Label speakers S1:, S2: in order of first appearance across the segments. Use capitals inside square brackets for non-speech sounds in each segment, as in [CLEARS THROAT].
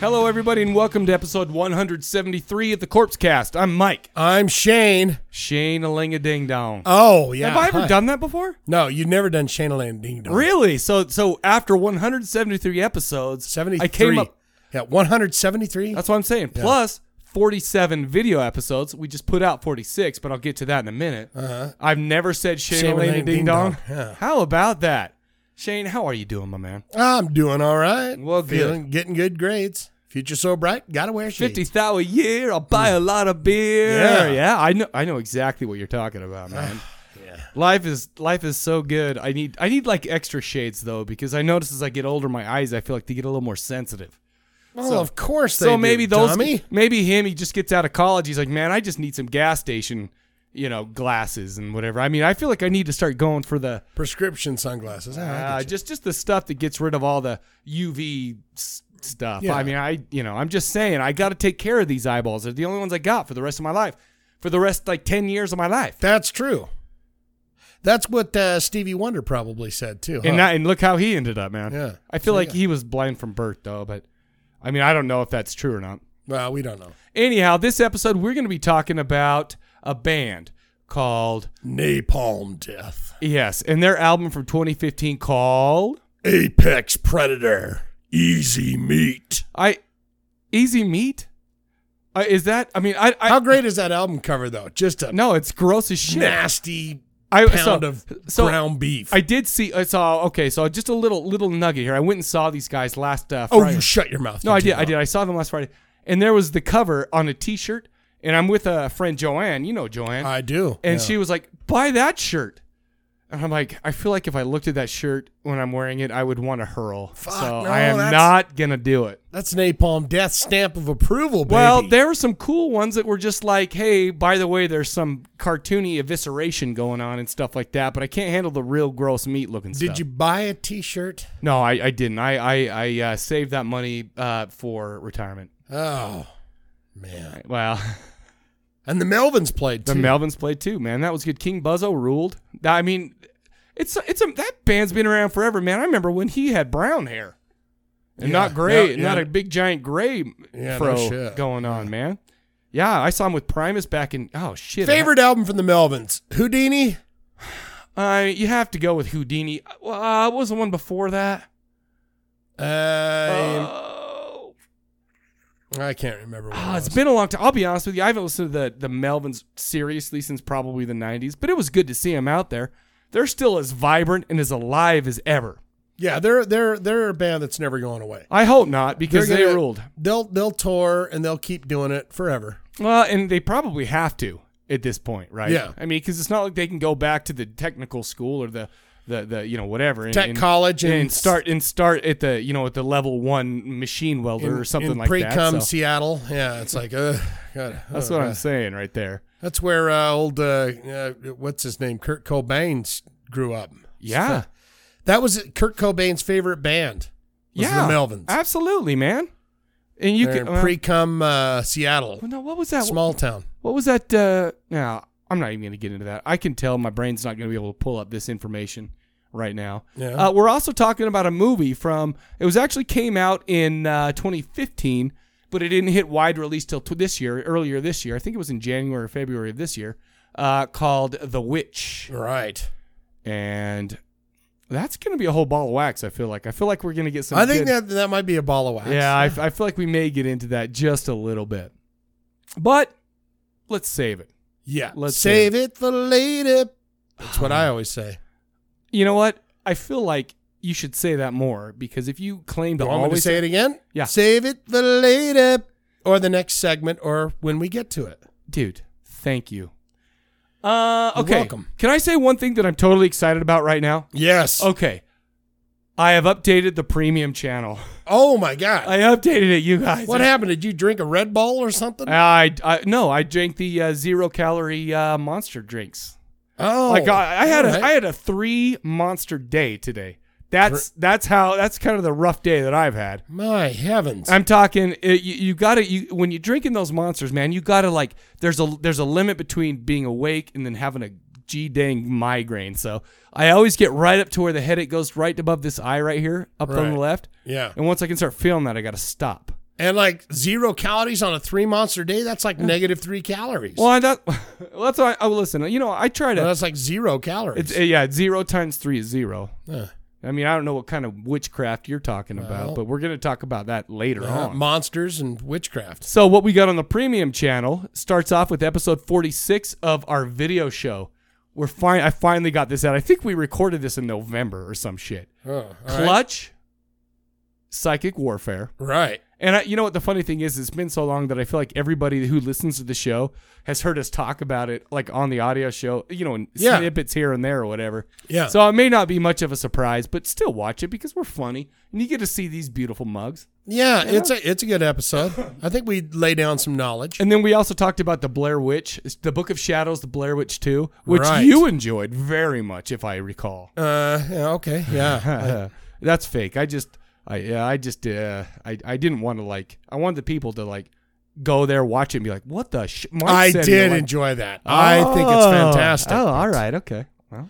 S1: Hello, everybody, and welcome to episode 173 of the Corpse Cast. I'm Mike.
S2: I'm Shane.
S1: Shane a ling a ding dong.
S2: Oh yeah.
S1: Have I ever
S2: Hi.
S1: done that before?
S2: No, you've never done Shane Elaine Ding Dong.
S1: Really? So, so after 173 episodes,
S2: Seventy three.
S1: I came up.
S2: Yeah, one hundred seventy three.
S1: That's what I'm saying. Plus 47 video episodes. We just put out 46, but I'll get to that in a minute. Uh-huh. I've never said Shane a
S2: Shane
S1: ling a
S2: Ling
S1: ding
S2: Ding
S1: dong.
S2: Dong. Yeah.
S1: How about that? Shane, how are you doing, my man?
S2: I'm doing all right.
S1: Well, good.
S2: Feeling, getting good grades. Future so bright. Gotta wear shades.
S1: 50 thou a year. I'll buy a lot of beer.
S2: Yeah.
S1: I know. I know exactly what you're talking about, [SIGHS] man. Life is life is so good. I need I need like extra shades though because I notice as I get older, my eyes I feel like they get a little more sensitive.
S2: Well, Oh, of course they
S1: so maybe
S2: do,
S1: those
S2: dummy.
S1: maybe him he just gets out of college. He's like, man, I just need some gas station, you know, glasses and whatever. I mean, I feel like I need to start going for the
S2: prescription sunglasses. Ah, I
S1: uh,
S2: get you.
S1: just just the stuff that gets rid of all the UV s- stuff.
S2: Yeah.
S1: I mean, I you know, I'm just saying, I got to take care of these eyeballs. They're the only ones I got for the rest of my life, for the rest like ten years of my life.
S2: That's true. That's what uh, Stevie Wonder probably said too. huh?
S1: And that, and look how he ended up, man.
S2: Yeah.
S1: I feel
S2: So,
S1: like
S2: yeah.
S1: he was blind from birth though, but I mean, I don't know if that's true or not.
S2: well, we don't know.
S1: Anyhow, this episode we're going to be talking about a band called
S2: Napalm Death.
S1: yes, and their album from 2015 called
S2: Apex Predator. Easy meat.
S1: I Easy Meat. Uh, is that? I mean, I, I
S2: How great is that album cover though? Just a
S1: No, it's gross as shit.
S2: nasty
S1: I- so-
S2: pound of
S1: so
S2: ground beef.
S1: I did see. I saw. Okay, so just a little little nugget here. I went and saw these guys last. Uh,
S2: oh,
S1: Friday.
S2: you shut your mouth.
S1: no,
S2: you
S1: I did.
S2: two
S1: I did. I saw them last Friday, and there was the cover on a T-shirt. And I'm with a friend Joanne. You know Joanne.
S2: dog. I do.
S1: and
S2: yeah.
S1: she was like, "Buy that shirt." And I'm like, I feel like if I looked at that shirt when I'm wearing it, I would want to hurl.
S2: Fuck,
S1: so
S2: no,
S1: I am
S2: that's-
S1: not gonna do it.
S2: that's napalm death stamp of approval, baby.
S1: Well, there were some cool ones that were just like, hey, by the way, there's some cartoony evisceration going on and stuff like that, but I can't handle the real gross meat looking
S2: did
S1: stuff.
S2: you buy a T-shirt?
S1: No, I, I didn't. I I, I uh, saved that money uh, for retirement.
S2: Oh man,
S1: Well, [LAUGHS]
S2: and the Melvins played
S1: the
S2: too.
S1: Melvins played too, man. That was good. King Buzzo ruled. I mean, it's it's a, that band's been around forever, man. I remember when he had brown hair, and
S2: Yeah,
S1: not gray,
S2: yeah,
S1: and not
S2: yeah.
S1: a big giant gray
S2: Yeah, no
S1: fro
S2: shit.
S1: going on, man. Yeah, I saw him with Primus back in oh shit.
S2: Favorite album from the Melvins? Houdini.
S1: Uh, you have to go with Houdini. Uh, what was the one before that?
S2: Uh,
S1: Oh.
S2: I can't remember. What it
S1: Ah, it's
S2: was.
S1: been a long time. I'll be honest with you. I haven't listened to the, the Melvins seriously since probably the 90s, but it was good to see them out there. They're still as vibrant and as alive as ever.
S2: yeah, they're they're they're a band that's never going away.
S1: I hope not because
S2: They're
S1: they
S2: gonna-
S1: ruled.
S2: They'll they'll tour and they'll keep doing it forever.
S1: Well, and they probably have to at this point, right?
S2: Yeah.
S1: I mean, because it's not like they can go back to the technical school or the the, the you know whatever and,
S2: Tech
S1: and-
S2: college and,
S1: and start and start at the you know at the level one machine welder
S2: in,
S1: or something
S2: in
S1: like
S2: pre
S1: that.
S2: cum
S1: so-
S2: Seattle. Yeah, it's like uh, God,
S1: that's
S2: uh,
S1: what I'm saying right there.
S2: That's where uh, old uh, uh, what's his name, Kurt Cobain s- grew up.
S1: Yeah.
S2: that was Kurt Cobain's favorite band. Was
S1: yeah,
S2: the Melvins.
S1: Absolutely, man. And you
S2: They're
S1: can
S2: in pre-cum uh, Seattle,
S1: Well, no, what was that?
S2: small town.
S1: What was that? Uh, now I'm not even going to get into that. I can tell my brain's not going to be able to pull up this information right now.
S2: Yeah.
S1: Uh, we're also talking about a movie from. It was actually came out in uh, 2015, but it didn't hit wide release till t- this year. Earlier this year, I think it was in January or February of this year. Uh, called The Witch,
S2: Right.
S1: and that's going to be a whole ball of wax. I feel like. I feel like we're going to get some.
S2: I think
S1: good-
S2: that that might be a ball of wax.
S1: yeah, I, I feel like we may get into that just a little bit, but let's save it.
S2: yeah.
S1: Let's Ah.
S2: save it for later. That's what I always say.
S1: You know what? I feel like you should say that more because if you claim to
S2: You want me to
S1: always
S2: say it again?
S1: Yeah.
S2: Save it for later or the next segment or when we get to it.
S1: dude, thank you. Uh,
S2: You're
S1: okay.
S2: welcome.
S1: Can I say one thing that I'm totally excited about right now?
S2: Yes. Oh,
S1: Okay. I have updated the premium channel. [LAUGHS]
S2: Oh my God.
S1: I updated it, you guys.
S2: what
S1: I-
S2: happened? Did you drink a Red Bull or something?
S1: I, I no, I drank the uh, zero calorie uh, monster drinks.
S2: oh.
S1: like I, I had a I
S2: all right.
S1: had a three monster day today. That's that's how that's kind of the rough day that I've had.
S2: My heavens.
S1: I'm talking. It, you, you gotta you when you're drinking those monsters, man. You gotta like there's a there's a limit between being awake and then having a g dang migraine. So I always get right up to where the headache goes, right above this eye right here, up on
S2: Right.
S1: the left.
S2: yeah.
S1: And once I can start feeling that, I gotta stop.
S2: And like zero calories on a three monster day, that's like negative three calories.
S1: Well, I, that, [LAUGHS] well, that's why I well, listen. You know, I try
S2: Well,
S1: to.
S2: that's like zero calories.
S1: It's, yeah, zero times three is zero.
S2: Uh,
S1: I mean, I don't know what kind of witchcraft you're talking about,
S2: Well-
S1: but we're gonna talk about that later
S2: uh,
S1: on.
S2: monsters and witchcraft.
S1: So what we got on the premium channel starts off with episode 46 of our video show. We're fine. I finally got this out. I think we recorded this in November or some shit.
S2: Oh, all right.
S1: Clutch, psychic warfare,
S2: Right.
S1: and I, you know what? The funny thing is, it's been so long that I feel like everybody who listens to the show has heard us talk about it, like on the audio show. You know, in
S2: Yeah.
S1: snippets here and there or whatever. [LAUGHS]
S2: Yeah.
S1: So it may not be much of a surprise, but still watch it because we're funny and you get to see these beautiful mugs.
S2: yeah, it's a it's a good episode. I think we lay down some knowledge.
S1: And then we also talked about the Blair Witch, the Book of Shadows, the Blair Witch 2, which
S2: Right.
S1: you enjoyed very much, if I recall.
S2: Uh,
S1: [LAUGHS]
S2: yeah, okay, yeah.
S1: That's fake. I just, I yeah, I just, uh, I, I didn't want to like, I wanted the people to like go there, watch it, and be like, what the sh? Mike
S2: I
S1: said it,
S2: did
S1: like,
S2: enjoy that. I think it's
S1: "Oh,
S2: fantastic.
S1: Oh, all right, okay. Well,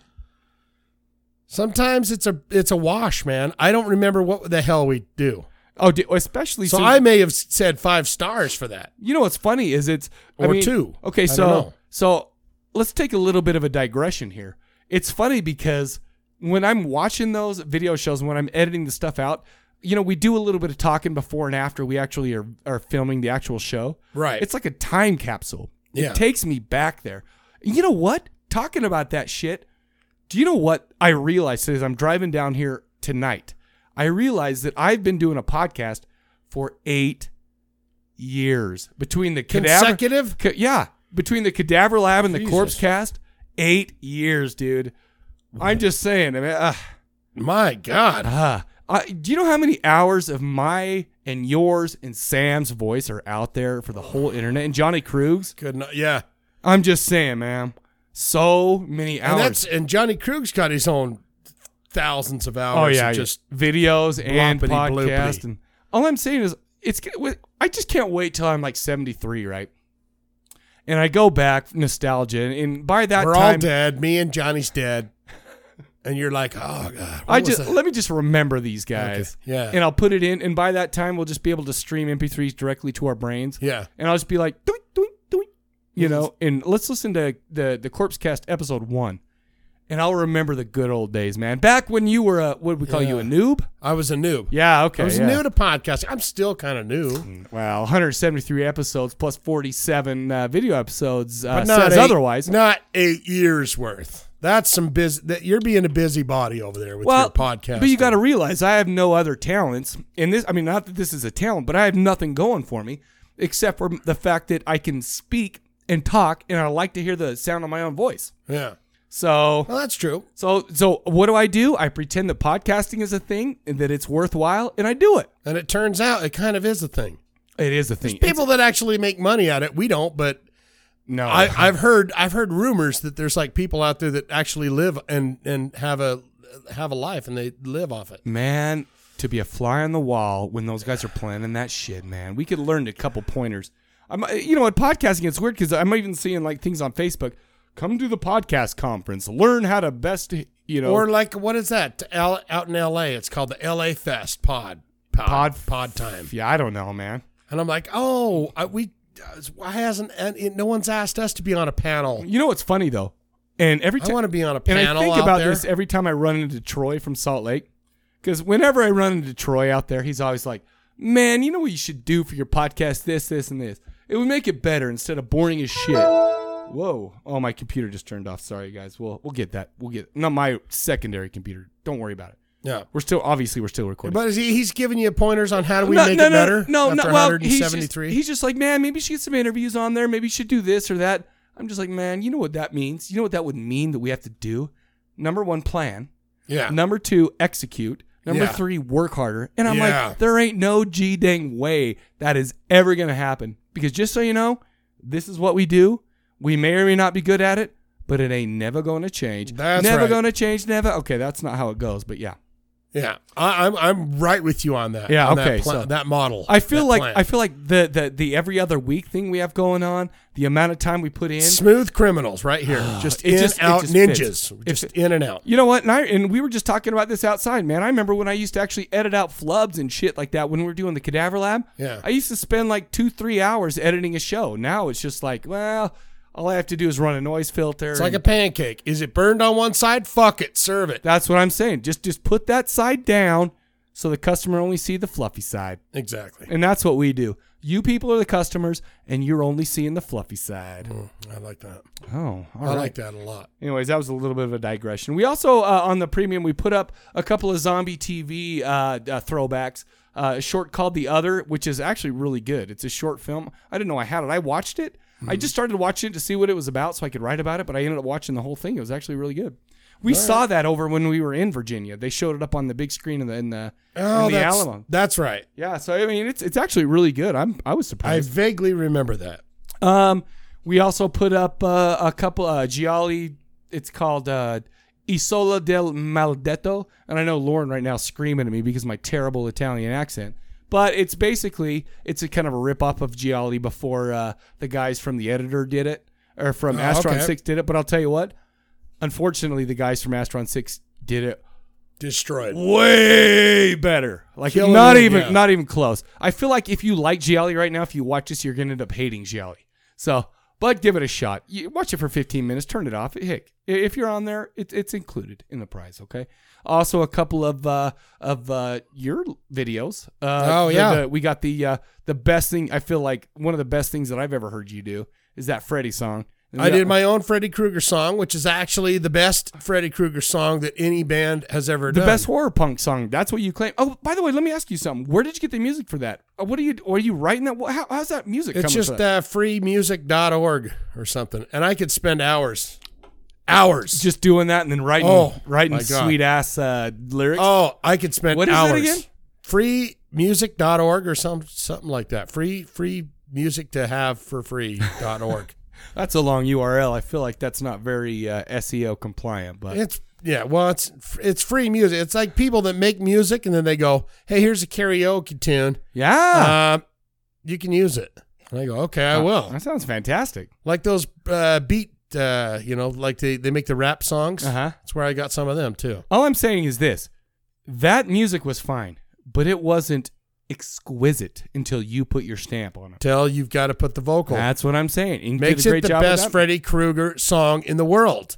S2: Sometimes it's a it's a wash, man. I don't remember what the hell we do.
S1: oh, di- especially
S2: So
S1: since-
S2: I may have s- said five stars for that.
S1: you know what's funny is it's I
S2: Or
S1: mean,
S2: two.
S1: Okay,
S2: I
S1: so
S2: don't know.
S1: so let's take a little bit of a digression here. It's funny because when I'm watching those video shows, when I'm editing the stuff out, you know, we do a little bit of talking before and after we actually are are filming the actual show.
S2: Right.
S1: It's like a time capsule.
S2: Yeah.
S1: It takes me back there. You know what? Talking about that shit, do you know what I realized as I'm driving down here tonight? I realized that I've been doing a podcast for eight years between the cadaver,
S2: Consecutive?
S1: ca- yeah, between the cadaver lab and the
S2: Jesus.
S1: corpse cast. Eight years, dude. I'm just saying. I mean, uh,
S2: My God.
S1: uh, I, do you know how many hours of my and yours and Sam's voice are out there for the whole internet and Johnny Krug's?
S2: Good. No- yeah.
S1: I'm just saying, man. So many
S2: And
S1: hours.
S2: that's and Johnny Krug's got his own thousands of hours.
S1: oh
S2: of
S1: yeah,
S2: just
S1: just videos and
S2: bloppity-bloopity.
S1: podcast. And all I'm saying is, it's. I just can't wait till I'm like 73, right? And I go back nostalgia, and, and by that
S2: we're all
S1: time,
S2: dead. Me and Johnny's dead. And you're like, oh God.
S1: I
S2: what was
S1: just
S2: that?"
S1: let me just remember these guys.
S2: Okay, yeah.
S1: And I'll put it in, and by that time, we'll just be able to stream MP3s directly to our brains.
S2: yeah.
S1: And I'll just be like, doink, doink, doink, you know. [LAUGHS] And let's listen to the the Corpse Cast episode one, and I'll remember the good old days, man. Back when you were a what did we call you a
S2: Yeah.
S1: noob?
S2: I was a noob.
S1: Yeah, okay.
S2: I was
S1: yeah. Mm.
S2: new to podcasting. I'm still kind of new.
S1: Wow, 173 episodes plus 47 uh, video episodes uh,
S2: But not
S1: says
S2: eight-
S1: otherwise.
S2: Not eight years worth. That's some busy. That you're being a busybody over there with your podcast.
S1: But you got to realize I have no other talents. And this, I mean, not that this is a talent, but I have nothing going for me except for the fact that I can speak and talk, and I like to hear the sound of my own voice.
S2: Yeah.
S1: So,
S2: Well, that's true.
S1: so, so, what do I do? I pretend that podcasting is a thing and that it's worthwhile, and I do it.
S2: And it turns out it kind of is a thing.
S1: It is a thing.
S2: People that actually make money at it, we don't. But
S1: no,
S2: I, I've heard I've heard rumors that there's like people out there that actually live and and have a have a life and they live off it.
S1: Man, to be a fly on the wall when those guys are planning that shit, man. We could learn a couple pointers. I'm, uh, you know, what podcasting, it's weird because I'm even seeing like things on Facebook. Come to the podcast conference, learn how to best, you know,
S2: Or like what is that L, out in L.A. It's called the L.A. Fest Pod
S1: Pod-
S2: Pod Time.
S1: yeah, I don't know, man.
S2: And I'm like, oh, I, we why hasn't and it, no one's asked us to be on a panel?
S1: You know what's funny though, and every
S2: I
S1: time
S2: want to be on a
S1: and
S2: panel.
S1: I think
S2: out
S1: about
S2: there.
S1: this eh, every time I run into Troy from Salt Lake, because whenever I run into Troy out there, he's always like, "Man, you know what you should do for your podcast? This, this, and this. It would make it better instead of boring as shit." Whoa! Oh, my computer just turned off. Sorry, guys. We'll we'll get that. We'll get not my secondary computer. Don't worry about it.
S2: Yeah.
S1: We're still obviously we're still recording.
S2: But is he, he's giving you pointers on how do we make
S1: no,
S2: it
S1: no,
S2: better?
S1: No,
S2: after
S1: no, well, he's just,
S2: 173.
S1: he's just like, man, maybe she gets some interviews on there. Maybe she should do this or that. I'm just like, man, you know what that means? You know what that would mean that we have to do? Number one, plan.
S2: yeah.
S1: Number two, execute. Number
S2: Yeah.
S1: three, work harder. And I'm
S2: Yeah.
S1: like, there ain't no G dang way that is ever going to happen. Because just so you know, this is what we do. We may or may not be good at it, but it ain't never going to change.
S2: That's
S1: never
S2: right.
S1: going to change, never. Okay, that's not how it goes, but yeah.
S2: Yeah, I, I'm I'm right with you on that.
S1: Yeah,
S2: on
S1: okay,
S2: That, pla-
S1: so-
S2: that model.
S1: I feel
S2: that
S1: like
S2: plan.
S1: I feel like the, the the every other week thing we have going on, the amount of time we put in. Ah,
S2: smooth criminals right here, just
S1: it
S2: in
S1: just- it
S2: out
S1: just fits.
S2: ninjas,
S1: It
S2: just
S1: fit-
S2: in and out.
S1: You know what? And I and we were just talking about this outside, man. I remember when I used to actually edit out flubs and shit like that when we were doing the cadaver lab.
S2: Yeah.
S1: I used to spend like two, three hours editing a show. Now it's just like, well, all I have to do is run a noise filter.
S2: It's like a
S1: and-
S2: pancake. Is it burned on one side? Fuck it, serve it.
S1: that's what I'm saying. Just just put that side down so the customer only see the fluffy side.
S2: Exactly.
S1: And that's what we do. You people are the customers and you're only seeing the fluffy side.
S2: I like that.
S1: Oh, all right.
S2: Mm. I like that a lot.
S1: Anyways, that was a little bit of a digression. We also uh, on the premium we put up a couple of zombie TV uh, uh, throwbacks. Uh, a short called The Other, which is actually really good. It's a short film. I didn't know I had it. I watched it. I just started watching it to see what it was about so I could write about it, but I ended up watching the whole thing. It was actually really good. We saw that over when we were in Virginia. They showed it up on the big screen in the in the, in the
S2: Oh, that's,
S1: Alamo.
S2: that's right.
S1: Yeah, so I mean it's it's actually really good. I'm I was surprised.
S2: I vaguely remember that.
S1: Um, we also put up uh, a couple uh, Gialli. It's called uh, Isola del Maldetto, and I know Lauren right now screaming at me because of my terrible Italian accent. But it's basically it's a kind of a rip off of Gialli before uh, the guys from the editor did it or from
S2: Oh,
S1: Astron
S2: okay.
S1: Six did it. But I'll tell you what, unfortunately, the guys from Astron Six did it
S2: Destroyed.
S1: way better. Like
S2: Killing
S1: not
S2: it,
S1: even
S2: yeah.
S1: not even close. I feel like if you like Gialli right now, if you watch this, you're gonna end up hating Gialli. So, but give it a shot. You watch it for 15 minutes, turn it off. Hick, if you're on there, it, it's included in the prize. Okay. Also, a couple of uh, of uh, your videos. Uh,
S2: Oh,
S1: the-
S2: yeah.
S1: the- we got the uh, the best thing. I feel like one of the best things that I've ever heard you do is that Freddy song. And
S2: I
S1: that-
S2: did my own Freddy Krueger song, which is actually the best Freddy Krueger song that any band has ever
S1: the
S2: done.
S1: best horror punk song. That's what you claim. Oh, by the way, let me ask you something. Where did you get the music for that? Uh, What are you? Are you writing that? Wha- How, how's that music?
S2: It's
S1: coming
S2: just
S1: for that?
S2: uh, freemusic.org or something. And I could spend hours. Hours.
S1: just doing that and then writing
S2: Oh,
S1: writing
S2: my God.
S1: sweet ass uh, lyrics.
S2: Oh, I could spend
S1: What is that
S2: hours.
S1: again?
S2: Freemusic.org or some something like that. Free free music to have for free
S1: [LAUGHS]
S2: dot org.
S1: That's a long URL. I feel like that's not very uh, SEO compliant, but
S2: it's yeah, well, it's it's free music. It's like people that make music and then they go, "Hey, here's a karaoke tune.
S1: yeah, Oh,
S2: Uh, you can use it." And I go, "Okay, I will."
S1: That sounds fantastic.
S2: Like those uh, beat, uh, you know, like they they make the rap songs.
S1: Uh huh.
S2: That's where I got some of them too.
S1: All I'm saying is this: that music was fine, but it wasn't exquisite until you put your stamp on it.
S2: Tell you've got to put the vocal.
S1: That's what I'm saying. And you did
S2: Makes
S1: a great
S2: it the
S1: job with
S2: best
S1: that.
S2: Freddy Krueger song in the world.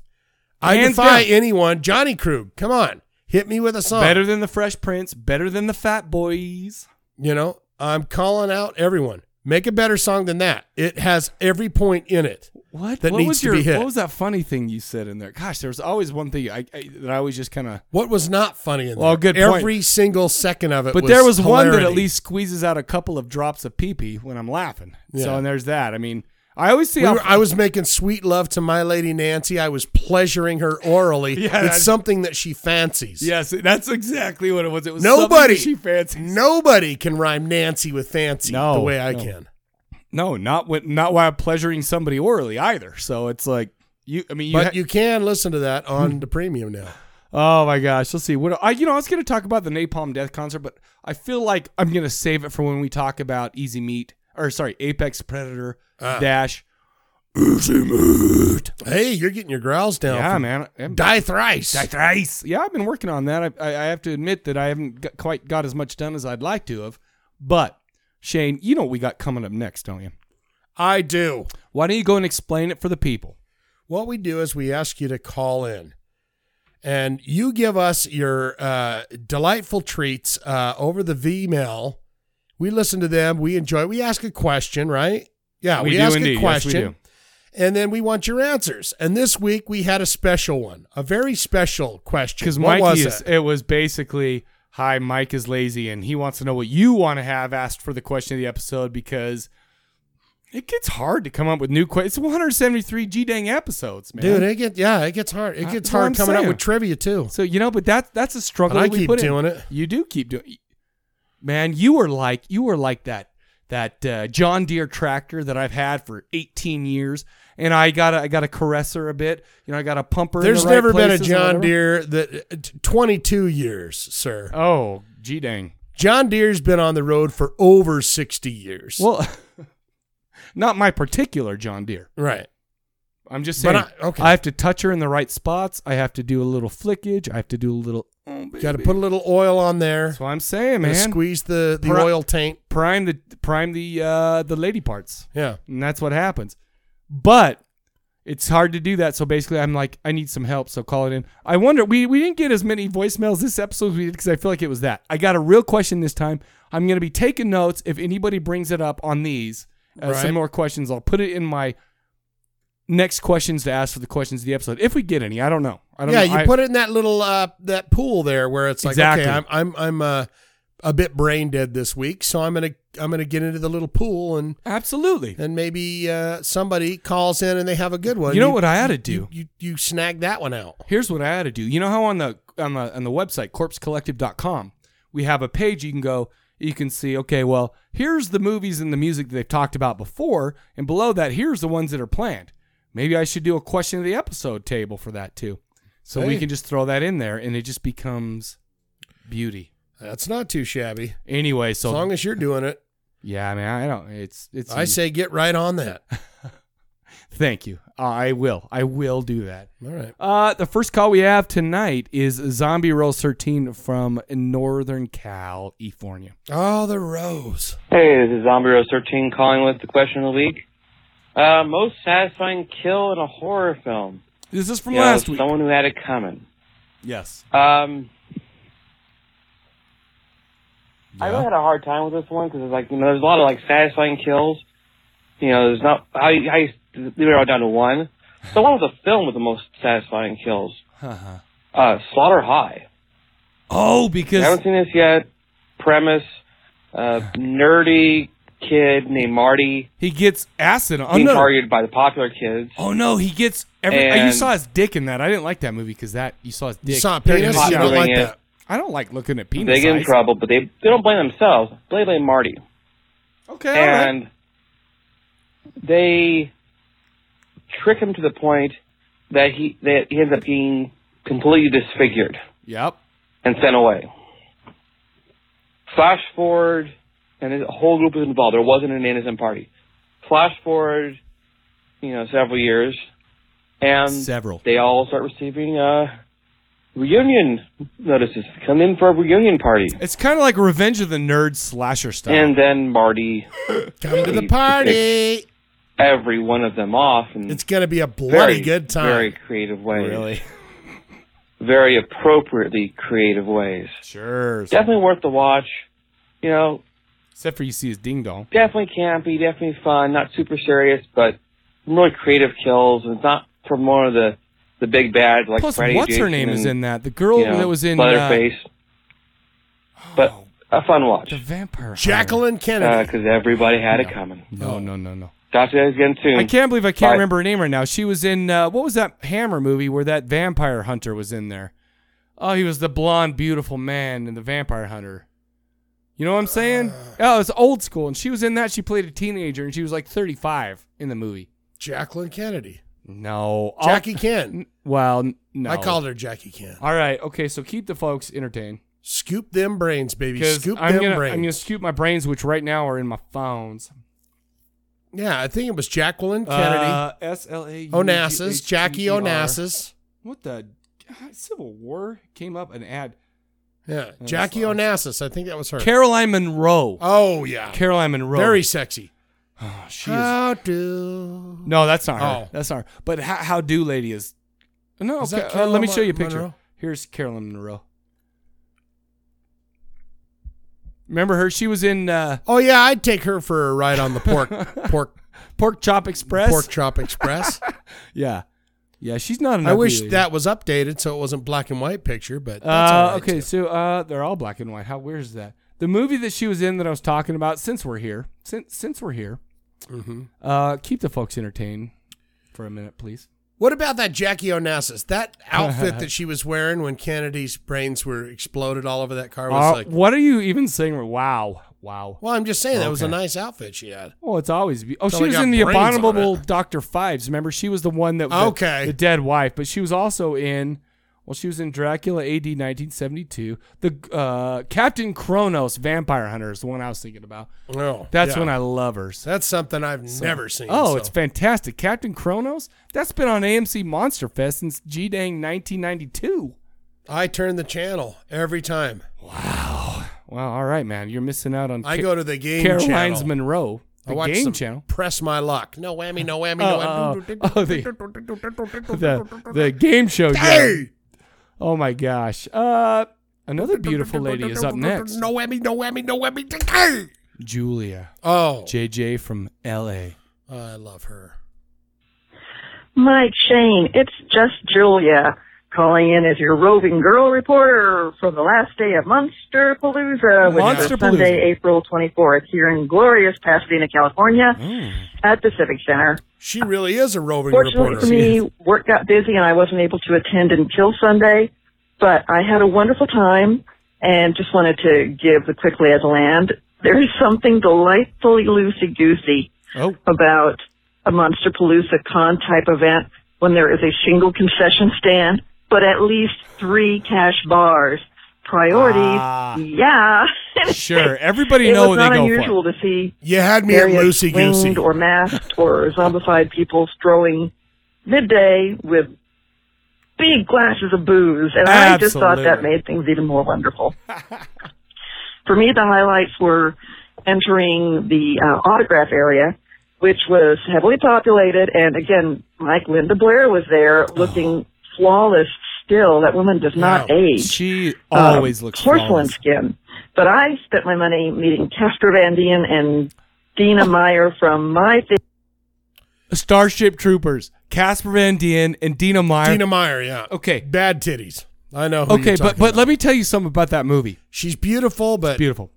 S2: I
S1: Hands
S2: defy
S1: down.
S2: anyone. Johnny Krug, come on, hit me with a song.
S1: Better than the Fresh Prince. Better than the Fat Boys.
S2: You know, I'm calling out everyone. Make a better song than that. It has every point in it.
S1: What?
S2: That
S1: what
S2: needs
S1: was
S2: to
S1: your,
S2: be hit.
S1: What was that funny thing you said in there? Gosh, there was always one thing I, I, that I always just kind of.
S2: What was not funny in
S1: Well,
S2: there?
S1: good point.
S2: Every single second of it.
S1: But there was one that
S2: hilarity.
S1: at least squeezes out a couple of drops of pee pee when I'm laughing. So
S2: Yeah.
S1: and there's that. I mean, I always see.
S2: We
S1: how-
S2: were- I was making sweet love to my lady Nancy. I was pleasuring her orally.
S1: [LAUGHS] Yeah,
S2: it's
S1: that-
S2: something that she
S1: [LAUGHS]
S2: fancies.
S1: yes, that's exactly what it was. It was something
S2: Nobody.
S1: that she fancies.
S2: Nobody can rhyme Nancy with fancy
S1: No,
S2: the way I
S1: no.
S2: can.
S1: No, not when, not while pleasuring somebody orally either. So it's like you. I mean, you
S2: but
S1: ha- Hmm.
S2: you can listen to that on the premium now.
S1: Oh my gosh, let's see. What I you know, I was gonna talk about the Napalm Death concert, but I feel like I'm gonna save it for when we talk about Easy Meat or sorry, Apex Predator
S2: Uh,
S1: Dash. Easy Meat.
S2: Hey, you're getting your growls down.
S1: Yeah,
S2: from-
S1: man. I'm-
S2: Die thrice.
S1: thrice. Yeah, I've been working on that. I, I, I have to admit that I haven't got, quite got as much done as I'd like to have. But Shane, you know what we got coming up next, don't you?
S2: I do.
S1: Why don't you go and explain it for the people?
S2: what we do is we ask you to call in and you give us your uh, delightful treats uh, over the Vmail. We listen to them. We enjoy. We ask a question, right? Yeah, we,
S1: do
S2: ask
S1: indeed. Yes,
S2: a
S1: we
S2: question.
S1: do.
S2: And then we want your answers. And this week we had a special one, a very special question.
S1: Because
S2: What
S1: Mikey
S2: was
S1: is,
S2: it?
S1: it? was basically, hi, Mike is lazy and he wants to know what you want to have asked for the question of the episode because it gets hard to come up with new questions. It's 173 G dang episodes, man.
S2: Dude, it get yeah, it gets hard. It
S1: Uh,
S2: gets
S1: that's what
S2: hard
S1: I'm
S2: coming up
S1: saying.
S2: with trivia too.
S1: so, you know, but that, that's a struggle.
S2: But I
S1: that we
S2: keep
S1: put in.
S2: doing it.
S1: You do keep doing Man, you were like, you were like that. That uh, John Deere tractor that I've had for 18 years, and I got a, I got a caresser a bit, you know, I got a pumper. in the
S2: There's
S1: right
S2: never been a
S1: places or
S2: John
S1: whatever.
S2: Deere that uh, t- 22 years, sir.
S1: Oh, gee dang.
S2: John Deere's been on the road for over 60 years.
S1: Well, [LAUGHS] not my particular John Deere.
S2: right.
S1: I'm just
S2: But
S1: saying. I,
S2: I- okay.
S1: have to touch her in the right spots. I have to do a little flickage. I have to do a little. Oh, baby.
S2: Got to put a little oil on there.
S1: That's what I'm saying,
S2: Gotta
S1: man.
S2: Squeeze the, the
S1: Pri-
S2: oil taint.
S1: prime the prime the uh, the lady parts,
S2: Yeah.
S1: and that's what happens. But it's hard to do that. So basically, I'm like, I need some help. So call it in. I wonder. We we didn't get as many voicemails this episode as we did because I feel like it was that. I got a real question this time. I'm gonna be taking notes. If anybody brings it up on these, uh,
S2: Right.
S1: some more questions, I'll put it in my next questions to ask for the questions of the episode if we get any. I don't know. I don't
S2: Yeah,
S1: know.
S2: you
S1: I-
S2: put it in that little uh, that pool there where it's like,
S1: Exactly.
S2: okay, I'm I'm I'm uh, a bit brain dead this week, so I'm gonna I'm gonna get into the little pool and
S1: absolutely.
S2: and maybe uh, somebody calls in and they have a good one.
S1: You know what I ought to do?
S2: You, you you snag that one out.
S1: Here's what I had to do. You know how on the on the on the website corpsecollective.com we have a page you can go you can see okay well here's the movies and the music that they've talked about before and below that here's the ones that are planned. Maybe I should do a question of the episode table for that too. So we
S2: Hey.
S1: can just throw that in there and it just becomes beauty.
S2: That's not too shabby.
S1: Anyway,
S2: As
S1: so
S2: long as you're doing it,
S1: yeah, I mean I don't it's it's
S2: I say get right
S1: [LAUGHS]
S2: on that.
S1: thank you. Uh, I will. I will do that.
S2: All right.
S1: Uh, the first call we have tonight is Zombie Rolls 13 from Northern Cal, California.
S2: Oh, the rose.
S3: Hey, this is Zombie Rose 13 calling with the question of the week. Uh, most satisfying kill in a horror film.
S1: This is from
S3: You know,
S1: last week.
S3: Someone who had it coming.
S1: Yes.
S3: Um, I
S1: Yeah.
S3: really had a hard time with this one because it's like you know there's a lot of like satisfying kills. You know, there's not how you, how you they were all down to one. So what was the film with the most satisfying kills?
S1: Uh-huh.
S3: Uh, Slaughter High.
S1: [LAUGHS] Oh,
S3: I
S1: because
S3: haven't seen this yet. Premise: uh, nerdy kid named Marty
S1: he gets acid. on- Oh,
S3: being
S1: no.
S3: targeted by the popular kids.
S1: Oh, no. He gets. Every, uh,
S3: And-
S1: you saw his dick in that. I didn't like that movie because that you saw his
S2: You
S1: dick.
S2: saw a
S1: Very
S2: penis.
S3: Not
S2: You
S1: much.
S2: don't
S3: doing
S2: like
S3: it.
S2: that.
S1: I don't like looking at penis.
S3: They get in
S1: size.
S3: trouble, but they they don't blame themselves. They blame Marty,
S1: Okay. all right.
S3: and they trick him to the point that he that he ends up being completely disfigured
S1: Yep.
S3: and sent away. Flash forward, and the whole group was involved. There wasn't an innocent party. Flash forward, you know, several years, and
S1: Several.
S3: um, they all start receiving uh, reunion notices. Come in for a reunion party.
S1: It's kind of like Revenge of the Nerd slasher style.
S3: And then Marty
S2: Come to
S1: [LAUGHS]
S2: the party.
S3: every one of them off and
S2: It's gonna be a
S3: very,
S2: bloody good time.
S3: Very creative ways.
S1: really.
S3: Very appropriately creative ways.
S1: Sure.
S3: Definitely worth the watch. You know,
S1: Except for you see his ding dong.
S3: definitely campy, definitely fun, not super serious, but really creative kills and it's not from one of the the big bad like
S1: Plus,
S3: Freddy
S1: what's her
S3: Jason
S1: name is
S3: and,
S1: in that? The girl
S3: you know,
S1: that was in uh, oh,
S3: Leatherface. but a fun watch.
S1: The Vampire.
S2: Jacqueline
S1: Uh,
S2: Kennedy.
S3: Because everybody had it coming.
S1: No, no, no, no.
S3: Talk to you guys again soon.
S1: I can't believe I can't
S3: Bye.
S1: remember her name right now. She was in uh, what was that Hammer movie where that vampire hunter was in there? Oh, he was the blonde, beautiful man in the Vampire Hunter. You know what I'm saying?
S2: Uh.
S1: oh, it's old school, and she was in that. She played a teenager, and she was like 35 in the movie.
S2: Jacqueline Kennedy.
S1: No, I'll- [LAUGHS]
S2: Jackie Ken.
S1: N- well, n- no.
S2: I called her Jackie Ken.
S1: All right, okay. So keep the folks entertained.
S2: Scoop them brains, baby.
S1: Because
S2: Scoop
S1: I'm
S2: them
S1: gonna,
S2: brains.
S1: I'm gonna scoop my brains, which right now are in my phones.
S2: yeah, I think it was Jacqueline Kennedy.
S1: Uh, S L A. E
S2: Onassis. Jackie Onassis.
S1: What the God, Civil War came up an ad.
S2: Yeah.
S1: That's
S2: Jackie
S1: awesome.
S2: Onassis. I think that was her.
S1: Caroline Monroe.
S2: oh, yeah.
S1: Caroline Monroe.
S2: Very sexy.
S1: Oh, [SIGHS] she is.
S2: How do.
S1: No, that's not her.
S2: Oh.
S1: That's not her. But how, how do lady is? No,
S2: Is
S1: okay.
S2: that
S1: uh, let me
S2: Caroline
S1: show you a picture.
S2: Monroe?
S1: Here's Caroline Monroe. Remember her? She uh, was in uh, [LAUGHS]
S2: Oh, yeah. I'd take her for a ride on the pork pork
S1: Pork Chop Express.
S2: Pork
S1: [LAUGHS]
S2: Chop Express.
S1: yeah, yeah. She's not. An
S2: I wish
S1: ugly lady.
S2: that was updated so it wasn't black and white picture, but that's all
S1: Uh,
S2: right,
S1: okay,
S2: too.
S1: so uh, they're all black and white. How weird is that? The movie that she was in that I was talking about. Since we're here, since since we're here,
S2: Mm-hmm.
S1: uh, keep the folks entertained for a minute, please.
S2: What about that Jackie Onassis?
S1: [LAUGHS]
S2: That outfit that she was wearing when Kennedy's brains were exploded all over that car was
S1: Uh,
S2: like.
S1: what are you even saying? Wow, wow.
S2: Well, I'm just saying that was a
S1: Okay.
S2: nice outfit she had.
S1: Oh, it's always be- oh
S2: So
S1: she
S2: they
S1: was
S2: got
S1: in the
S2: brains on
S1: abominable
S2: it.
S1: Doctor Fives. Remember, she was the one that the-
S2: Okay.
S1: the dead wife, but she was also in well, she was in Dracula A.D. 1972. The uh, Captain Kronos Vampire Hunter is the one I was thinking about.
S2: Oh,
S1: That's
S2: yeah.
S1: when I love her. So-
S2: That's something I've never seen.
S1: Oh,
S2: so-
S1: it's fantastic, Captain Kronos. That's been on AMC Monster Fest since G dang 1992.
S2: I turn the channel every time.
S1: Wow, all right, man, you're missing out on
S2: I
S1: Ca-
S2: go to the game
S1: Caroline's
S2: channel.
S1: Monroe,
S2: I
S1: the
S2: watch
S1: Game
S2: some [LAUGHS]
S1: Channel.
S2: Press my luck. No whammy, no whammy, no
S1: Oh,
S2: whammy.
S1: oh, oh, the,
S2: [LAUGHS]
S1: the, the game show. show.
S2: Hey!
S1: Oh my gosh. Uh, another beautiful lady is up next.
S2: No whammy, no whammy, no whammy. Hey!
S1: Julia
S2: Oh,
S1: JJ from LA.
S2: I love her.
S4: Mike Shane, it's just Julia calling in as your roving girl reporter for the last day of Monster Palooza, which
S1: Monsterpalooza.
S4: is Sunday, April 24th, here in glorious Pasadena, California, at the Civic Center.
S2: She really is a roving
S4: Fortunately
S2: reporter.
S4: for me, work got busy and I wasn't able to attend until Sunday, but I had a wonderful time and just wanted to give the quick lay of the land. There is something delightfully loosey goosey
S1: Oh,
S4: about a Monster Palooza con type event when there is a single concession stand, but at least three cash bars. Priorities,
S1: Ah.
S4: yeah. [LAUGHS]
S1: sure. Everybody
S4: it
S1: know
S4: was
S1: what they
S4: not
S1: go
S4: unusual
S1: for.
S4: to see
S2: You had me at
S4: various
S2: loosey goosey.
S4: winged or masked or zombified people strolling midday with big glasses of booze, and I just thought that
S1: Absolutely.
S4: made things even more wonderful. [LAUGHS] For me, the highlights were entering the uh, autograph area, which was heavily populated, and again, like Linda Blair was there, looking flawless. Still, that woman does not
S2: Oh. No.
S4: age
S1: She always looks
S4: Um, porcelain
S1: flawless.
S4: skin. But I spent my money meeting Castor Van Dien and Dina
S1: Oh.
S4: Meyer from my thing.
S1: Starship Troopers, Casper Van Dien, and Dina Meyer.
S2: Tina Meyer, yeah.
S1: Okay,
S2: Bad titties. I know. Who
S1: okay, but
S2: you're talking
S1: but
S2: about.
S1: let me tell you something about that movie.
S2: She's beautiful, but
S1: Beautiful.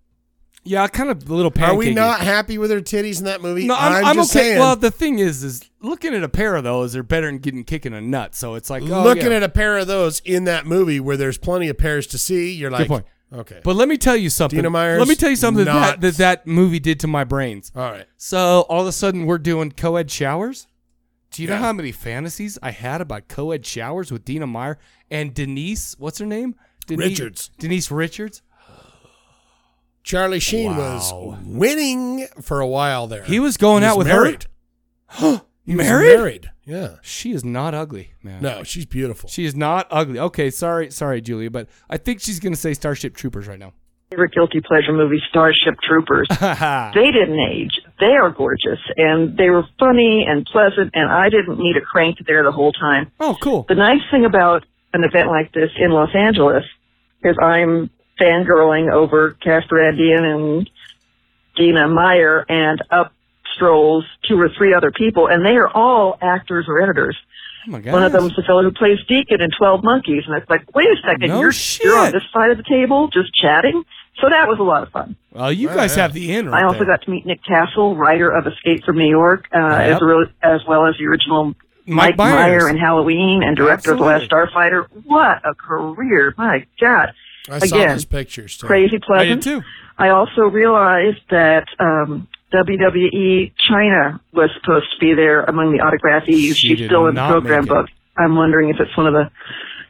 S1: Yeah, kind of a little pancake.
S2: are we not happy with her titties in that movie?
S1: No, I'm, I'm,
S2: just
S1: okay.
S2: saying.
S1: Well, the thing is, is looking at a pair of those are better than getting kicked in a nut. So it's like oh,
S2: looking
S1: yeah.
S2: at a pair of those in that movie where there's plenty of pairs to see, you're like,
S1: point.
S2: okay,
S1: But let me tell you something.
S2: Dina Meyer's
S1: let me tell you something that,
S2: not-
S1: that that movie did to my brains.
S2: all right.
S1: So all of a sudden we're doing co-ed showers. Do you know
S2: Yeah.
S1: how many fantasies I had about co-ed showers with Dina Meyer and Denise? What's her name? Denise,
S2: Richards.
S1: Denise Richards.
S2: Charlie Sheen
S1: Wow.
S2: was winning for a while there.
S1: He was going
S2: He's
S1: out with [GASPS]
S2: married.
S1: her.
S2: He was
S1: Married?
S2: married. Yeah.
S1: She is not ugly, man.
S2: No, she's beautiful.
S1: She is not ugly. Okay, sorry, sorry, Julia, but I think she's gonna say Starship Troopers right
S4: [LAUGHS]
S1: now.
S4: favorite guilty pleasure movie, Starship Troopers. they didn't age. They are gorgeous, and they were funny and pleasant, and I didn't need a crank there the whole time.
S1: oh, cool.
S4: The nice thing about an event like this in Los Angeles is I'm fangirling over Casper Van Dien and Dina Meyer, and up strolls two or three other people, and they are all actors or editors.
S1: Oh my god.
S4: One of them is the fellow who plays Deacon in Twelve Monkeys, and it's like, wait a second,
S1: No
S4: you're you're
S1: shit.
S4: on this side of the table just chatting. So that was a lot of fun.
S1: Well, you guys have the in right
S4: I also
S1: there.
S4: got to meet Nick Castle, writer of Escape from New York, uh,
S1: Yep.
S4: as, re- as well as the original
S1: Mike
S4: Mike,
S1: Myers.
S4: Meyer in Halloween and director of The
S1: Absolutely.
S4: Last Starfighter. What a career! My God,
S2: I saw
S4: again,
S2: those pictures. Too.
S4: crazy
S1: I did
S4: pleasant.
S1: too.
S4: I also realized that um, WWE China was supposed to be there among the autographees.
S1: She did
S4: She's still in the
S1: not make
S4: program
S1: it.
S4: book. I'm wondering if it's one of the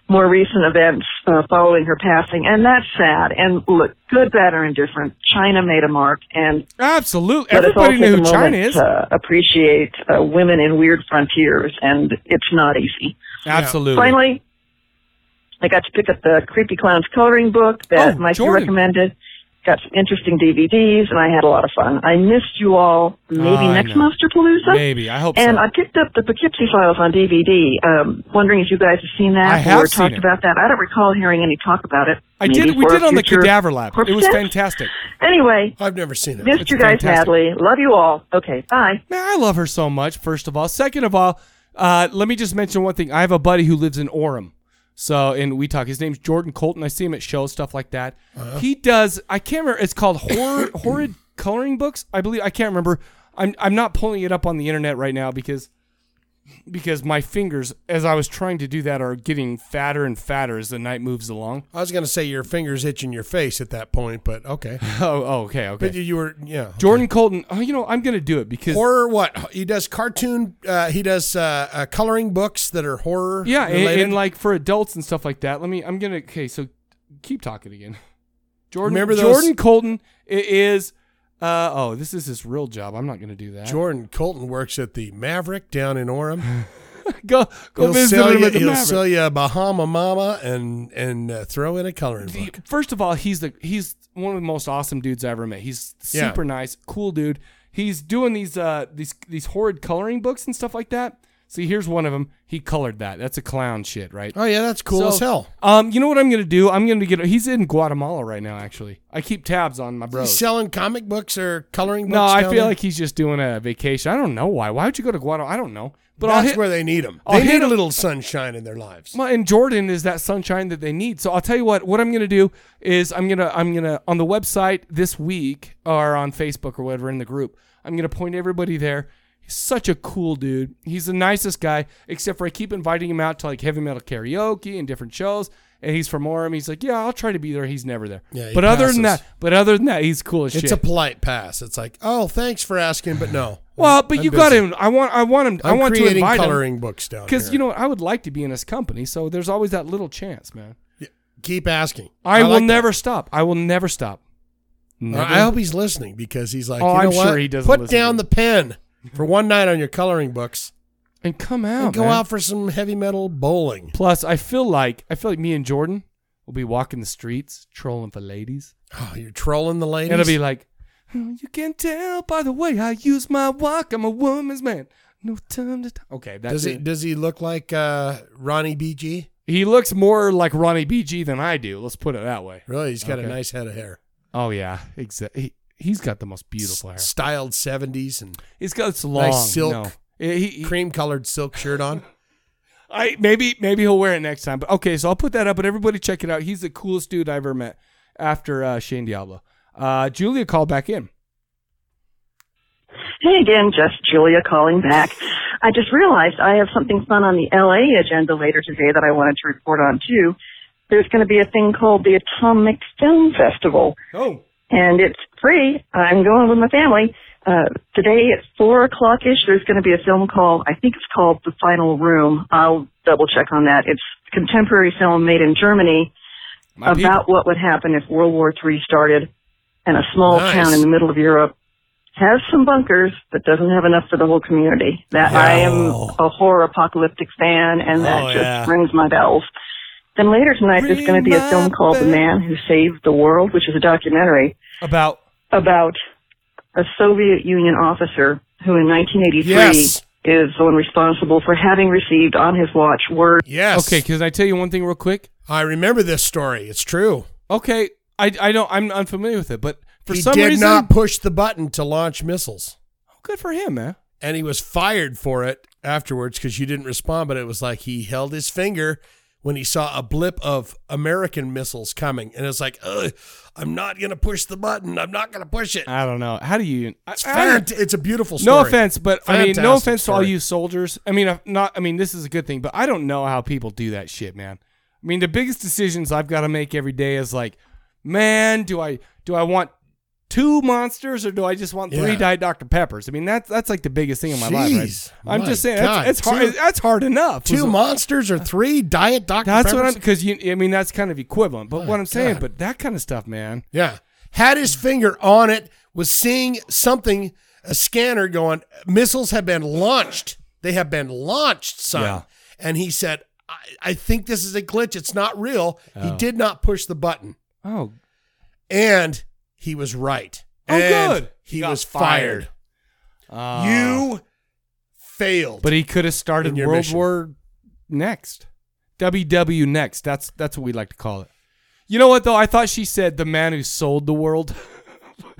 S4: more recent events uh, following her passing, and that's sad. And look, good, bad, or indifferent, China made a mark, and
S1: Absolutely.
S4: but
S1: Everybody
S4: it's also
S1: knew who
S4: the
S1: China
S4: moment
S1: is.
S4: to appreciate uh, women in weird frontiers, and it's not easy.
S1: Absolutely.
S4: Finally, I got to pick up the Creepy Clowns coloring book that
S1: Oh,
S4: Mike
S1: Jordan.
S4: recommended. got some interesting DVDs, and I had a lot of fun. I missed you all. Maybe
S1: Oh, I
S4: next
S1: know.
S4: Monster Palooza.
S1: Maybe. I hope
S4: And
S1: so.
S4: I picked up the Poughkeepsie Files on DVD. Um, wondering if you guys have seen that
S1: I have
S4: or
S1: seen
S4: talked
S1: it.
S4: about that. I don't recall hearing any talk about it.
S1: I
S4: Maybe
S1: did. We
S4: for a
S1: did on the
S4: future
S1: cadaver lab.
S4: corpse
S1: It was
S4: test?
S1: fantastic.
S4: Anyway,
S2: I've never seen it.
S4: missed
S1: It's
S4: you guys
S1: fantastic.
S4: madly. Love you all. Okay, bye.
S1: Man, I love her so much, first of all. Second of all, uh, let me just mention one thing. I have a buddy who lives in Orem. So, and we talk. His name's Jordan Colton. I see him at shows, stuff like that. He does, I can't remember, it's called Horror, [COUGHS] Horrid Coloring Books, I believe. I can't remember. I'm, I'm not pulling it up on the internet right now because because my fingers, as I was trying to do that, are getting fatter and fatter as the night moves along. [LAUGHS]
S2: I was going to say your fingers itching your face at that point, but okay.
S1: [LAUGHS] Oh, oh okay, okay.
S2: But you, you were, yeah.
S1: Jordan Colton, oh, you know, I'm going to do it because.
S2: Horror, what he does? Cartoon. Uh, he does uh, uh, coloring books that are horror.
S1: Yeah, and,
S2: related.
S1: and like for adults and stuff like that. Let me. I'm gonna. Okay, so keep talking again. [LAUGHS] Jordan.
S2: Remember those-
S1: Jordan Colton i- is. Uh, oh, this is his real job. I'm not gonna do that.
S2: Jordan Colton works at the Maverick down in Orem.
S1: [LAUGHS] go go
S2: he'll
S1: visit
S2: sell
S1: him
S2: you,
S1: at the
S2: he'll
S1: Maverick.
S2: sell you a Bahama Mama and and uh, throw in a coloring book.
S1: First of all, he's the he's one of the most awesome dudes I ever met. He's
S2: Yeah.
S1: super nice, cool dude. He's doing these uh these these horrid coloring books and stuff like that. See, here's one of them. He colored that. That's a clown shit, right?
S2: Oh yeah, that's cool
S1: So,
S2: as hell.
S1: Um, you know what I'm gonna do? I'm gonna get. He's in Guatemala right now. Actually, I keep tabs on my bros.
S2: He's selling comic books or coloring books.
S1: No, I
S2: down
S1: feel
S2: there?
S1: like he's just doing a vacation. I don't know why. Why would you go to Guatemala? I don't know. But I'll
S2: that's
S1: hit.
S2: where they need them.
S1: I'll
S2: they
S1: hit
S2: need a
S1: 'em.
S2: little sunshine in their lives.
S1: Well, and Jordan is that sunshine that they need. So I'll tell you what. What I'm gonna do is I'm gonna I'm gonna on the website this week or on Facebook or whatever in the group. I'm gonna point everybody there. He's such a cool dude. He's the nicest guy. Except for I keep inviting him out to like heavy metal karaoke and different shows. And he's from Orem. He's like, yeah, I'll try to be there. He's never there.
S2: Yeah, he
S1: but other than
S2: passes.
S1: that, but other than that, he's cool as
S2: It's
S1: shit.
S2: a polite pass. It's like, oh, thanks for asking, but no.
S1: well, but
S2: I'm
S1: you got
S2: busy.
S1: him. I want I want him. i
S2: I'm
S1: want to
S2: creating
S1: invite him.
S2: coloring books down here.
S1: Because you know what, I would like to be in his company, so there's always that little chance, man.
S2: keep asking.
S1: I, will
S2: like that.
S1: never stop. I will never stop. Never.
S2: I hope he's listening because he's like,
S1: Oh,
S2: you know
S1: I'm
S2: what?
S1: sure he doesn't
S2: Put
S1: listen
S2: down
S1: to
S2: the pen for one night on your coloring books
S1: and come out,
S2: and go
S1: Oh, man.
S2: out for some heavy metal bowling.
S1: Plus, I feel like I feel like me and Jordan will be walking the streets trolling for ladies,
S2: Oh, you're trolling the ladies.
S1: and it'll be like, "Oh, you can tell by the way I use my walk. I'm a woman's man. No time to talk. Okay, that's
S2: does he
S1: it.
S2: does he look like uh, Ronnie BG?
S1: He looks more like Ronnie BG than I do. Let's put it that way.
S2: Really, he's got a
S1: Okay.
S2: nice head of hair,
S1: Oh yeah, exactly. He, he's got the most beautiful hair.
S2: S- styled '70s and
S1: He's got it's long
S2: silk
S1: no. He- he-
S2: cream colored silk shirt on.
S1: I maybe maybe he'll wear it next time. But okay, so I'll put that up. But everybody check it out. He's the coolest dude I ever met. After uh, Shane Diablo, uh, Julia called back in.
S4: Hey again, just Julia calling back. I just realized I have something fun on the LA agenda later today that I wanted to report on too. There's going to be a thing called the Atomic Film Festival.
S1: Oh,
S4: and it's free. I'm going with my family. Uh, today at four o'clock ish, there's going to be a film called, I think it's called The Final Room. I'll double check on that. It's contemporary film made in Germany
S1: my people.
S4: about what would happen if World War III started and a small
S2: Nice.
S4: town in the middle of Europe has some bunkers but doesn't have enough for the whole community. That I am a horror apocalyptic fan and that
S2: Oh,
S4: just
S2: yeah.
S4: rings my bells. Then later tonight there's going to be a
S1: Ring
S4: film
S1: my
S4: called The
S1: bell.
S4: Man Who Saved the World, which is a documentary
S1: about
S4: about a Soviet Union officer who in 1983
S2: Yes.
S4: is the one responsible for having received on his watch word.
S2: Yes.
S1: okay. Can I tell you one thing real quick?
S2: I remember this story. It's true.
S1: Okay, I I don't I'm unfamiliar with it, but for
S2: he
S1: some
S2: did
S1: reason,
S2: not push the button to launch missiles,
S1: good for him, man.
S2: and he was fired for it afterwards because you didn't respond. But it was like he held his finger when he saw a blip of American missiles coming, and it's like, Ugh, I'm not gonna push the button. I'm not gonna push it.
S1: I don't know. How do you? I-
S2: It's,
S1: I-
S2: fant- it's a beautiful story.
S1: Uh, no offense, but I mean, no
S2: Fantastic
S1: offense to all
S2: story.
S1: you soldiers. I mean, I'm not. I mean, this is a good thing, but I don't know how people do that shit, man. I mean, the biggest decisions I've got to make every day is like, man, do I do I want two monsters or do I just want three
S2: Yeah.
S1: Diet Dr Peppers? I mean, that's that's like the biggest thing in my life.
S2: Jeez,
S1: Right? I'm
S2: my
S1: just saying, that's,
S2: God,
S1: it's hard.
S2: two-
S1: that's hard enough.
S2: Two
S1: Was-
S2: monsters or three diet Dr.
S1: That's what I'm
S2: Peppers?
S1: because you. I mean, that's kind of equivalent. But what I'm saying,
S2: God.
S1: but that kind of stuff, man.
S2: Yeah. Had his finger on it, was seeing something, a scanner going, missiles have been launched. They have been launched, son.
S1: Yeah.
S2: And he said, I, I think this is a glitch. It's not real. He
S1: Oh.
S2: did not push the button.
S1: Oh,
S2: And he was right.
S1: Oh,
S2: And
S1: good.
S2: He,
S1: He got
S2: was fired.
S1: Uh,
S2: you failed.
S1: But he could have started
S2: In your
S1: World
S2: mission.
S1: War next. WW next. That's that's what we like to call it. You know what though? I thought she said the man who sold the [LAUGHS] world.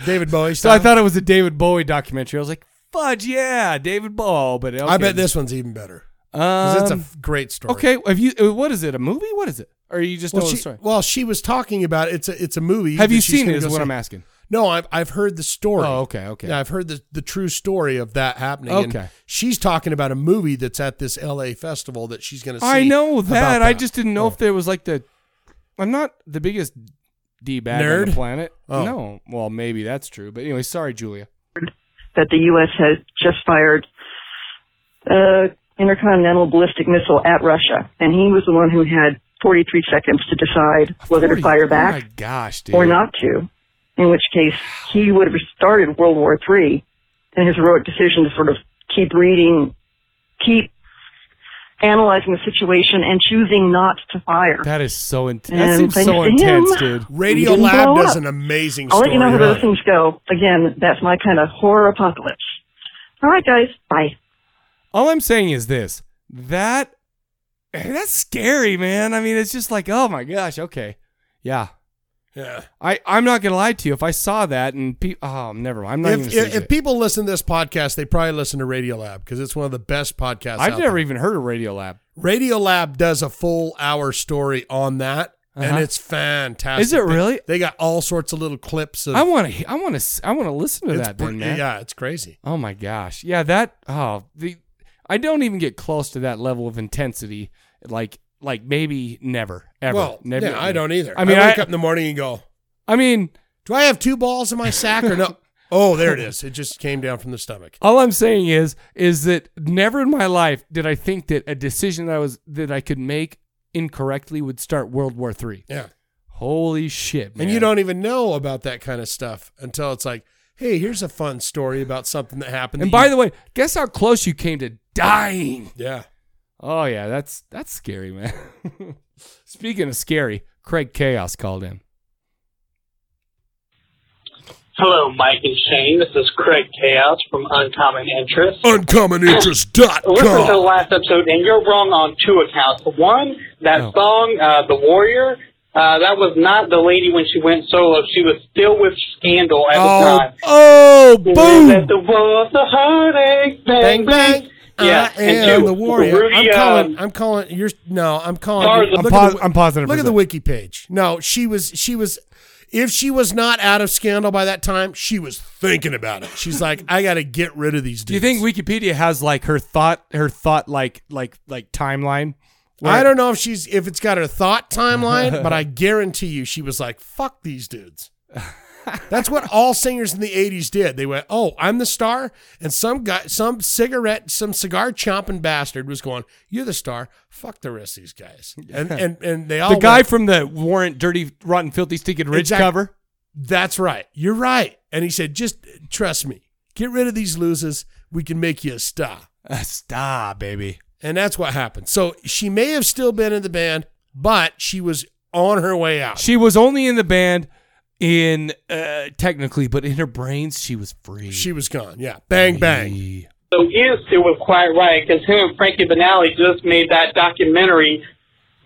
S2: David
S1: [LAUGHS]
S2: Bowie.
S1: so I
S2: style?
S1: thought it was a David Bowie documentary. I was like, fudge, yeah, David Bowie. Oh, But okay.
S2: I bet this one's even better. 'Cause it's a
S1: Um,
S2: f- great story.
S1: okay. Have you? uh, What is it? A movie? What is it? Or are you just
S2: Well
S1: telling
S2: she,
S1: the story?
S2: well, she was talking about it's a it's a movie.
S1: Have
S2: that
S1: you
S2: she's
S1: seen
S2: gonna
S1: it? Is
S2: go
S1: what
S2: see.
S1: I'm asking.
S2: No, I've I've heard the story.
S1: Oh, okay, okay.
S2: Yeah, I've heard the the true story of that happening. and
S1: Okay.
S2: she's talking about a movie that's at this L.A. festival that she's going to. see.
S1: I know
S2: about
S1: that. I just didn't know
S2: Oh.
S1: if there was like the. I'm not the biggest d bag on the
S2: Nerd?
S1: planet.
S2: Oh.
S1: No, well maybe that's true. But anyway, sorry, Julia.
S4: that the U.S. has just fired uh, intercontinental ballistic missile at Russia, and he was the one who had 43 seconds to decide whether to
S1: 40
S4: fire
S1: Oh my
S4: back
S1: gosh, dude.
S4: or not to. In which case, he would have started World War III, and his heroic decision to sort of keep reading, keep analyzing the situation, and choosing not to fire.
S1: That is so intense. That
S4: And
S1: seems
S4: thanks
S1: so
S4: to him-
S1: intense, dude.
S2: Oh. Radio
S4: didn't
S2: Lab
S4: blow
S2: does
S4: up.
S2: an amazing.
S4: I'll
S2: story
S4: let you know how
S2: on
S4: those
S2: it.
S4: things go. Again, that's my kind of horror apocalypse. All right, guys. Bye.
S1: All I'm saying is this: that eh, that's scary, man. I mean, it's just like, oh my gosh. Okay, yeah.
S2: Yeah.
S1: I I'm not gonna lie to you. If I saw that and pe- oh, never mind. I'm not
S2: if,
S1: even.
S2: if,
S1: If,
S2: if people listen to this podcast, they probably listen to Radio Lab because it's one of the best podcasts.
S1: I've
S2: out
S1: never
S2: there.
S1: even heard of Radio Lab.
S2: Radio Lab does a full hour story on that, and
S1: Uh-huh.
S2: it's fantastic.
S1: Is it
S2: They-
S1: really?
S2: They got all sorts of little clips of.
S1: I want to. I want to. I want to listen to
S2: it's
S1: that,
S2: br-
S1: then, man.
S2: Yeah, it's crazy.
S1: Oh my gosh. Yeah, that oh the I don't even get close to that level of intensity. Like like maybe never ever.
S2: Well,
S1: never,
S2: yeah, I don't either.
S1: I mean, I,
S2: wake up in the morning and go,
S1: I mean,
S2: "Do I have two balls in my sack or
S1: [LAUGHS]
S2: no?" oh, there it is. It just came down from the stomach.
S1: all I'm saying is is that never in my life did I think that a decision that I was that I could make incorrectly would start World War Three.
S2: Yeah,
S1: Holy shit, man.
S2: and you don't even know about that kind of stuff until it's like, "Hey, here's a fun story about something that happened."
S1: And by the way, guess how close you came to dying.
S2: yeah,
S1: Oh yeah, that's that's scary, man. [LAUGHS] Speaking of scary, Craig Chaos called in.
S5: Hello, Mike and Shane. This is Craig Chaos from Uncommon Interest.
S2: Oh,
S5: Listen to the
S2: uncommoninterest.com.
S5: last episode, and you're wrong on two accounts. One, that
S1: Oh.
S5: song, uh, The Warrior, uh, that was not the lady when she went solo. She was still with Scandal at the
S2: Oh,
S5: time.
S2: oh,
S5: That
S2: boom!
S5: the world's a heartache, bang,
S2: Bang bang.
S5: Yeah,
S2: I
S5: and
S2: am
S5: two,
S2: the warrior.
S5: Rudy,
S2: I'm calling.
S5: um,
S2: I'm calling. You're no. I'm calling.
S5: Tarzan.
S2: look
S1: I'm,
S2: at
S1: pos-
S2: the wi-
S1: I'm positive.
S2: Look
S1: for
S2: at
S1: that.
S2: the wiki page. No, she was she was if she was not out of scandal by that time, she was thinking about it. She's like, I gotta get rid of these dudes.
S1: Do you think Wikipedia has like her thought, her thought like like like timeline?
S2: I don't know if she's if it's got her thought
S1: [LAUGHS]
S2: timeline, but I guarantee you she was like, fuck these dudes. That's what all singers in the 80s did. They went, "Oh, I'm the star." And some guy some cigarette some cigar chomping bastard was going, "You're the star. Fuck the rest of these guys." And and and they all
S1: The guy
S2: went,
S1: from the Warrant Dirty Rotten Filthy Stinking Rich
S2: Exact-
S1: cover.
S2: That's right. You're right. And he said, just trust me. Get rid of these losers. We can make you a star.
S1: A star, Uh, baby.
S2: And that's what happened. So she may have still been in the band, but she was on her way out.
S1: She was only in the band in uh technically, but in her brains she was free.
S2: She was gone. Yeah. Bang, bang.
S1: Free.
S5: So he is still with Quiet Riot because him and Frankie Benali just made that documentary,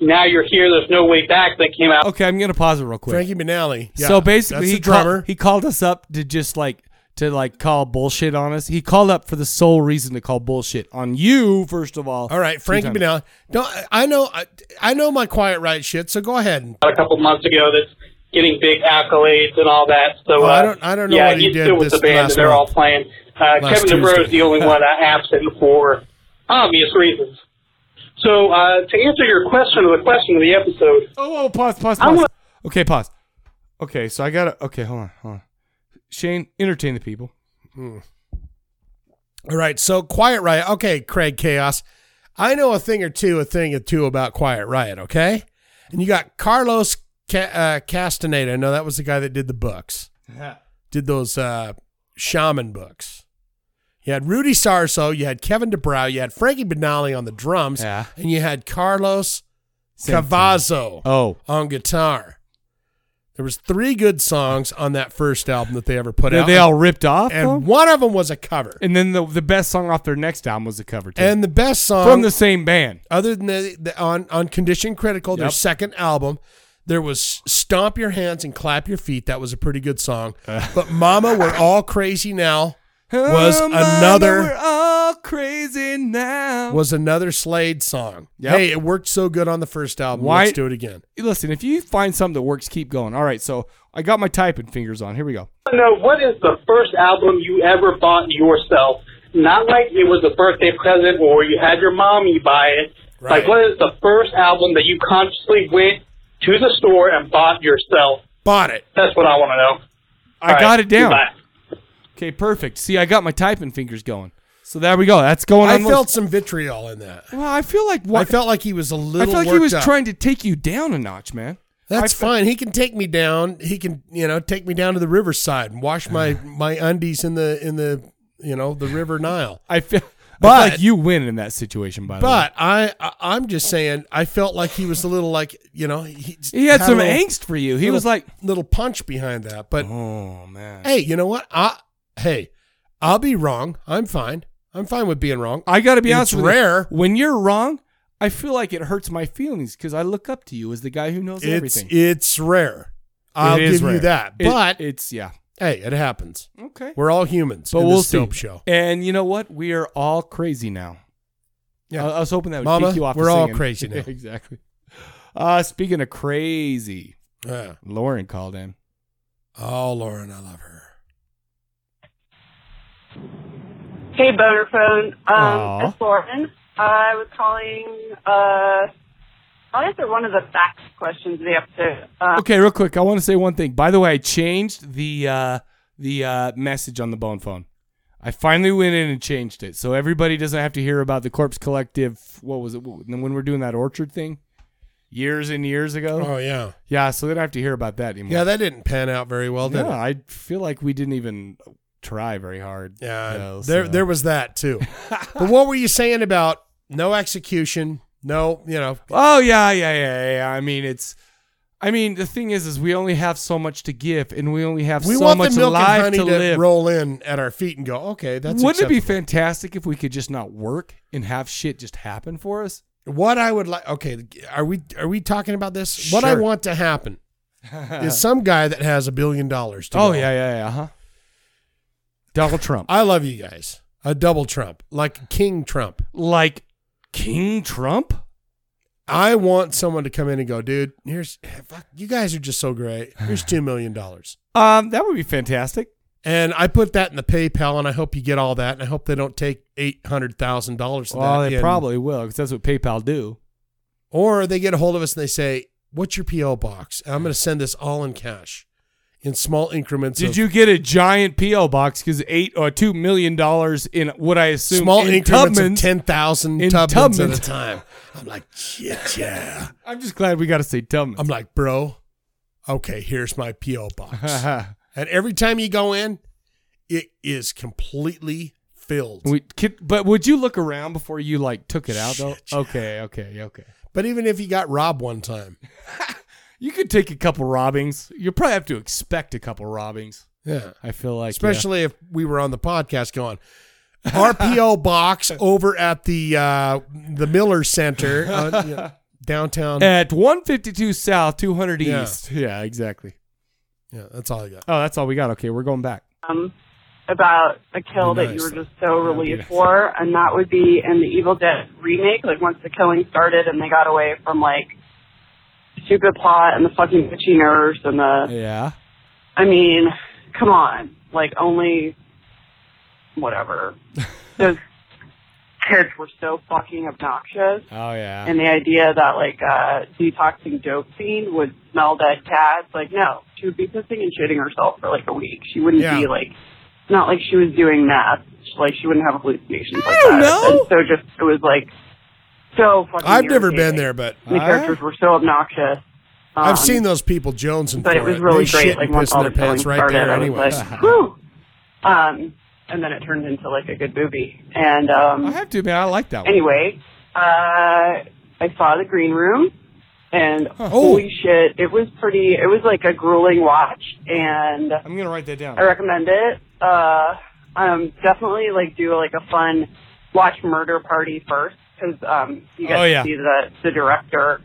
S5: Now You're Here, There's No Way Back, that came out.
S1: Okay, I'm gonna pause it real quick.
S2: Frankie Benali. Yeah,
S1: so basically,
S2: that's
S1: he
S2: the drummer.
S1: Called, he called us up to just like to like call bullshit on us. He called up for the sole reason to call bullshit on you, first of all.
S2: all right, Frankie
S1: Two times.
S2: Benali. Don't I know I, I know my quiet right shit. So go ahead. and-
S5: out a couple months ago that's getting big accolades and all that. So
S2: Well,
S5: uh,
S2: I don't- I don't know
S5: yeah,
S2: what he
S5: he's
S2: did
S5: still with the
S2: this
S5: band, and
S2: last
S5: they're all
S2: month.
S5: playing. Uh,
S2: Last
S5: Kevin DeBro is
S2: Tuesday.
S5: the only one uh, absent for obvious reasons. So uh, to answer your question or the question of the episode,
S1: Oh, oh, pause, pause,
S5: I
S1: pause.
S5: wa-
S1: okay, pause. Okay, so I gotta. Okay, hold on, hold on. Shane, entertain the people.
S2: All right, so quiet riot. Okay, Craig Chaos. I know a thing or two, a thing or two about quiet riot. Okay, and you got Carlos Ca- uh, Castaneda. I know that was the guy that did the books. did those uh, shaman books. You had Rudy Sarso, you had Kevin DeBrow, you had Frankie Benali on the drums,
S1: Yeah.
S2: and you had Carlos
S1: Same thing.
S2: Cavazo
S1: Oh,
S2: on guitar. There was three good songs on that first album that they ever put
S1: That
S2: out.
S1: they all ripped off.
S2: and
S1: though?
S2: one of them was a cover.
S1: And then the the best song off their next album was a cover too.
S2: And um, the best song
S1: from the same band.
S2: other than the, the on on condition critical their
S1: Yep.
S2: second album there was stomp your hands and clap your feet that was a pretty good song
S1: Uh.
S2: but mama we're all crazy now was
S1: Oh, mama,
S2: another-
S1: We're all crazy now.
S2: was another slade song
S1: Yep.
S2: hey it worked so good on the first album
S1: Why-
S2: let's do it again
S1: Listen, if you find something that works, keep going. All right, so I got my typing fingers on. Here we go.
S5: to know what is the first album you ever bought yourself? Not like it was a birthday present or you had your mommy buy it.
S2: Right.
S5: Like, what is the first album that you consciously went to the store and bought yourself?
S2: bought it
S5: That's what I want to know.
S1: I
S5: All
S1: got
S5: right,
S1: it down.
S5: goodbye.
S1: Okay, perfect. See, I got my typing fingers going. So there we go. That's going
S2: i
S1: on. the
S2: felt
S1: list.
S2: some vitriol in that
S1: Well, I feel like what
S2: i felt like he was a
S1: I
S2: little
S1: feel like he
S2: worked
S1: was
S2: up.
S1: trying to take you down a notch, man.
S2: that's
S1: I fe-
S2: fine he can take me down he can you know take me down to the riverside and wash my my undies in the in the you know the river nile
S1: I feel, I feel
S2: But-
S1: like you win in that situation. By the way,
S2: But I, I, I'm just saying, I felt like he was a little like you know he,
S1: he had
S2: a
S1: some
S2: little-
S1: angst for you. He
S2: little-
S1: was like,
S2: little punch behind that. But
S1: "Oh man,
S2: hey, you know what? I hey, I'll be wrong. I'm fine. I'm fine with being wrong.
S1: I got to be
S2: It's
S1: honest with
S2: rare.
S1: you. When you're wrong, I feel like it hurts my feelings because I look up to you as the guy who knows
S2: It's
S1: everything.
S2: it's rare. I'll
S1: It is
S2: give
S1: rare.
S2: you that.
S1: It-
S2: But
S1: it's yeah,
S2: hey, it happens.
S1: okay.
S2: We're all humans.
S1: but
S2: in
S1: we'll
S2: this
S1: see.
S2: dope show.
S1: And you know what? We are all crazy now.
S2: Yeah.
S1: I, I was hoping that would
S2: Mama,
S1: kick you off. the
S2: we're all
S1: singing. [LAUGHS]
S2: crazy now.
S1: exactly. Uh, speaking of crazy,
S2: Yeah.
S1: Lauren called in.
S2: Oh, Lauren, I love her.
S6: Hey, Bonerphone.
S1: Aw.
S6: Um, it's Lauren. I was calling. Uh, I'll answer one of the back questions of the episode. Uh,
S1: Okay, real quick, I want to say one thing. By the way, I changed the uh, the uh, message on the bone phone. I finally went in and changed it, so everybody doesn't have to hear about the Corpse Collective. What was it? When we're doing that orchard thing, years and years ago.
S2: Oh yeah,
S1: Yeah, so they don't have to hear about that anymore.
S2: yeah. That didn't pan out very well, did
S1: Yeah,
S2: it?
S1: I feel like we didn't even try very hard.
S2: Yeah,
S1: you know,
S2: there
S1: so-
S2: there was
S1: [LAUGHS]
S2: that too. but what were you saying about no execution? No, you know,
S1: Oh yeah, yeah, yeah, yeah. I mean, it's. I mean, the thing is, is we only have so much to give, and we only have
S2: we
S1: so
S2: want
S1: much
S2: the milk and
S1: life
S2: honey
S1: to
S2: to,
S1: live.
S2: roll in at our feet and go, okay, that's
S1: Wouldn't it be
S2: acceptable."
S1: fantastic if we could just not work and have shit just happen for [LAUGHS] us?
S2: What I would like, okay, are we are we talking about this? What I
S1: Sure.
S2: want to happen
S1: [LAUGHS]
S2: is some guy that has a billion dollars. To
S1: oh
S2: go.
S1: yeah, yeah, yeah. Huh. Donald Trump,
S2: I love you guys. A double Trump, like King Trump.
S1: like King Trump.
S2: I want someone to come in and go, dude. Here's fuck. You guys are just so great. Here's two million dollars.
S1: Um, that would be fantastic.
S2: And I put that in the PayPal, and I hope you get all that. And I hope they don't take eight hundred thousand dollars.
S1: Well,
S2: that
S1: they
S2: in.
S1: probably will because that's what PayPal do.
S2: or they get a hold of us and they say, "What's your PO box?" And I'm going to send this all in cash, in small increments.
S1: Did
S2: of
S1: you get a giant PO box? Because eight or two million dollars in what I assume
S2: small
S1: in
S2: increments
S1: Tubman's.
S2: of ten thousand
S1: in
S2: Tubmans,
S1: Tubmans.
S2: at a time? I'm like, shit, yeah.
S1: I'm just glad we got to say Tubman.
S2: I'm like, bro, okay, here's my PO
S1: [LAUGHS]
S2: box. [LAUGHS] and every time you go in, it is completely filled.
S1: we, kid, but would you look around before you like took it out though?
S2: Shit, yeah.
S1: Okay, okay, okay.
S2: but even if you got robbed one time,
S1: You could take a couple robbings. You probably have to expect a couple robbings.
S2: yeah.
S1: I feel like,
S2: especially if we were on the podcast going
S1: [LAUGHS]
S2: RPO box over at the uh, the Miller Center
S1: [LAUGHS]
S2: uh, you know, downtown.
S1: yeah. at 152 South, 200
S2: Yeah.
S1: East. Yeah, exactly.
S2: Yeah, that's all I got.
S1: Oh, that's all we got. Okay, we're going back.
S6: um, about a kill
S2: Be
S6: that you
S2: nice.
S6: were just
S1: That'd
S6: so
S1: be
S6: relieved
S1: nice.
S6: for, and that would be in the Evil Dead remake. Like once the killing started and they got away from like stupid plot and the fucking witchy nurse and the.
S1: Yeah.
S6: I mean, come on. Like only whatever. Those kids were so fucking obnoxious.
S1: Oh yeah.
S6: And the idea that like uh detoxing dope fiend would smell dead cats, like no. She would be pissing and shitting herself for like a week. She wouldn't
S2: Yeah.
S6: be like it's not like she was doing meth. She- Like she wouldn't have hallucinations like
S1: don't
S6: that.
S1: know.
S6: And so just it was like so fucking
S2: I've never been
S6: irritating.
S2: there, but
S6: And The
S1: Huh?
S6: characters were so obnoxious. Um,
S2: I've seen those people Jones and
S6: but it was really great. Like once all
S2: their
S6: the killing
S2: pants right
S6: started,
S2: there.
S6: I was
S2: Anyways,
S6: like, [LAUGHS] whew. Um, and then it turned into like a good movie. And
S1: I
S6: um,
S1: have to man. I like that one.
S6: anyway, uh, I saw the Green Room, and
S1: Huh.
S6: holy shit, it was pretty. It was like a grueling watch, and
S1: I'm gonna write that down.
S6: I recommend it. Uh, um, definitely like do like a fun watch murder party first because um, you get
S1: Oh, yeah.
S6: to see the the director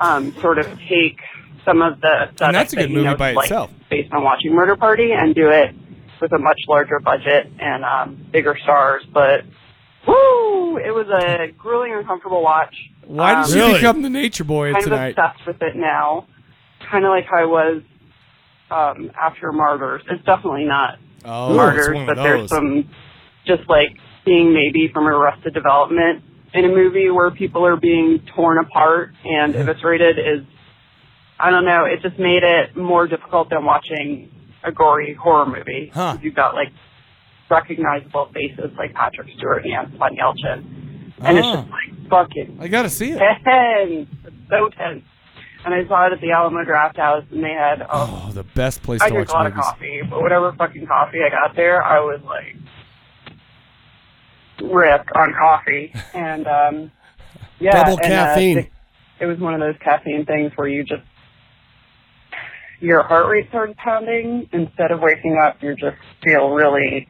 S6: um, sort of take some of the
S1: And that's a
S6: aesthetic
S1: good
S6: that he
S1: movie
S6: knows
S1: by
S6: to like
S1: itself.
S6: based on watching Murder Party and do it with a much larger budget and um, bigger stars, but. Woo! It was a grueling, uncomfortable watch.
S1: Why
S6: um,
S1: did she
S2: Really?
S1: become the nature boy
S6: kind
S1: tonight?
S6: of obsessed with it now, kind of like I was um, after Martyrs. It's definitely not
S1: Oh, it's
S6: Martyrs,
S1: one
S6: but
S1: of
S6: there's
S1: those.
S6: some just like being maybe from Arrested Development in a movie where people are being torn apart and eviscerated is, I don't know, it just made it more difficult than watching a gory horror movie.
S1: Huh.
S6: You've got like recognizable faces like Patrick Stewart and Antoine Yelchin. And it's
S1: Ah.
S6: just like fucking [LAUGHS]
S1: I gotta see it.
S6: tense, so tense. And I saw it at the Alamo Draft House, and they had. Um,
S1: Oh, the best place
S6: I
S1: to
S6: drink
S1: watch
S6: a lot of
S1: movies.
S6: coffee, but whatever fucking coffee I got there, I was like ripped on
S2: [LAUGHS]
S6: coffee, and um, yeah,
S2: Double
S6: and, uh,
S2: caffeine.
S6: it, it was one of those caffeine things where you just your heart rate started pounding instead of waking up. You just feel really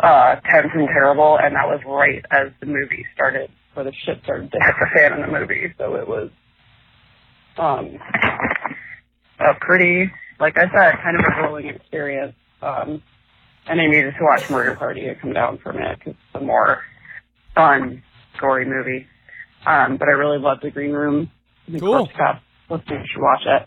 S6: uh, tense and terrible, and that was right as the movie started, where the shit started to hit the fan in the movie. So it was um, a pretty, like I said, kind of a grueling experience. Um, and I needed to watch Murder Party to come down for a minute 'cause it's a more fun, gory movie. Um, but I really love The Green Room. The
S1: Cool.
S6: Corpse Cop. Listeners should watch it.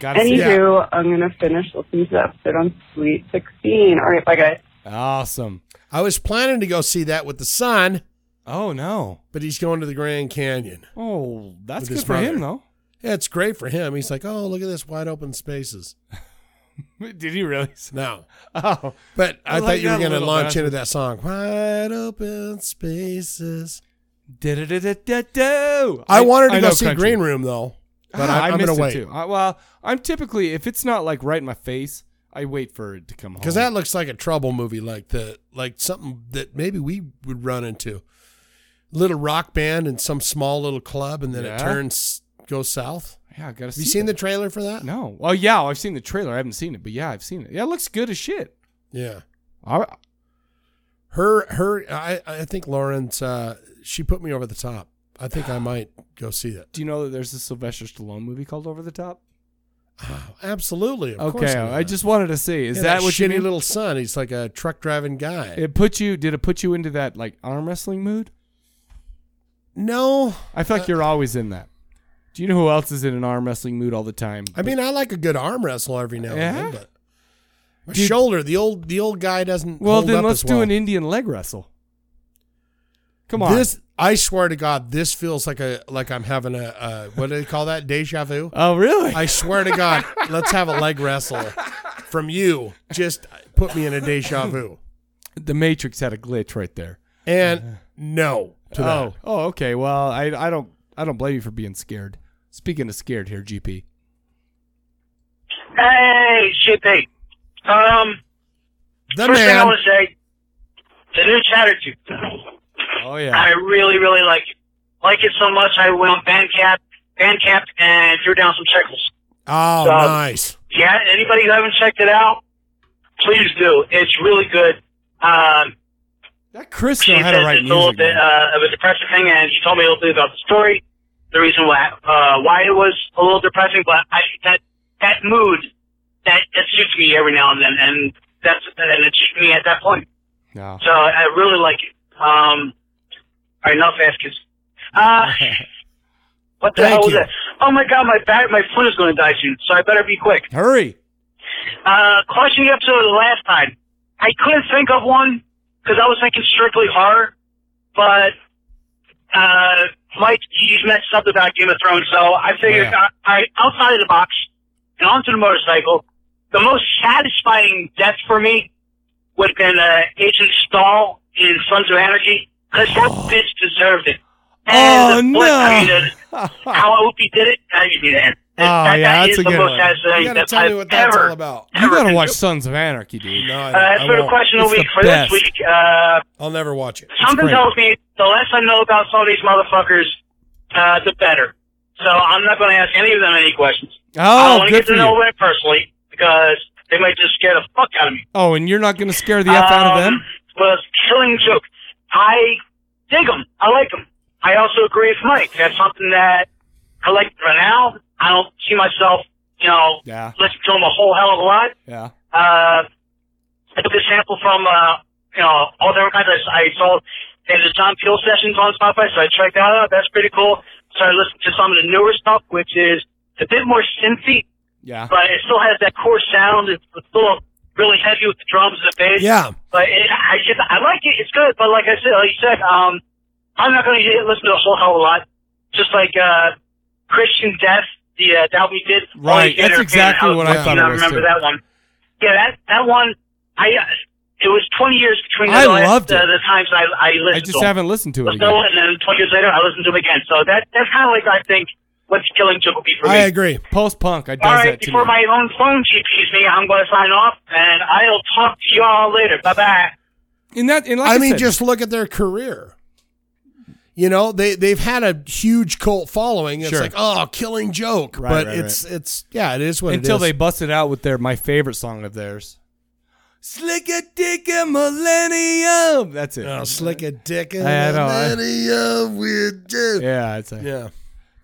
S1: Gotta see it.
S6: Anywho, I'm going to finish listening to the episode on Sweet 16. All right, bye, guys.
S1: Awesome.
S2: I was planning to go see that with the son,
S1: Oh no.
S2: but he's going to the Grand Canyon.
S1: Oh, that's
S2: With
S1: good
S2: his
S1: for him
S2: brother.
S1: though.
S2: Yeah, it's great for him. He's like, oh, look at this wide open spaces.
S1: Did he really?
S2: No.
S1: Oh,
S2: But
S1: I
S2: I,
S1: like
S2: thought you
S1: that
S2: were going to
S1: little
S2: launch
S1: bastard.
S2: into that song. Wide open spaces.
S1: Da-da-da-da-da-do.
S2: I, wanted to go
S1: know
S2: see
S1: country.
S2: Green
S1: [SIGHS]
S2: Room, though. But
S1: Ah,
S2: I, am
S1: missed
S2: going to
S1: it,
S2: wait.
S1: too. I, well, I'm typically if it's not like right in my face, I wait for it to come home.
S2: Because that looks like a trouble movie, like the like something that maybe we would run into. Little rock band in some small little club, and then
S1: Yeah.
S2: it turns goes south.
S1: yeah, I gotta
S2: Have
S1: see.
S2: you seen
S1: that.
S2: the trailer for that?
S1: No. Oh yeah, I've seen the trailer. I haven't seen it, but yeah, I've seen it. Yeah, it looks good as shit.
S2: Yeah,
S1: I,
S2: her her. I I think Lauren's. Uh, she put me over the top. I think I might go see that.
S1: do you know that there's a Sylvester Stallone movie called Over the Top?
S2: Oh, absolutely. Of course
S1: okay,
S2: know
S1: I
S2: that.
S1: just wanted to see. Is
S2: Yeah,
S1: that, what you
S2: shitty
S1: mean?
S2: little son? He's like a truck driving guy.
S1: It put you. Did it put you into that like arm wrestling mood?
S2: no,
S1: I feel like you're always in that. Do you know who else is in an arm wrestling mood all the time?
S2: I mean I like a good arm wrestle every now
S1: Yeah?
S2: and then, but my
S1: Dude-
S2: shoulder the old the old guy doesn't.
S1: well,
S2: hold
S1: then
S2: up
S1: let's
S2: as
S1: do
S2: well.
S1: an Indian leg wrestle. Come on.
S2: This I swear to God, this feels like a like I'm having a uh, what do they call that? Deja vu.
S1: oh, really?
S2: I swear to God, let's have a leg wrestle from you. Just put me in a deja vu.
S1: the Matrix had a glitch right there.
S2: And no to that.
S1: Oh, oh, okay. Well, I, I don't, I don't blame you for being scared. Speaking of scared, here, GP.
S7: Hey, Chippy. Um,
S2: The
S7: first thing I
S2: man.
S7: want to say, the new Chattitude.
S1: Oh yeah.
S7: I really, really like it. Like it so much, I went on Bandcamp, Bandcamp, and threw down some shekels.
S2: Oh,
S7: So-
S2: nice.
S7: Yeah, anybody who haven't checked it out, please do. It's really good. Um,
S1: That Chris
S7: she
S1: know how to
S7: says
S1: write
S7: it's a little
S1: music.
S7: bit
S1: man.
S7: uh, of a depressing thing, and she told me a little bit about the story, the reason why uh, why it was a little depressing. But I, that that mood that, that suits me every now and then, and that's and it suits me at that point.
S1: No.
S7: So I really like it. Um, all right, enough asking.
S1: [LAUGHS]
S7: Uh, what the
S2: Thank
S7: hell was
S2: you.
S7: that? Oh my god, my back, my foot is going to die soon, so I better be quick. [LAUGHS]
S1: Hurry.
S7: Uh, question up to the last time. I couldn't think of one because I was thinking strictly horror, but uh, Mike, you mentioned something about Game of Thrones, so I figured
S1: Yeah.
S7: I, I outside of the box and onto the motorcycle. The most satisfying death for me would have been uh, Agent Stahl in Sons of Anarchy because that bitch deserved it.
S1: Oh
S7: the foot- I
S1: no.
S7: mean, the- how Opie did it, I mean, that,
S1: yeah,
S7: that, that
S1: that's
S7: is
S1: a
S7: the
S1: good
S7: most
S1: one.
S7: satisfying
S2: You gotta
S7: death
S2: tell
S7: I've
S2: me what that's
S7: ever
S2: all about.
S1: you
S7: ever
S1: gotta
S7: been
S1: watch
S7: [LAUGHS] to-
S1: Sons of Anarchy, dude. Oh,
S2: No, I,
S7: uh,
S2: I
S7: for the
S2: won't.
S7: question of
S1: It's
S7: the week
S1: the
S7: for
S1: best.
S7: this week, uh,
S2: I'll never watch it.
S7: something
S1: great.
S7: tells me the less I know about some of these motherfuckers, uh, the better. So I'm not going to ask any of them any questions. I
S1: Oh,
S7: don't want to
S1: good
S7: get
S1: for
S7: to know
S1: you.
S7: them personally because they might just scare the fuck out of me.
S1: Oh, and you're not going to scare the f out of
S7: Um,
S1: them.
S7: Was killing joke. I dig them. I like them. I also agree with Mike. That's something that I like right now. I don't see myself, you know,
S1: Yeah,
S7: listening to them a whole hell of a lot.
S1: yeah.
S7: Uh, I took a sample from, uh, you know, all different kinds. Of, I saw they had the John Peel sessions on Spotify, so I checked that out. That's pretty cool. So I listened to some of the newer stuff, which is a bit more synthy,
S1: Yeah.
S7: but it still has that core sound. It's still really heavy with the drums and the bass.
S2: Yeah.
S7: But it, I just, I like it. It's good. But like I said, like you said, um, I'm not going to listen to a whole hell of a lot. Just like uh, Christian Death, the uh, that we did.
S1: Right.
S7: Only Theater
S1: That's
S7: Fan
S1: exactly
S7: House,
S1: what I
S7: you
S1: thought it
S7: know,
S1: was,
S7: remember
S1: too.
S7: that one? Yeah, that that one. I uh, it was 20 years between the
S1: I
S7: last,
S1: loved it.
S7: Uh, the times I I listened
S1: I
S7: to
S1: just
S7: them.
S1: haven't listened to it
S7: So,
S1: again.
S7: and then 20 years later, I listened to them again. So that that's kind of like I think what's killing Joke will be for
S2: I
S7: me.
S2: agree.
S1: Post punk, I does
S7: All right,
S1: that to
S7: before
S1: me.
S7: my own phone GPs me, I'm going to sign off, and I'll talk to y'all later. Bye bye.
S1: And that, and like I,
S2: I mean,
S1: said,
S2: just look at their career. You know, they they've had a huge cult following. It's
S1: Sure.
S2: like, oh, killing joke.
S1: Right,
S2: but
S1: right,
S2: it's it's yeah, it is what
S1: until
S2: it
S1: they
S2: is.
S1: busted out with their my favorite song of theirs. Slick a dick a millennium. That's it.
S2: oh, slick a dick and
S1: I know, I-
S2: millennia with dick.
S1: Yeah, it's a
S2: yeah.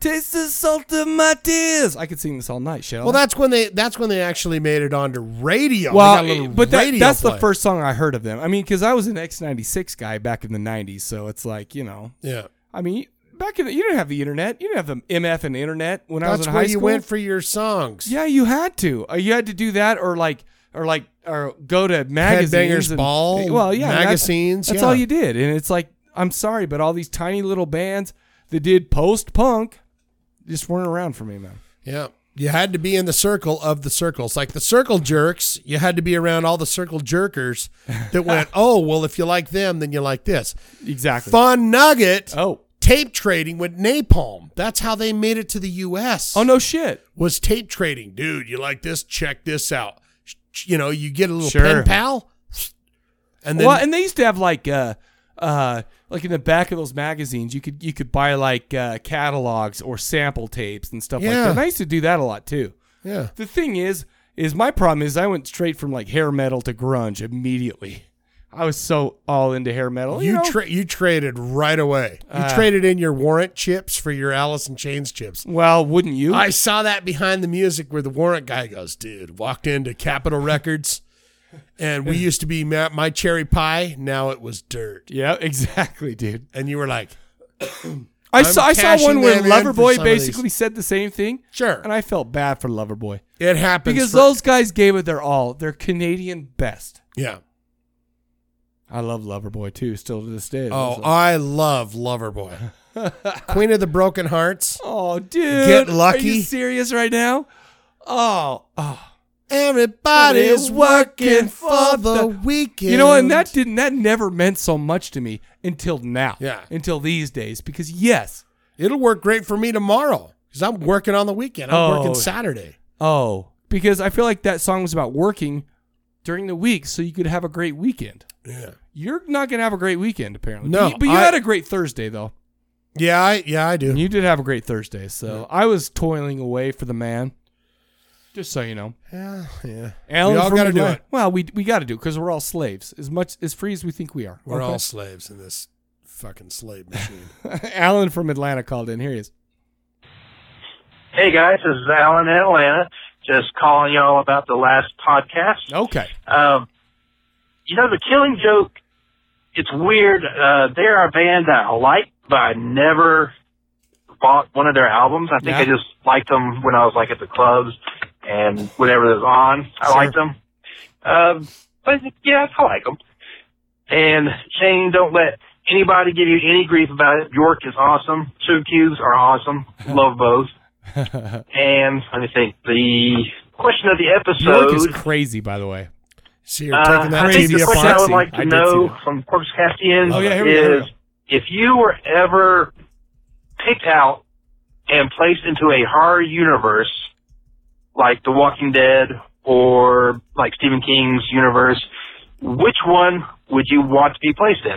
S1: taste the salt of my tears. I could sing this all night, shall
S2: Well,
S1: I?
S2: that's when they that's when they actually made it onto radio. They got a
S1: well,
S2: little
S1: but that,
S2: radio
S1: that's the
S2: play.
S1: first song I heard of them. I mean, because I was an X96 guy back in the 90s, so it's like, you know,
S2: Yeah,
S1: I mean, back in the, you didn't have the internet. You didn't have the MF and the internet when I was
S2: that's
S1: in
S2: where
S1: high
S2: you
S1: school.
S2: went for your songs.
S1: yeah, you had to. Uh, You had to do that or like, or like, or go to magazines.
S2: Headbangers
S1: and- eh,
S2: Ball,
S1: Well, yeah. that's-
S2: magazines,
S1: That's,
S2: yeah.
S1: all you did. And it's like, I'm sorry, but all these tiny little bands that did post punk just weren't around for me, man.
S2: Yeah. You had to be in the circle of the circles. Like the circle jerks, you had to be around all the circle jerkers
S1: [LAUGHS]
S2: that went, oh, well, if you like them, then you like this.
S1: Exactly.
S2: Fun nugget
S1: Oh.
S2: tape trading with napalm. That's how they made it to the U.S.
S1: Oh, no shit.
S2: Was tape trading. Dude, you like this? Check this out. Sh- You know, you get a little
S1: Sure.
S2: pen pal. And then,
S1: well, and they used to have like uh uh like in the back of those magazines you could you could buy like uh catalogs or sample tapes and stuff like
S2: Yeah.
S1: that. And I used to do that a lot too.
S2: yeah.
S1: The thing is is my problem is I went straight from like hair metal to grunge immediately. I was so all into hair metal. Oh, You,
S2: You
S1: know?
S2: tra- you traded right away. You
S1: Uh.
S2: traded in your warrant chips for your Alice in Chains chips.
S1: well, wouldn't you?
S2: I saw that behind the music where the warrant guy goes, dude, walked into Capitol Records and we used to be ma- my cherry pie. Now it was dirt.
S1: yeah, [LAUGHS] exactly, dude.
S2: And you were like,
S1: I
S2: I'm
S1: saw I saw
S2: cashing
S1: one where
S2: them in for
S1: Loverboy
S2: some of these.
S1: basically said the same thing.
S2: sure.
S1: And I felt bad for Loverboy.
S2: it happens.
S1: Because
S2: for-
S1: those guys gave it their all. They're Canadian best.
S2: Yeah.
S1: I love Loverboy too, still to this day.
S2: Oh,
S1: That's a-
S2: I love Loverboy.
S1: [LAUGHS]
S2: Queen of the Broken Hearts.
S1: Oh, dude.
S2: Get
S1: Are
S2: lucky.
S1: you serious right now? Oh, oh.
S2: Everybody's working for the weekend.
S1: You know, what? and that didn't that never meant so much to me until now.
S2: Yeah.
S1: Until these days. Because yes.
S2: It'll work great for me tomorrow because I'm working on the weekend. I'm
S1: Oh.
S2: working Saturday.
S1: Oh. Because I feel like that song was about working during the week so you could have a great weekend.
S2: Yeah.
S1: You're not gonna have a great weekend, apparently.
S2: No,
S1: But you, but you
S2: I-
S1: had a great Thursday though.
S2: Yeah, I, yeah, I do.
S1: You did have a great Thursday. So I was toiling away for the man. Just so you know.
S2: Yeah, yeah.
S1: Alan
S2: we all
S1: from
S2: got to do
S1: Atlanta-
S2: it.
S1: Well, we we got to do it because we're all slaves, as much as free as we think we are.
S2: We're
S1: Okay?
S2: all slaves in this fucking
S1: [LAUGHS]
S2: slave machine. [LAUGHS]
S1: Alan from Atlanta called in. Here he is.
S7: Hey guys, this is Alan in Atlanta. Just calling y'all about the last podcast.
S1: Okay.
S7: Um, you know, the Killing Joke. It's weird. Uh, they're a band that I like, but I never bought one of their albums. I think
S1: Yeah.
S7: I just liked them when I was like at the clubs and whenever it was on. I
S1: Sure.
S7: liked them. Um, but yeah, I like them. And Shane, don't let anybody give you any grief about it. York is awesome. Two Cubes
S1: [LAUGHS]
S7: are awesome. Love both. And let me think. The question of the
S1: York is
S7: episode.
S1: crazy, by the way.
S2: So you're
S7: Uh,
S2: taking that
S7: I think
S1: crazy
S7: the
S2: media
S7: question
S1: apart.
S7: I would
S1: Sexy.
S7: like
S1: I
S7: to
S1: did see
S7: know
S1: that.
S7: from Corpse Castian
S1: Oh, yeah, here we go, here we
S7: is if you were ever picked out and placed into a horror universe like The Walking Dead or like Stephen King's universe, which one would you want to be placed in?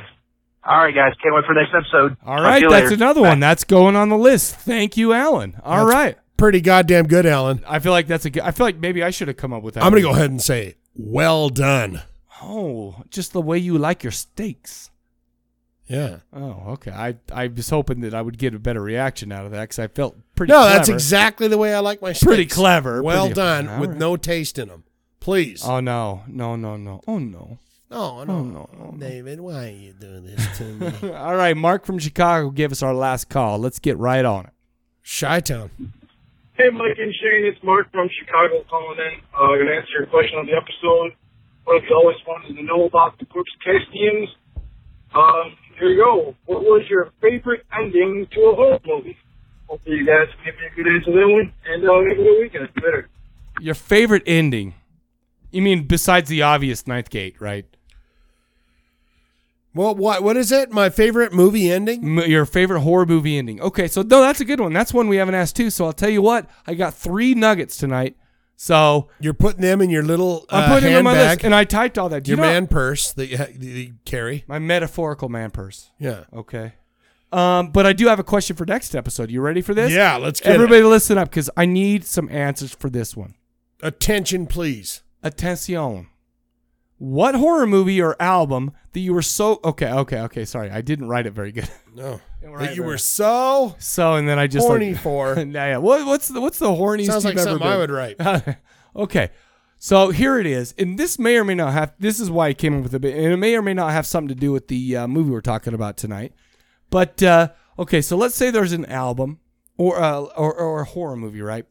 S7: All right, guys. Can't wait for the next episode.
S1: All right, that's another one. That's going on the list. Thank you, Alan. All
S2: That's
S1: right,
S2: Pretty goddamn good, Alan.
S1: I feel like that's a. good- I feel like maybe I should have come up with that.
S2: I'm going to
S1: one.
S2: go ahead and say, well done.
S1: Oh, just the way you like your steaks.
S2: Yeah.
S1: Oh, okay. I I was hoping that I would get a better reaction out of that because I felt pretty.
S2: No, that's
S1: clever.
S2: exactly the way I like my steaks.
S1: Pretty clever,
S2: Well
S1: pretty-
S2: done
S1: all
S2: with
S1: right.
S2: no taste in them. Please.
S1: Oh no, no, no, no. Oh no. [LAUGHS]
S2: no,
S1: Oh
S2: no.
S1: no. no, no.
S2: David, why are you doing this to me? [LAUGHS]
S1: All right, Mark from Chicago gave us our last call. Let's get right on it.
S2: Chi Town.
S8: Hey, Mike and Shane, it's Mark from Chicago calling in. Uh, I'm going to answer your question on the episode. What have you always wanted to know about the Corpse Castians? Um, here you go. What was your favorite ending to a horror movie? Hopefully you guys give me a good answer to that one, and uh, have a good weekend. Later.
S1: Your favorite ending? You mean besides the obvious Ninth Gate, right?
S2: Well, what what is it? My favorite movie ending?
S1: M- your favorite horror movie ending. Okay, so no, that's a good one. That's one we haven't asked too. So I'll tell you what, I got three nuggets tonight. So
S2: You're putting them in your little
S1: I'm
S2: uh,
S1: putting them on my
S2: handbag,
S1: list, and I typed all that. Do
S2: your
S1: you know-
S2: man purse that you, ha- that you carry.
S1: my metaphorical man purse.
S2: Yeah.
S1: Okay. Um, but I do have a question for next episode. You ready for this?
S2: Yeah, let's get it.
S1: Everybody, listen up because I need some answers for this one.
S2: Attention, please.
S1: Attention. What horror movie or album that you were so okay? Okay, okay. Sorry, I didn't write it very good. [LAUGHS]
S2: No.
S1: we're
S2: That
S1: right
S2: you
S1: there.
S2: were so
S1: So and then I just
S2: horny
S1: like, [LAUGHS]
S2: for.
S1: yeah, yeah. What, what's the what's the horniest
S2: Sounds like
S1: you've ever
S2: something I
S1: been?
S2: would write.
S1: [LAUGHS] okay. So here it is. And this may or may not have, this is why I came up with a bit, and it may or may not have something to do with the uh, movie we're talking about tonight. But, uh, okay, so let's say there's an album or, uh, or, or a horror movie, right?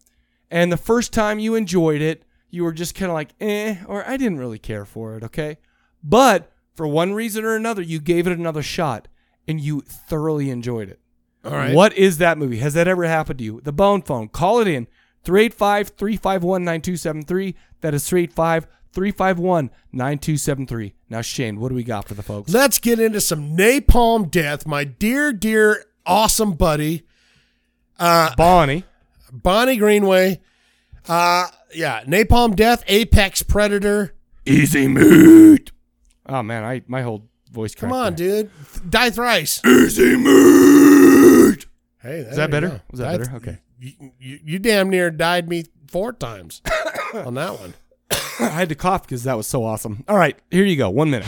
S1: And the first time you enjoyed it, you were just kind of like, eh, or I didn't really care for it, okay? But for one reason or another, you gave it another shot and you thoroughly enjoyed it.
S2: All right.
S1: What is that movie? Has that ever happened to you? The Bone Phone. Call it in 385 351 9273. That is 385 351 9273. Now, Shane, what do we got for the folks?
S2: Let's get into some napalm death. My dear, dear, awesome buddy, uh,
S1: Bonnie.
S2: Bonnie Greenway. Uh, yeah, napalm death, apex predator.
S1: Easy meat. Oh, man, I my whole voice
S2: Come
S1: cracked
S2: on,
S1: there.
S2: dude. Th- Die thrice.
S9: Easy meat!
S2: Hey, there
S1: that
S2: you
S1: better?
S2: go.
S1: Was that
S2: Die-
S1: better? Okay.
S2: You, you, you damn near died me four times [COUGHS] on that one.
S1: I had to cough because that was so awesome. All right, here you go. One minute.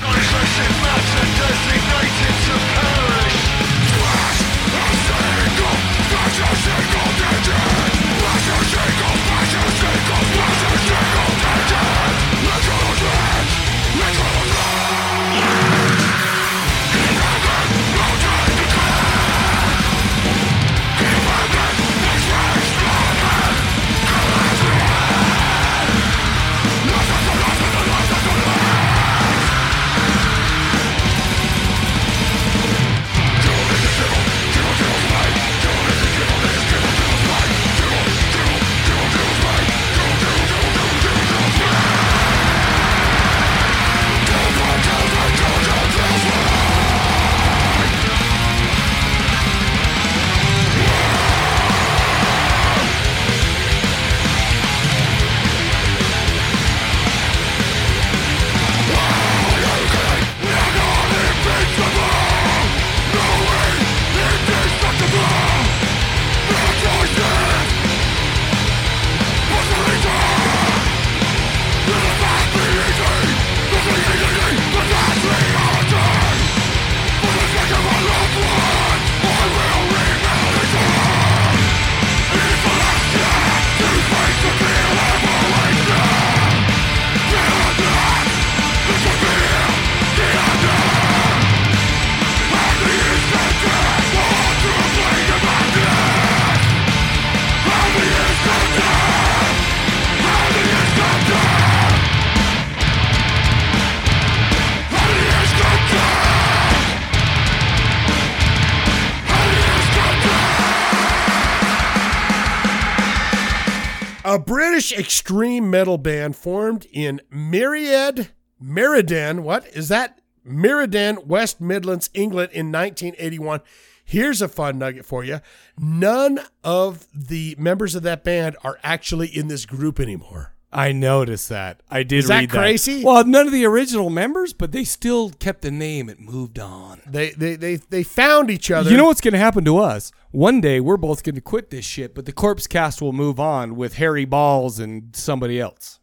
S2: A British extreme metal band formed in Myriad, Meriden, what is that? Meriden, West Midlands, England in 1981. Here's a fun nugget for you. None of the members of that band are actually in this group anymore.
S1: I noticed that. I did
S2: Is that
S1: read
S2: crazy?
S1: Well, none of the original members, but they still kept the name. It moved on.
S2: They they they they found each other.
S1: You know what's going to happen to us? One day we're both going to quit this shit, but the corpse cast will move on with Harry Balls and somebody else.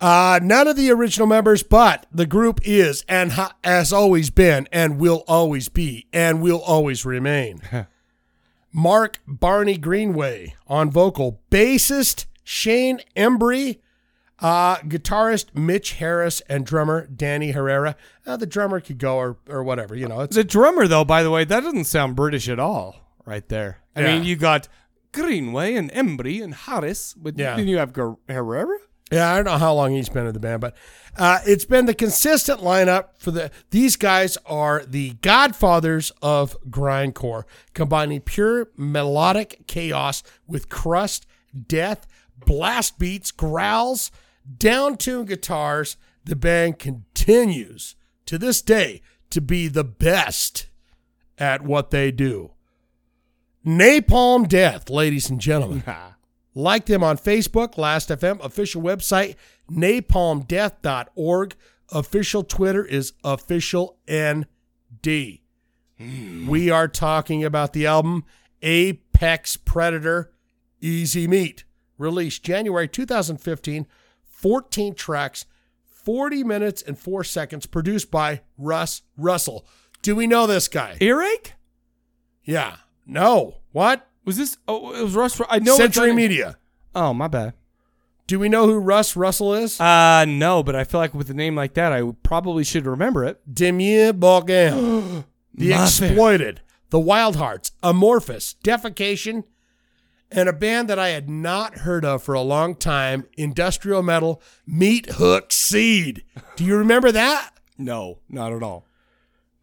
S2: Uh, none of the original members, but the group is and ha- has always been and will always be and will always remain. Mark Barney Greenway on vocal, bassist Shane Embry, uh, guitarist Mitch Harris, and drummer Danny Herrera. Uh, the drummer could go or, or whatever, you know. It's
S1: The drummer, though, by the way, that doesn't sound British at all, right there. I
S2: Yeah.
S1: mean, you got Greenway and Embry and Harris, but
S2: Yeah.
S1: then you have Guer- Herrera.
S2: Yeah, I don't know how long he's been in the band, but uh, it's been the consistent lineup for the. These guys are the godfathers of grindcore, combining pure melodic chaos with crust, death, blast beats, growls, down-tuned guitars. The band continues to this day to be the best at what they do. Napalm Death, ladies and gentlemen. Like them on Facebook, Last.fm, official website, napalmdeath.org. Official Twitter is official ND. We are talking about the album Apex Predator Easy Meat, released January 2015, 14 tracks, 40 minutes and 4 seconds, produced by Russ Russell. Do we know this guy?
S1: Earache?
S2: Yeah. No. What?
S1: Was this? Oh, it was Russ. I know. it's
S2: Century
S1: on-
S2: Media.
S1: Oh, my bad.
S2: Do we know who Russ Russell is?
S1: Uh, no, but I feel like with a name like that, I probably should remember it.
S2: Demier Bourgain. the
S1: Muffin.
S2: Exploited. The Wild Hearts. Amorphous. Defecation. And a band that I had not heard of for a long time, industrial metal, Meat Hook Seed. Do you remember that?
S1: No, not at all.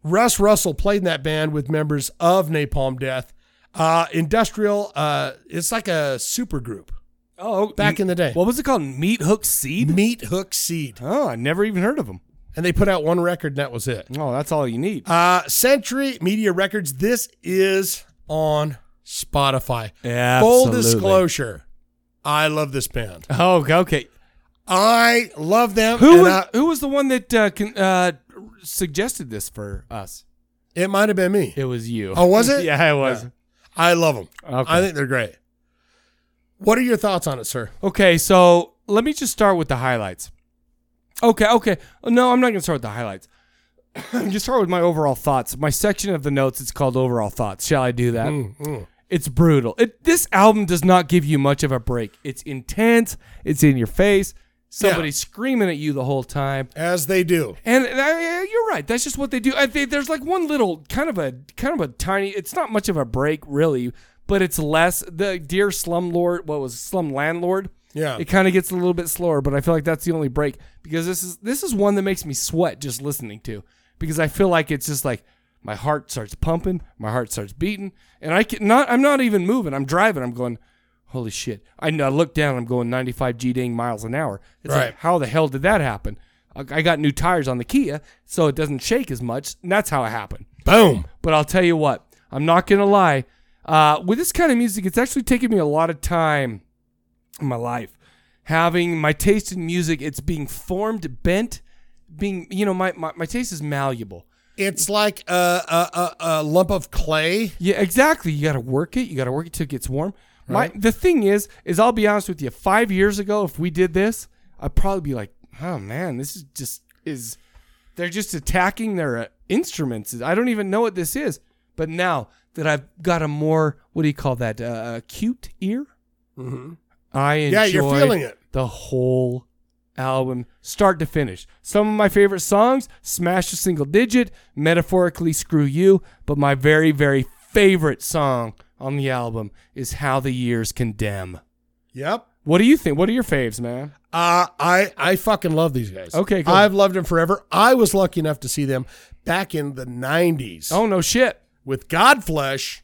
S2: Russ Russell played in that band with members of Napalm Death. Uh, industrial, uh, it's like a super group.
S1: Oh,
S2: Back in the day.
S1: What was it called? Meat Hook Seed?
S2: Meat Hook Seed.
S1: Oh, I never even heard of them.
S2: And they put out one record and that was it.
S1: Oh, that's all you need.
S2: Uh, Century Media Records. This is on Spotify. Full
S1: Absolutely.
S2: disclosure, I love this band.
S1: [LAUGHS] Oh, okay.
S2: I love them.
S1: Who
S2: and
S1: was,
S2: I-
S1: who was the one that uh, con, uh, suggested this for us?
S2: it might have been me.
S1: It was you.
S2: Oh, was
S1: [LAUGHS]
S2: it?
S1: yeah, it was.
S2: Yeah. I love them.
S1: Okay.
S2: I think they're great. What are your thoughts on it, sir?
S1: Okay, so let me just start with the highlights. Okay, okay. No, I'm not going to start with the highlights. [COUGHS] just start with my overall thoughts. My section of the notes it's called overall thoughts. Shall I do that? It's brutal. It, this album does not give you much of a break. It's intense. It's in your face. Somebody's screaming at you the whole time.
S2: As they do.
S1: And and I, I- you're right. That's just what they do. I, they, there's like one little kind of a kind of a tiny. It's not much of a break really, but it's less. The dear slumlord, what was it, slum landlord?
S2: Yeah.
S1: it kind of gets a little bit slower, but I feel like that's the only break because this is this is one that makes me sweat just listening to because I feel like it's just like my heart starts pumping, my heart starts beating, and I can not. I'm not even moving. I'm driving. I'm going. Holy shit! I, I look down. I'm going 95 g dang miles an hour. It's
S2: Right.
S1: like how the hell did that happen? I I got new tires on the Kia, so it doesn't shake as much. And that's how it happened.
S2: Boom.
S1: But I'll tell you what, I'm not going to lie. Uh, with this kind of music, it's actually taken me a lot of time in my life. Having my taste in music, it's being formed, bent, being, you know, my, my, my taste is malleable.
S2: It's like a, a, a, a lump of clay.
S1: Yeah, exactly. You got to work it. You got to work it till it gets warm. My the thing is, is I'll be honest with you. Five years ago, if we did this, I'd probably be like, "Oh man, this is just is." They're just attacking their uh, instruments. I don't even know what this is. But now that I've got a more what do you call that uh, acute ear, I enjoy
S2: Mm-hmm. Yeah, you're feeling it.
S1: the whole album start to finish. Some of my favorite songs, Smash a Single Digit, Metaphorically Screw You, but my very, very favorite song on the album is How the Years Condemn.
S2: Yep.
S1: What do you think? What are your faves, man?
S2: Uh, I I fucking love these guys.
S1: Okay, cool.
S2: I've loved them forever. I was lucky enough to see them back in the '90s
S1: Oh, no shit.
S2: with Godflesh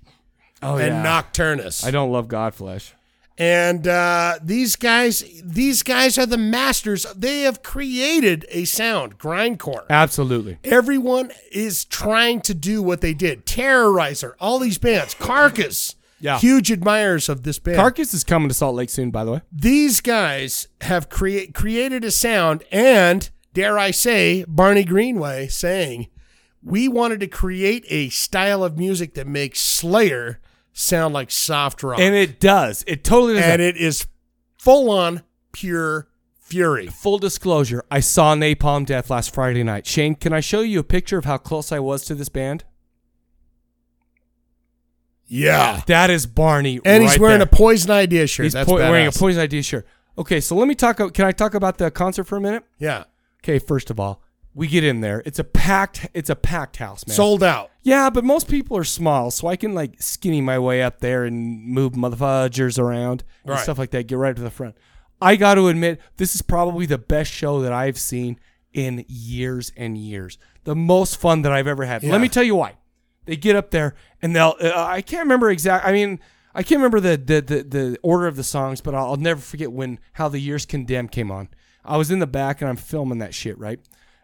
S1: Oh,
S2: and
S1: yeah.
S2: Nocturnus.
S1: I don't love Godflesh.
S2: And uh, these guys, these guys are the masters. They have created a sound grindcore.
S1: Absolutely.
S2: Everyone is trying to do what they did. Terrorizer, all these bands, Carcass,
S1: Yeah.
S2: Huge admirers of this band.
S1: Carcass is coming to Salt Lake soon, by the way.
S2: These guys have crea- created a sound, and dare I say, Barney Greenway saying, We wanted to create a style of music that makes Slayer sound like soft rock.
S1: And it does. It totally does.
S2: And it is full on pure fury.
S1: Full disclosure, I saw Napalm Death last Friday night. Shane, can I show you a picture of how close I was to this band?
S2: Yeah.
S1: That is Barney.
S2: Ah. And he's
S1: right
S2: wearing
S1: there.
S2: a Poison Idea shirt.
S1: He's
S2: That's
S1: po- wearing a
S2: badass.
S1: Poison Idea shirt. Okay, so let me talk. Can I talk about the concert for a minute?
S2: Yeah.
S1: Okay, first of all, we get in there. It's a packed. It's a packed house, man.
S2: Sold out.
S1: Yeah, but most people are small, so I can like skinny my way up there and move motherfuckers around and
S2: Right.
S1: stuff like that. Get right to the front. I got to admit, this is probably the best show that I've seen in years and years. The most fun that I've ever had.
S2: Yeah.
S1: Let me tell you why. They get up there and they'll. Uh, I can't remember exact. I mean, I can't remember the the, the the order of the songs, but I'll, I'll never forget when how the years condemned came on. I was in the back and I'm filming that shit right,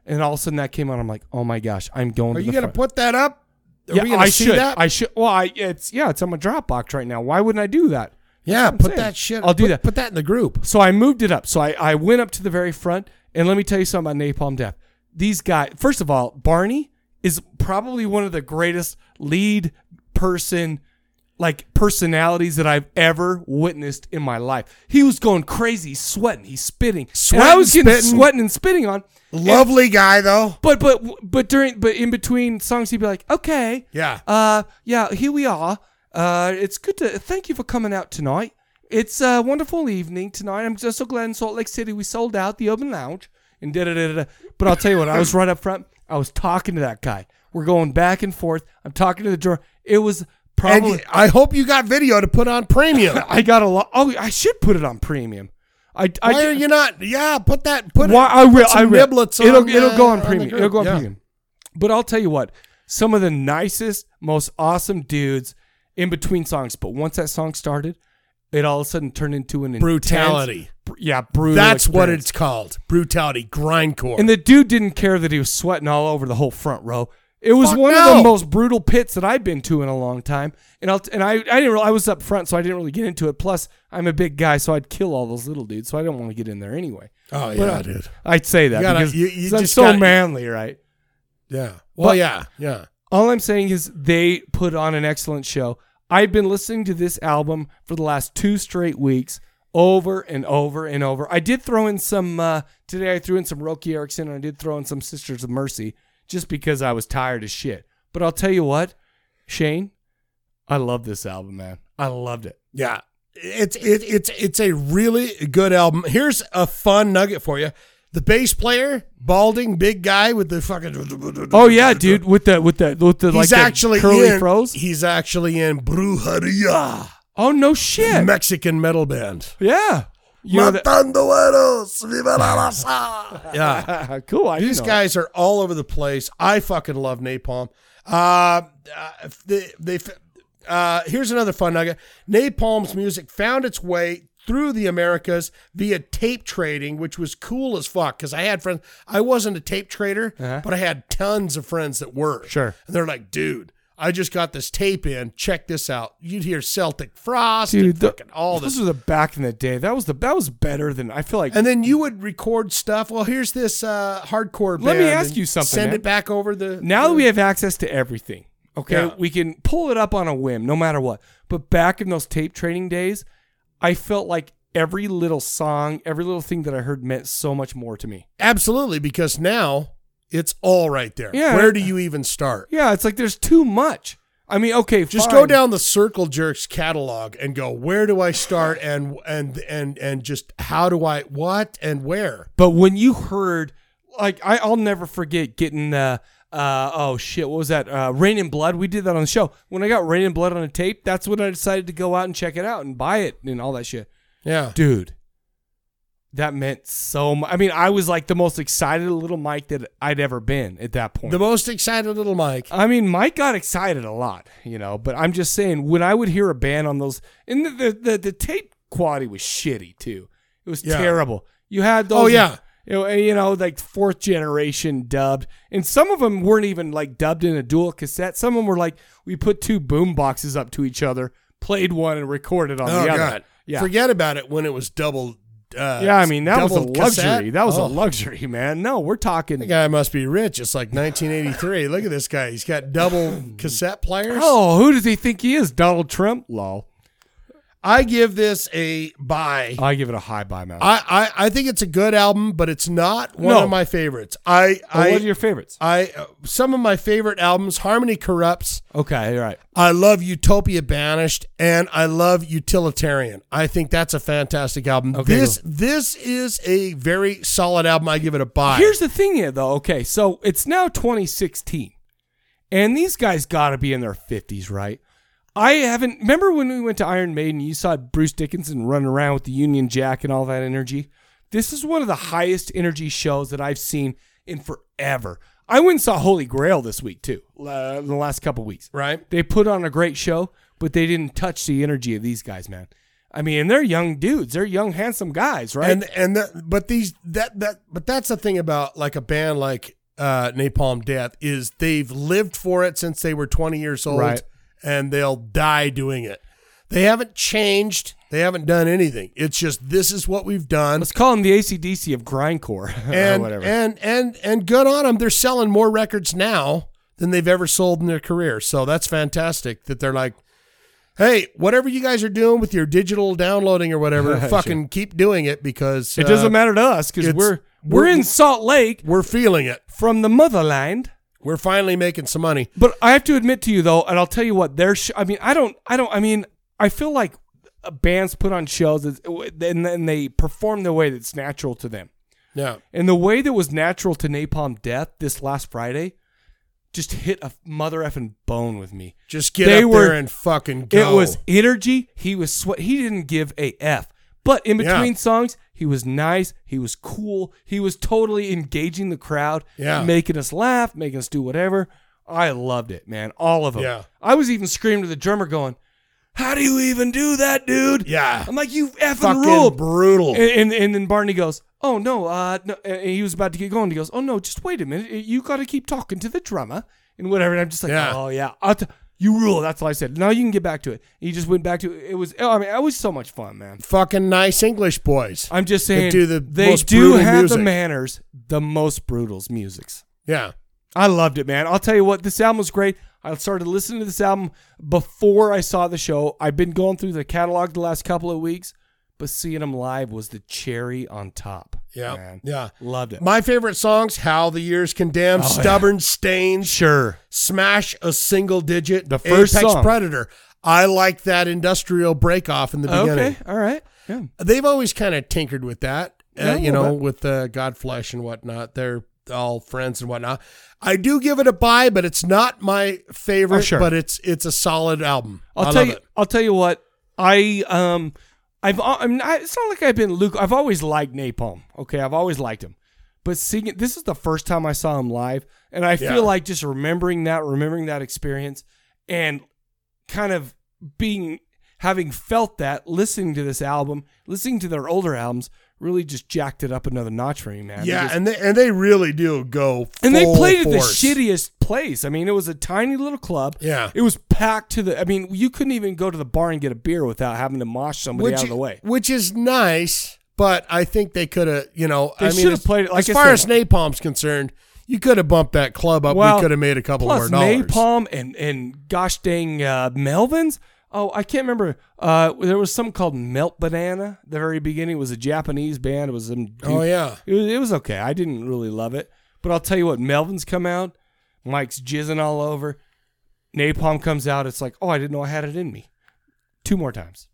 S1: and all of a sudden that came on. I'm like, oh my gosh, I'm going.
S2: Are
S1: to the
S2: you going to
S1: front.
S2: put that up? Are
S1: Yeah,
S2: we going
S1: I
S2: to see
S1: should.
S2: that?
S1: I should. Well, I, it's yeah, it's on my Dropbox right now. Why wouldn't I do that?
S2: yeah,
S1: I'm
S2: put
S1: saying.
S2: that shit.
S1: I'll do
S2: put-
S1: that.
S2: Put that in the group.
S1: So I moved it up. So I, I went up to the very front, and let me tell you something about Napalm Death. These guys, first of all, Barney is probably one of the greatest lead person, like personalities that I've ever witnessed in my life. He was going crazy, sweating, he's spitting, And I
S2: Sweating,
S1: was getting
S2: spitting.
S1: sweating and spitting on.
S2: Lovely guy, though.
S1: But but but during but in between songs, he'd be like, "Okay,
S2: Yeah.
S1: uh, yeah, here we are. Uh, it's good to thank you for coming out tonight. It's a wonderful evening tonight. I'm just so glad in Salt Lake City we sold out the Urban Lounge and da da da da. But I'll tell you what, I was right up front. I was talking to that guy. We're going back and forth. I'm talking to the drummer. It was
S2: And
S1: probably
S2: I hope you got video to put on premium.
S1: [LAUGHS] I got a lot. Oh, I should put it on premium. I, I
S2: Why are you not? Yeah, put that. Put
S1: Why
S2: it,
S1: I will.
S2: put some
S1: I will.
S2: Niblets
S1: it'll
S2: on,
S1: it'll
S2: uh,
S1: go on
S2: the
S1: premium.
S2: group.
S1: it'll go on
S2: Yeah.
S1: premium. But I'll tell you what, some of the nicest, most awesome dudes in between songs. But once that song started, it all of a sudden turned into an intense-
S2: Brutality.
S1: br- yeah, brutal.
S2: That's what
S1: experience.
S2: it's called. Brutality, grindcore.
S1: And the dude didn't care that he was sweating all over the whole front row. It was
S2: Fuck
S1: one of
S2: no.
S1: the most brutal pits that I've been to in a long time. And I'll, and I I didn't really, I was up front, so I didn't really get into it. Plus, I'm a big guy, so I'd kill all those little dudes. So I don't want to get in there anyway.
S2: oh
S1: But I-
S2: dude.
S1: I'd say that
S2: You gotta-
S1: because
S2: you- you
S1: 'cause I'm
S2: just
S1: so
S2: gotta-
S1: manly, right?
S2: Yeah. Well,
S1: But-
S2: yeah, yeah.
S1: All I'm saying is they put on an excellent show. I've been listening to this album for the last two straight weeks, over and over and over. I did throw in some uh, today. I threw in some Roki Erickson, and I did throw in some Sisters of Mercy, just because I was tired as shit. But I'll tell you what, Shane, I love this album, man. I loved
S2: [LAUGHS]
S1: it.
S2: Yeah. It's it, it's it's a really good album. Here's a fun nugget for you. The bass player, balding big guy with the fucking
S1: Oh yeah, dude, with the with the with the like
S2: He's
S1: the
S2: actually
S1: curly
S2: in,
S1: froze.
S2: He's actually in Brujeria,
S1: oh no shit.
S2: Mexican metal band.
S1: yeah. You know that-
S2: Matando Eros, viva la raza. Yeah. [LAUGHS]
S1: [LAUGHS] cool. I didn't
S2: These
S1: know that.
S2: guys are all over the place. I fucking love napalm. Uh, uh, they, they, uh, here's another fun nugget. Napalm's music found its way through the Americas via tape trading, which was cool as fuck. Because I had friends. I wasn't a tape trader,
S1: Uh-huh.
S2: but I had tons of friends that were.
S1: Sure.
S2: And they're like, dude. I just got this tape in. Check this out. You'd hear Celtic Frost
S1: dude,
S2: and
S1: the-
S2: fucking all this
S1: those were the back in the day. That was the that was better than I feel like.
S2: And then you would record stuff. Well, here's this uh, hardcore band.
S1: Let me ask
S2: and
S1: you something,
S2: Send
S1: man.
S2: it back over the.
S1: now
S2: the-
S1: that we have access to everything, okay,
S2: Yeah.
S1: we can pull it up on a whim, no matter what. But back in those tape trading days, I felt like every little song, every little thing that I heard meant so much more to me.
S2: absolutely because now it's all right there.
S1: Yeah.
S2: Where do you even start?
S1: Yeah, it's like there's too much. I mean, okay,
S2: Just
S1: fine.
S2: go down the Circle Jerks catalog and go. Where do I start? And and and and just how do I what and where?
S1: But when you heard, like, I, I'll never forget getting, uh, uh, oh shit, what was that? Uh, Rain and Blood. We did that on the show. When I got Rain and Blood on a tape, that's when I decided to go out and check it out and buy it and all that shit.
S2: Yeah.
S1: Dude, that meant so much. I mean, I was like the most excited little Mike that I'd ever been at that point.
S2: The most excited little Mike.
S1: I mean, Mike got excited a lot, you know, but I'm just saying when I would hear a band on those, and the the, the, the tape quality was shitty too. It was
S2: Yeah.
S1: terrible. You had those.
S2: Oh, yeah.
S1: You know, you know, like fourth generation dubbed, and some of them weren't even like dubbed in a dual cassette. Some of them were like we put two boom boxes up to each other, played one and recorded on
S2: oh
S1: the other.
S2: god,
S1: Yeah.
S2: forget about it when it was double. Uh,
S1: yeah, I mean that was a
S2: double
S1: luxury.
S2: cassette.
S1: That was a
S2: Oh.
S1: luxury, man. No, we're talking.
S2: The guy must be rich. It's like 1983. Look at this guy. He's
S1: [LAUGHS]
S2: got double cassette players.
S1: Oh, who does he think he is? Donald Trump? Lol.
S2: I give this a buy.
S1: I give it a high buy, man.
S2: I, I, I think it's a good album, but it's not one
S1: No.
S2: of my favorites. I
S1: Oh,
S2: I,
S1: what are your favorites?
S2: I uh, some of my favorite albums: Harmony Corrupts.
S1: Okay, all right.
S2: I love Utopia Banished, and I love Utilitarian. I think that's a fantastic album.
S1: Okay,
S2: this this is a very solid album. I give it a buy.
S1: Here's the thing, here, though. Okay, so it's now 2016, and these guys got to be in their 50s, right? I haven't. Remember when we went to Iron Maiden? You saw Bruce Dickinson running around with the Union Jack and all that energy. This is one of the highest energy shows that I've seen in forever. I went and saw Holy Grail this week too. Uh, the last couple weeks,
S2: right.
S1: they put on a great show, but they didn't touch the energy of these guys, man. I mean, and they're young dudes. They're young, handsome guys, right?
S2: And and that, but these that that but that's the thing about like a band like uh, Napalm Death is they've lived for it since they were 20 years old,
S1: Right.
S2: and they'll die doing it. They haven't changed. They haven't done anything. It's just this is what we've done.
S1: Let's call them the ACDC of grindcore [LAUGHS]
S2: and
S1: or whatever.
S2: and and and good on them. They're selling more records now than they've ever sold in their career. So that's fantastic that they're like, hey, whatever you guys are doing with your digital downloading or whatever,
S1: [LAUGHS] Sure.
S2: fucking keep doing it because
S1: it doesn't
S2: uh,
S1: matter to us because
S2: it's-
S1: we're, we're in Salt Lake
S2: We're feeling it.
S1: from the motherland.
S2: We're finally making some money.
S1: But I have to admit to you though, and I'll tell you what, their sh- I mean, I don't, I don't, I mean, I feel like uh, bands put on shows is- and then they perform the way that's natural to them.
S2: Yeah.
S1: And the way that was natural to Napalm Death this last Friday just hit a mother effing bone with me.
S2: Just get
S1: They
S2: up
S1: were-
S2: there and fucking go.
S1: It was energy. He was sweat. He didn't give a f. But in
S2: Yeah.
S1: between songs, he was nice. He was cool. He was totally engaging the crowd.
S2: Yeah.
S1: making us laugh, making us do whatever. I loved it, man. All of them.
S2: Yeah.
S1: I was even screaming to the drummer, going, "How do you even do that, dude?"
S2: Yeah.
S1: I'm like, "You effing
S2: fucking
S1: rule,
S2: brutal.
S1: and, and and then Barney goes, "Oh no, uh, no," and he was about to get going. He goes, "Oh no, just wait a minute. You got to keep talking to the drummer and whatever." And I'm just like,
S2: Yeah.
S1: "Oh yeah, I'll t- you rule." That's all I said. Now you can get back to it. And he just went back to it. It was. I mean, it was so much fun, man.
S2: fucking nice English boys.
S1: I'm just
S2: They
S1: saying,
S2: do the
S1: they
S2: most
S1: do
S2: brutal
S1: have the
S2: music.
S1: manners, the most brutals musics.
S2: yeah.
S1: I loved it, man. I'll tell you what, this album was great. I started listening to this album before I saw the show. I've been going through the catalog the last couple of weeks, but seeing them live was the cherry on top.
S2: Yeah.
S1: man.
S2: Yeah.
S1: Loved it.
S2: My favorite songs, How the Years Condemned,
S1: Oh, yeah.
S2: Stubborn Stains,
S1: sure.
S2: smash a single digit.
S1: The first
S2: Apex
S1: song.
S2: Predator. I like that industrial break off in the beginning.
S1: Okay. All right. Yeah.
S2: They've always kind of tinkered with that,
S1: Yeah,
S2: uh,
S1: a
S2: you
S1: little
S2: know,
S1: bit.
S2: with uh, Godflesh and whatnot. They're all friends and whatnot. I do give it a buy, but it's not my favorite.
S1: Oh, sure.
S2: But it's it's a solid album.
S1: I'll
S2: I
S1: tell
S2: love
S1: you.
S2: it.
S1: I'll tell you what. I um, I've al- I'm not, it's not like I've been Luke. I've always liked Napalm. Okay, I've always liked him. But seeing it, this is the first time I saw him live, and I
S2: Yeah.
S1: feel like just remembering that, remembering that experience, and kind of being having felt that, listening to this album, listening to their older albums, really just jacked it up another notch for me, man.
S2: yeah,
S1: Because-
S2: and they and they really do go.
S1: and they
S2: full
S1: played at the
S2: force.
S1: shittiest place. I mean, it was a tiny little club.
S2: Yeah.
S1: It was packed to the I mean, you couldn't even go to the bar and get a beer without having to mosh somebody out of the way.
S2: Which is nice, but I think they could have, you know,
S1: They
S2: I mean,
S1: should've
S2: as-
S1: played it, like
S2: as
S1: I
S2: far
S1: said.
S2: as Napalm's concerned, you could have bumped that club up. we could have made a couple
S1: plus
S2: more dollars.
S1: Napalm and and gosh dang uh, Melvins. Oh, I can't remember. Uh, there was something called Melt Banana. The very beginning It was a Japanese band. It was some. dude-
S2: Oh yeah,
S1: It was, it was okay. I didn't really love it, but I'll tell you what. Melvin's come out. Mike's jizzing all over. Napalm comes out. It's like, oh, I didn't know I had it in me. Two more times.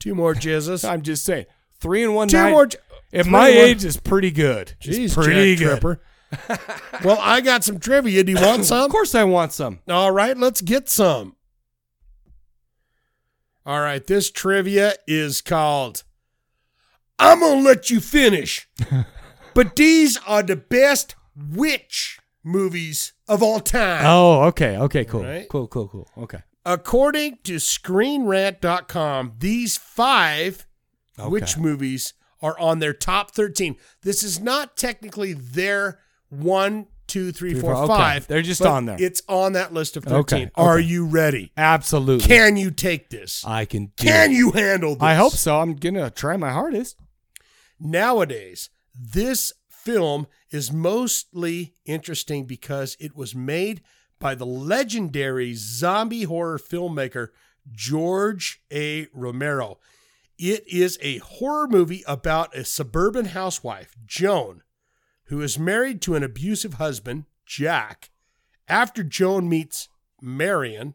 S2: two more jizzes.
S1: I'm just saying, three in one
S2: two
S1: night.
S2: more. j-
S1: at
S2: three
S1: my
S2: more-
S1: age, is pretty good. It's
S2: Jeez,
S1: pretty good.
S2: Jack Tripper. well, I got some trivia. Do you
S1: [LAUGHS]
S2: want
S1: Of
S2: some?
S1: course, I want some.
S2: All right, let's get some. All right, this trivia is called I'm going to let
S1: [LAUGHS]
S2: you finish. but these are the best witch movies of all time.
S1: Oh, okay, okay, cool,
S2: Right.
S1: cool, cool, cool. Okay,
S2: According to screenrant.com, these 5
S1: Okay.
S2: witch movies are on their top 13. This is not technically their one, two, three,
S1: Three,
S2: four,
S1: four, okay.
S2: five.
S1: They're just
S2: But
S1: on there.
S2: It's on that list of 13.
S1: Okay,
S2: Are
S1: okay.
S2: you ready?
S1: Absolutely.
S2: Can you take this?
S1: I can do
S2: Can
S1: it.
S2: you handle this?
S1: I hope so. I'm going to try my hardest.
S2: Nowadays, this film is mostly interesting because it was made by the legendary zombie horror filmmaker George A. Romero. It is a horror movie about a suburban housewife, Joan, who is married to an abusive husband, Jack. After Joan meets Marion,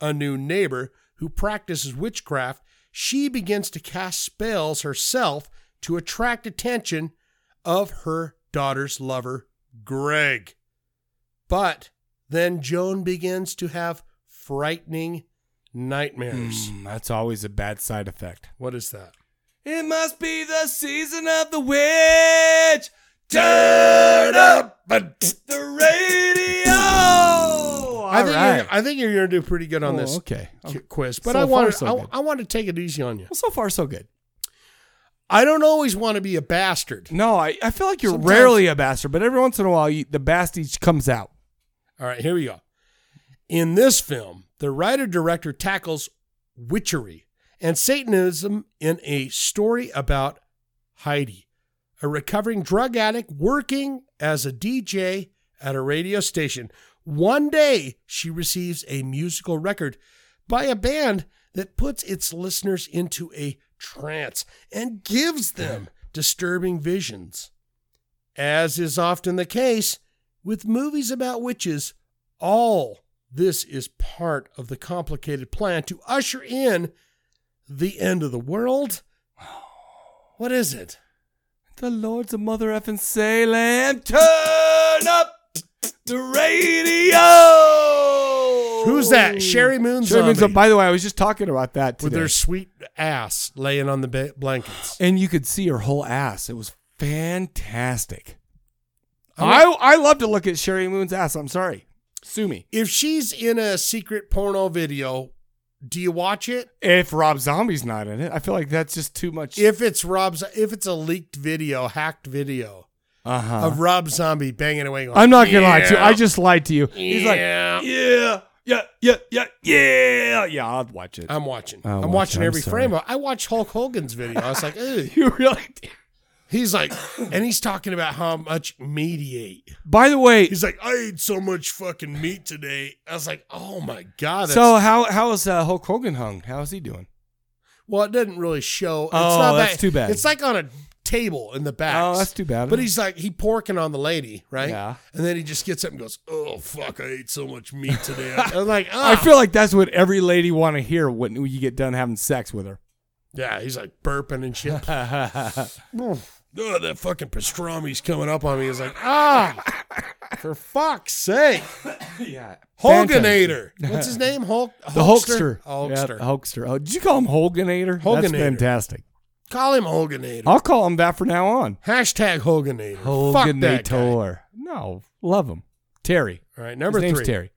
S2: a new neighbor who practices witchcraft, she begins to cast spells herself to attract attention of her daughter's lover, Greg. But then Joan begins to have frightening nightmares.
S1: Mm, that's always a bad side effect.
S2: What is that?
S1: It must be the season of the witch.
S2: Turn up!
S1: the radio. All
S2: I think,
S1: right.
S2: you're, I think you're going to do pretty good on
S1: Oh,
S2: this
S1: okay.
S2: ki- quiz, but
S1: So
S2: I
S1: far,
S2: want
S1: so good.
S2: I, I want to take it easy on you.
S1: Well, so far so good.
S2: I don't always want to be a bastard.
S1: No, I, I feel like you're
S2: Sometimes-
S1: rarely a bastard, but every once in a while you, the bastage comes out.
S2: All right, here we go. In this film, the writer director tackles witchery and Satanism in a story about Heidi, a recovering drug addict working as a DJ at a radio station. One day, she receives a musical record by a band that puts its listeners into a trance and gives them disturbing visions. As is often the case with movies about witches, all this is part of the complicated plan to usher in the end of the world. What is it?
S1: The Lord's a mother effing Salem. Turn up the radio.
S2: Who's that? Sherry Moon
S1: Sherry Moon
S2: Zombie.
S1: Zombie. By the way, I was just talking about that
S2: With
S1: today.
S2: their sweet ass laying on the ba- blankets.
S1: and you could see her whole ass. It was fantastic.
S2: I'm
S1: I I love to look at Sherry Moon's ass. I'm sorry. Sue me.
S2: If she's in a secret porno video, do you watch it?
S1: If Rob Zombie's not in it, I feel like that's just too much.
S2: If it's Rob's, if it's a leaked video, hacked video
S1: uh-huh.
S2: of Rob Zombie banging away, going,
S1: I'm not gonna lie to you.
S2: "Yeah,
S1: I just lied to you. He's like,
S2: Yeah.
S1: yeah, yeah, yeah, yeah, yeah, yeah. I'll watch it.
S2: I'm watching.
S1: Oh,
S2: I'm
S1: watch,
S2: watching
S1: I'm
S2: every
S1: sorry.
S2: frame. Of, I watched Hulk Hogan's video. I was like, Ugh.
S1: [LAUGHS] you really? Did.
S2: he's like, and he's talking about how much meat he ate.
S1: By the way,
S2: He's like, I ate so much fucking meat today. I was like, oh my god.
S1: so how how is uh, Hulk Hogan hung? How is he doing?
S2: well, it doesn't really show. It's
S1: Oh,
S2: not
S1: that's
S2: that-
S1: too bad.
S2: It's like on a table in the back.
S1: Oh, that's too bad.
S2: But he's like, he porking on the lady, right?
S1: Yeah.
S2: And then he just gets up and goes, oh fuck, I ate so much meat today.
S1: [LAUGHS]
S2: I'm like, ah.
S1: I feel like that's what every lady want to hear when you get done having sex with
S2: [LAUGHS]
S1: her.
S2: Yeah, he's like burping
S1: [LAUGHS]
S2: and shit. Oh, that fucking pastrami's coming up on me. It's like,
S1: [LAUGHS]
S2: ah, for fuck's sake.
S1: [COUGHS] yeah,
S2: Hulkanator. What's his name? Hulk.
S1: [LAUGHS] The Hulkster. Yeah,
S2: Hulkster.
S1: the Hulkster. Oh, did you call him Holganator? That's
S2: Hulkanator.
S1: fantastic.
S2: Call him Hulkanator.
S1: I'll call him that from now on.
S2: Hashtag Hulkanator. Fuck that guy. All
S1: Holganator. No, love him. Terry.
S2: right, number
S1: His name's
S2: three.
S1: Terry.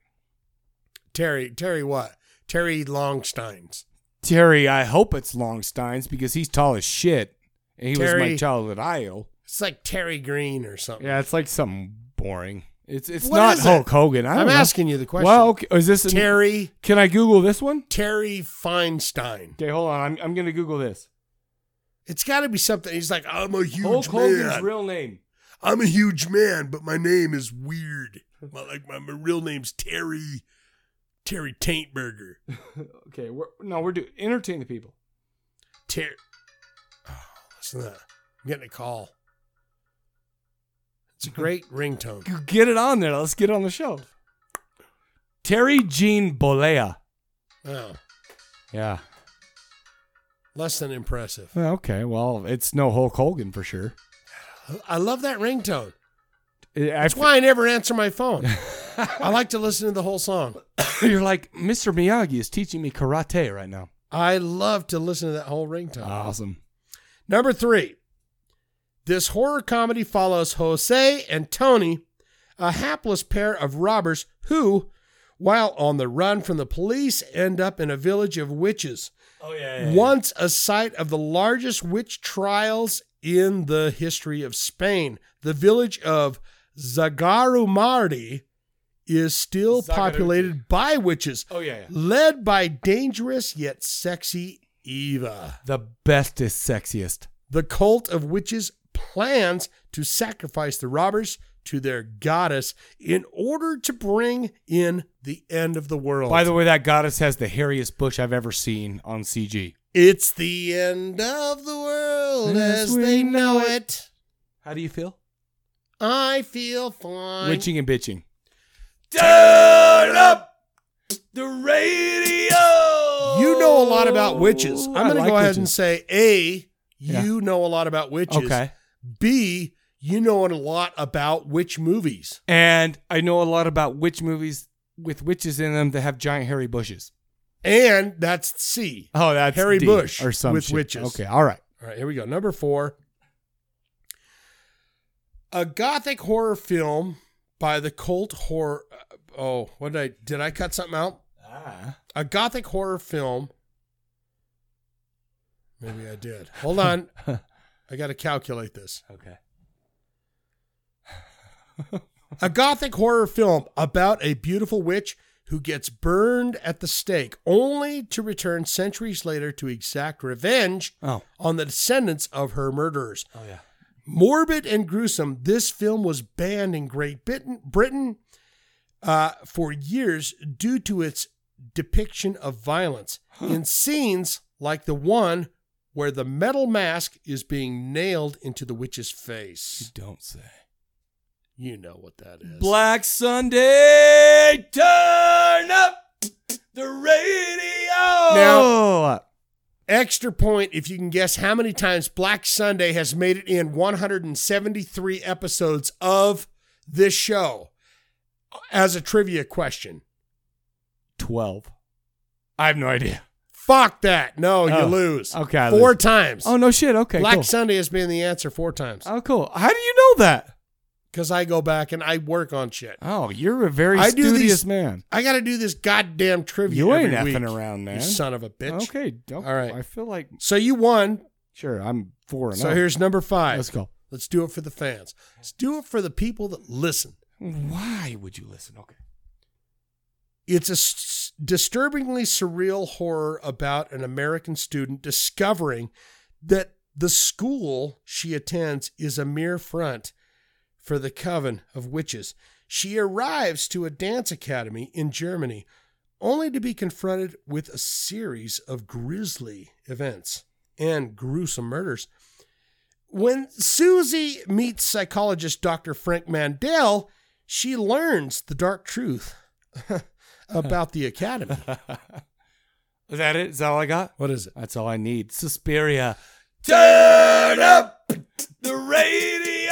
S2: Terry. Terry what? Terry Longsteins.
S1: Terry, I hope it's Longsteins because he's tall as shit. And he was my
S2: Terry-
S1: childhood idol.
S2: It's like Terry Green or something.
S1: Yeah, it's like something boring. It's it's
S2: What
S1: not
S2: is it?
S1: Hulk Hogan. I
S2: I'm
S1: don't know.
S2: asking you the question.
S1: Well, okay. is this an-
S2: Terry.
S1: Can I Google this one?
S2: Terry Feinstein.
S1: Okay, hold on. I'm, I'm gonna Google this.
S2: It's got to be something. He's like, I'm a huge
S1: Hulk Hogan's
S2: man.
S1: real name.
S2: I'm a huge man, but my name is weird. My, like my, my real name's Terry Terry Taintberger.
S1: Okay, we're no, we're doing entertain the people.
S2: Terry. Oh, listen to that. I'm getting a call. It's a great ringtone.
S1: Get it on there. Let's get it on the show. Terry Jean Bolea.
S2: Oh,
S1: Yeah.
S2: less than impressive.
S1: Well, Okay. Well, it's no Hulk Hogan for sure.
S2: I love that ringtone.
S1: I- I-
S2: That's why I never answer my phone. I like to listen to the whole song.
S1: You're like Mr. Miyagi is teaching me karate right now.
S2: I love to listen to that whole ringtone.
S1: Awesome.
S2: Number three, this horror comedy follows Jose and Tony, a hapless pair of robbers who, while on the run from the police, end up in a village of witches,
S1: Oh yeah.
S2: once a site of the largest witch trials in the history of Spain. The village of Zagaru Mardi is still
S1: Zagarutti.
S2: populated by witches.
S1: Oh, yeah, yeah.
S2: Led by dangerous yet sexy Eva.
S1: The bestest, sexiest.
S2: The cult of witches plans to sacrifice the robbers to their goddess in order to bring in the end of the world.
S1: By the way, that goddess has the hairiest bush I've ever seen on CG.
S2: it's the end of the world
S1: As
S2: as,
S1: we
S2: they
S1: know
S2: know it.
S1: How do you feel?
S2: I feel fine.
S1: Witching and bitching.
S2: Turn up the radio. You know a lot about witches. I'm
S1: I
S2: going to
S1: like
S2: go ahead and
S1: witches.
S2: say A,
S1: Yeah.
S2: you know a lot about witches.
S1: Okay.
S2: B, you know a lot about witch movies.
S1: And I know a lot about witch movies with witches in them that have giant hairy bushes.
S2: And that's C.
S1: Oh, that's
S2: Harry
S1: D
S2: Bush
S1: or some
S2: with
S1: shit.
S2: witches.
S1: Okay, all right.
S2: All right, here we go. Number four. A gothic horror film by the cult horror. Oh, what did I did I cut something out? a gothic horror film. Maybe I did. Hold on. I got to calculate this.
S1: Okay.
S2: A gothic horror film about a beautiful witch who gets burned at the stake only to return centuries later to exact revenge
S1: Oh.
S2: on the descendants of her murderers.
S1: Oh yeah.
S2: Morbid and gruesome, this film was banned in Great Britain, Britain uh, for years due to its depiction of violence in scenes like the one where the metal mask is being nailed into the witch's face.
S1: Don't say.
S2: You know what that is.
S1: Black Sunday, turn up the radio.
S2: Now- Extra point if you can guess how many times Black Sunday has made it in 173 episodes of this show as a trivia question.
S1: twelve. I have no idea.
S2: Fuck that. No, you
S1: Oh,
S2: lose.
S1: okay, I
S2: Four
S1: lose.
S2: times.
S1: Oh no shit. Okay.
S2: Black
S1: cool.
S2: Sunday has been the answer four times
S1: Oh cool. How do you know that?
S2: because I go back and I work on shit.
S1: Oh, you're a very
S2: I do
S1: studious
S2: these-
S1: man.
S2: I got to do this goddamn trivia.
S1: You ain't
S2: every
S1: effing
S2: week,
S1: around, man.
S2: You son of a bitch.
S1: Okay. Don't,
S2: All right.
S1: I feel like
S2: So you won.
S1: sure. I'm four and
S2: So
S1: oh.
S2: here's number 5
S1: Let's go.
S2: Let's do it for the fans. Let's do it for the people that listen.
S1: Why would you listen? Okay. [LAUGHS]
S2: It's a s- disturbingly surreal horror about an American student discovering that the school she attends is a mere front for the coven of witches. She arrives to a dance academy in Germany only to be confronted with a series of grisly events and gruesome murders. When Susie meets psychologist Dr. Frank Mandel, she learns the dark truth [LAUGHS] about the academy.
S1: Is that it? Is that all I got?
S2: What is it?
S1: That's all I need. Suspiria. Turn up the radio.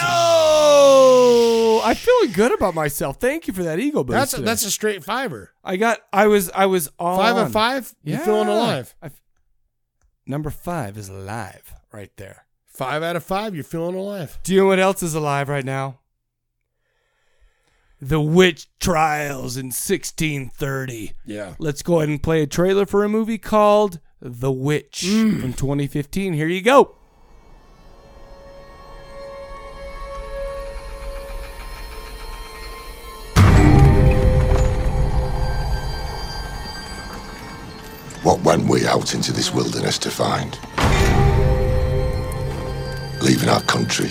S1: I feel good about myself. Thank you for that ego boost.
S2: That's a,
S1: today.
S2: that's a straight fiver.
S1: I got. I was. I was on
S2: Five of five. You're feeling
S1: Yeah.
S2: alive.
S1: I f- number five is alive right there.
S2: Five out of five. You're feeling alive.
S1: Do you know what else is alive right now? The witch trials in 1630.
S2: Yeah.
S1: Let's go ahead and play a trailer for a movie called The Witch from 2015. Here you go.
S10: What went we out into this wilderness to find? Leaving our country,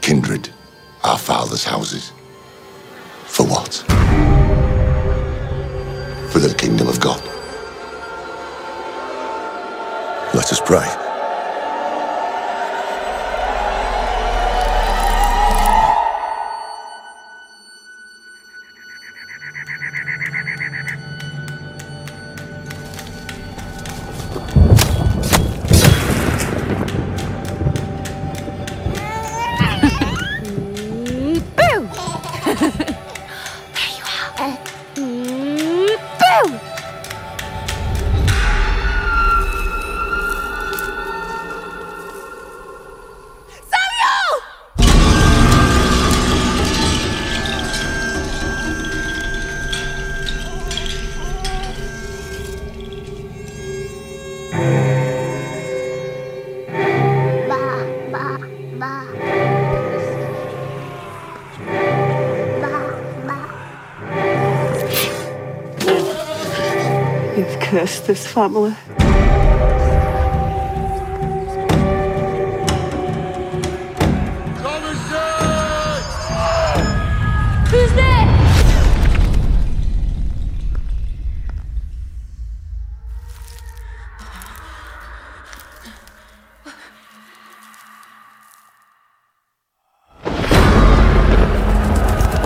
S10: kindred, our fathers' houses. For what? For the kingdom of God. Let us pray.
S11: You've cursed this family.
S12: Who's there?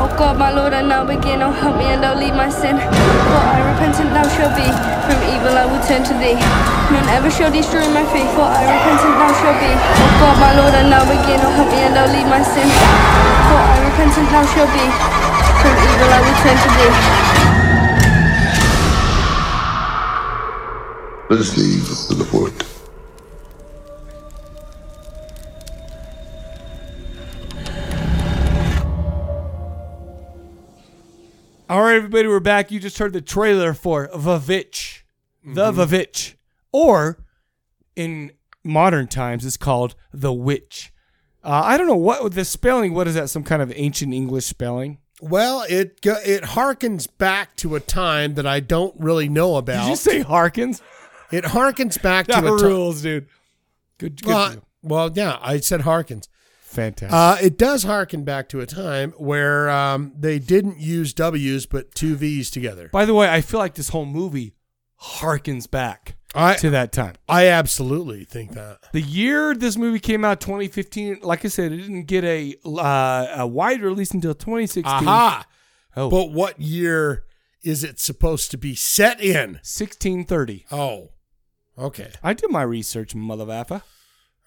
S12: O God, my Lord, I now begin. Oh, help me and oh, lead my sin. For I repentant thou shalt be. From evil I will turn to thee. None ever shall destroy my faith. For I repentant thou shalt be. Oh God, my Lord, I now begin. Oh, help me and oh, lead my sin. For I repentant thou shalt be. From evil I will turn to thee.
S10: There's the evil of the wood.
S1: All right, everybody, we're back. You just heard the trailer for Vavitch, the Vavitch, or in modern times, it's called The Witch. Uh, I don't know what the spelling. What is that? Some kind of ancient English spelling?
S2: Well, it go- it harkens back to a time that I don't really know about.
S1: you say harkens?
S2: It harkens
S1: [LAUGHS]
S2: back [LAUGHS]
S1: That
S2: to a
S1: rules, dude. Good. good
S2: well,
S1: for you.
S2: well, yeah, I said harkens.
S1: Fantastic.
S2: Uh, it does harken back to a time where um, they didn't use W's but two V's together.
S1: By the way, I feel like this whole movie harkens back
S2: I-
S1: to that time.
S2: I absolutely think that.
S1: The year this movie came out, 2015. Like I said, it didn't get a uh, a wide release until 2016.
S2: Aha!
S1: Oh.
S2: But what year is it supposed to be set in?
S1: 1630.
S2: Oh, okay.
S1: I did my research, motherfucker.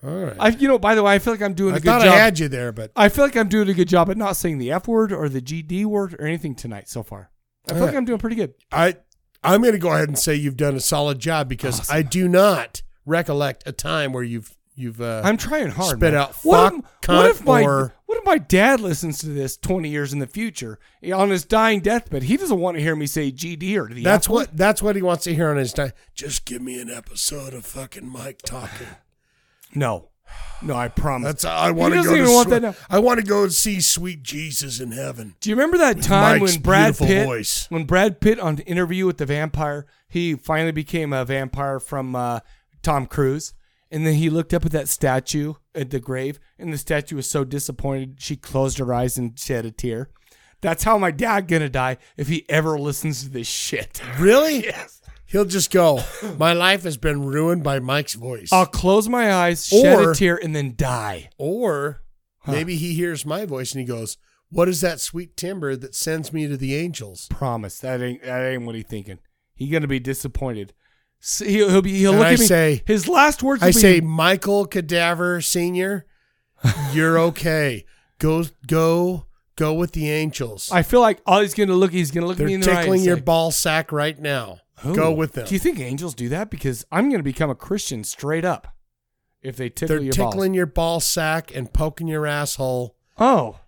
S2: All right.
S1: I, you know, by the way, I feel like I'm doing a
S2: I
S1: good job.
S2: thought I had you there, but
S1: I feel like I'm doing a good job at not saying the F word or the GD word or anything tonight so far. I feel
S2: All
S1: like
S2: right.
S1: I'm doing pretty good.
S2: I I'm going to go ahead and say you've done a solid job because I do not recollect a time where you've you've uh,
S1: I'm trying hard.
S2: spit
S1: man.
S2: out fuck cunt
S1: my,
S2: or
S1: what if my dad listens to this 20 years in the future on his dying deathbed? He doesn't want to hear me say GD or the
S2: that's
S1: F word.
S2: what that's what he wants to hear on his time. Just give me an episode of fucking Mike talking.
S1: No, no, I promise.
S2: That's I
S1: He
S2: want to
S1: doesn't
S2: go.
S1: even
S2: to
S1: want
S2: swe-
S1: that now.
S2: I want to go and see Sweet Jesus in heaven.
S1: Do you remember that time
S2: Mike's
S1: when Brad
S2: beautiful
S1: Pitt,
S2: voice.
S1: when Brad Pitt on Interview with the Vampire, he finally became a vampire from uh, Tom Cruise, and then he looked up at that statue at the grave, and the statue was so disappointed she closed her eyes and shed a tear. That's how my dad gonna die if he ever listens to this shit.
S2: Really? Yes. He'll just go. My life has been ruined by Mike's voice.
S1: I'll close my eyes, shed
S2: Or-
S1: a tear, and then die.
S2: Or maybe he hears my voice and he goes, "What is that sweet timber that sends me to the angels?"
S1: Promise that ain't that ain't what he thinking. He gonna be disappointed. S- He'll, he'll be he'll
S2: And
S1: look
S2: I
S1: at me.
S2: say-
S1: his last words. Will
S2: I
S1: be,
S2: say, Michael Cadaver [LAUGHS] Senior, you're okay. go, go, go with the angels.
S1: I feel like all he's gonna look, he's gonna look
S2: They're
S1: at me in the eye
S2: tickling
S1: and
S2: your
S1: say,
S2: ball sack right now.
S1: "Who?
S2: Go with them.
S1: Do you think angels do that? Because I'm gonna become a Christian straight up if they tickle
S2: They're
S1: your
S2: tickling
S1: balls.
S2: your ball sack and poking your asshole.
S1: Oh,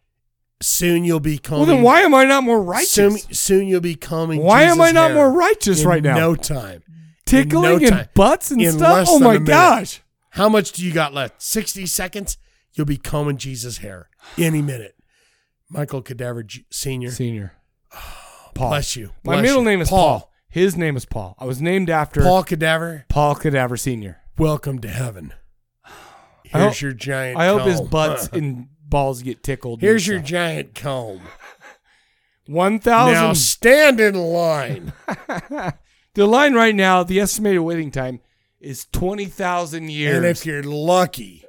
S2: Soon you'll be combing.
S1: well then why am I not more righteous?
S2: Soon, soon you'll be combing.
S1: Why am
S2: Jesus'
S1: I not
S2: hair
S1: more righteous
S2: in
S1: right now?
S2: No time.
S1: Tickling
S2: no
S1: and
S2: time.
S1: butts and
S2: In
S1: stuff.
S2: less
S1: Oh
S2: than
S1: my
S2: a minute.
S1: gosh!
S2: How much do you got left? 60 seconds? You'll be combing Jesus' hair any minute. Michael Cadaver J- Sr. [SIGHS]
S1: Senior, Paul.
S2: Bless you.
S1: My
S2: Bless
S1: middle
S2: you.
S1: name is Paul.
S2: Paul.
S1: His name is Paul. I was named after
S2: Paul Cadaver,
S1: Paul Cadaver Senior.
S2: welcome to heaven.
S1: I
S2: Here's
S1: hope-
S2: your giant
S1: I hope his
S2: comb. Uh-huh.
S1: butts and balls get tickled. and
S2: Here's your
S1: stuff.
S2: giant comb.
S1: one
S2: Now
S1: thousand
S2: stand in
S1: [LAUGHS]
S2: line.
S1: the line right now, the estimated waiting time is 20,000 years.
S2: And
S1: And,
S2: if you're lucky,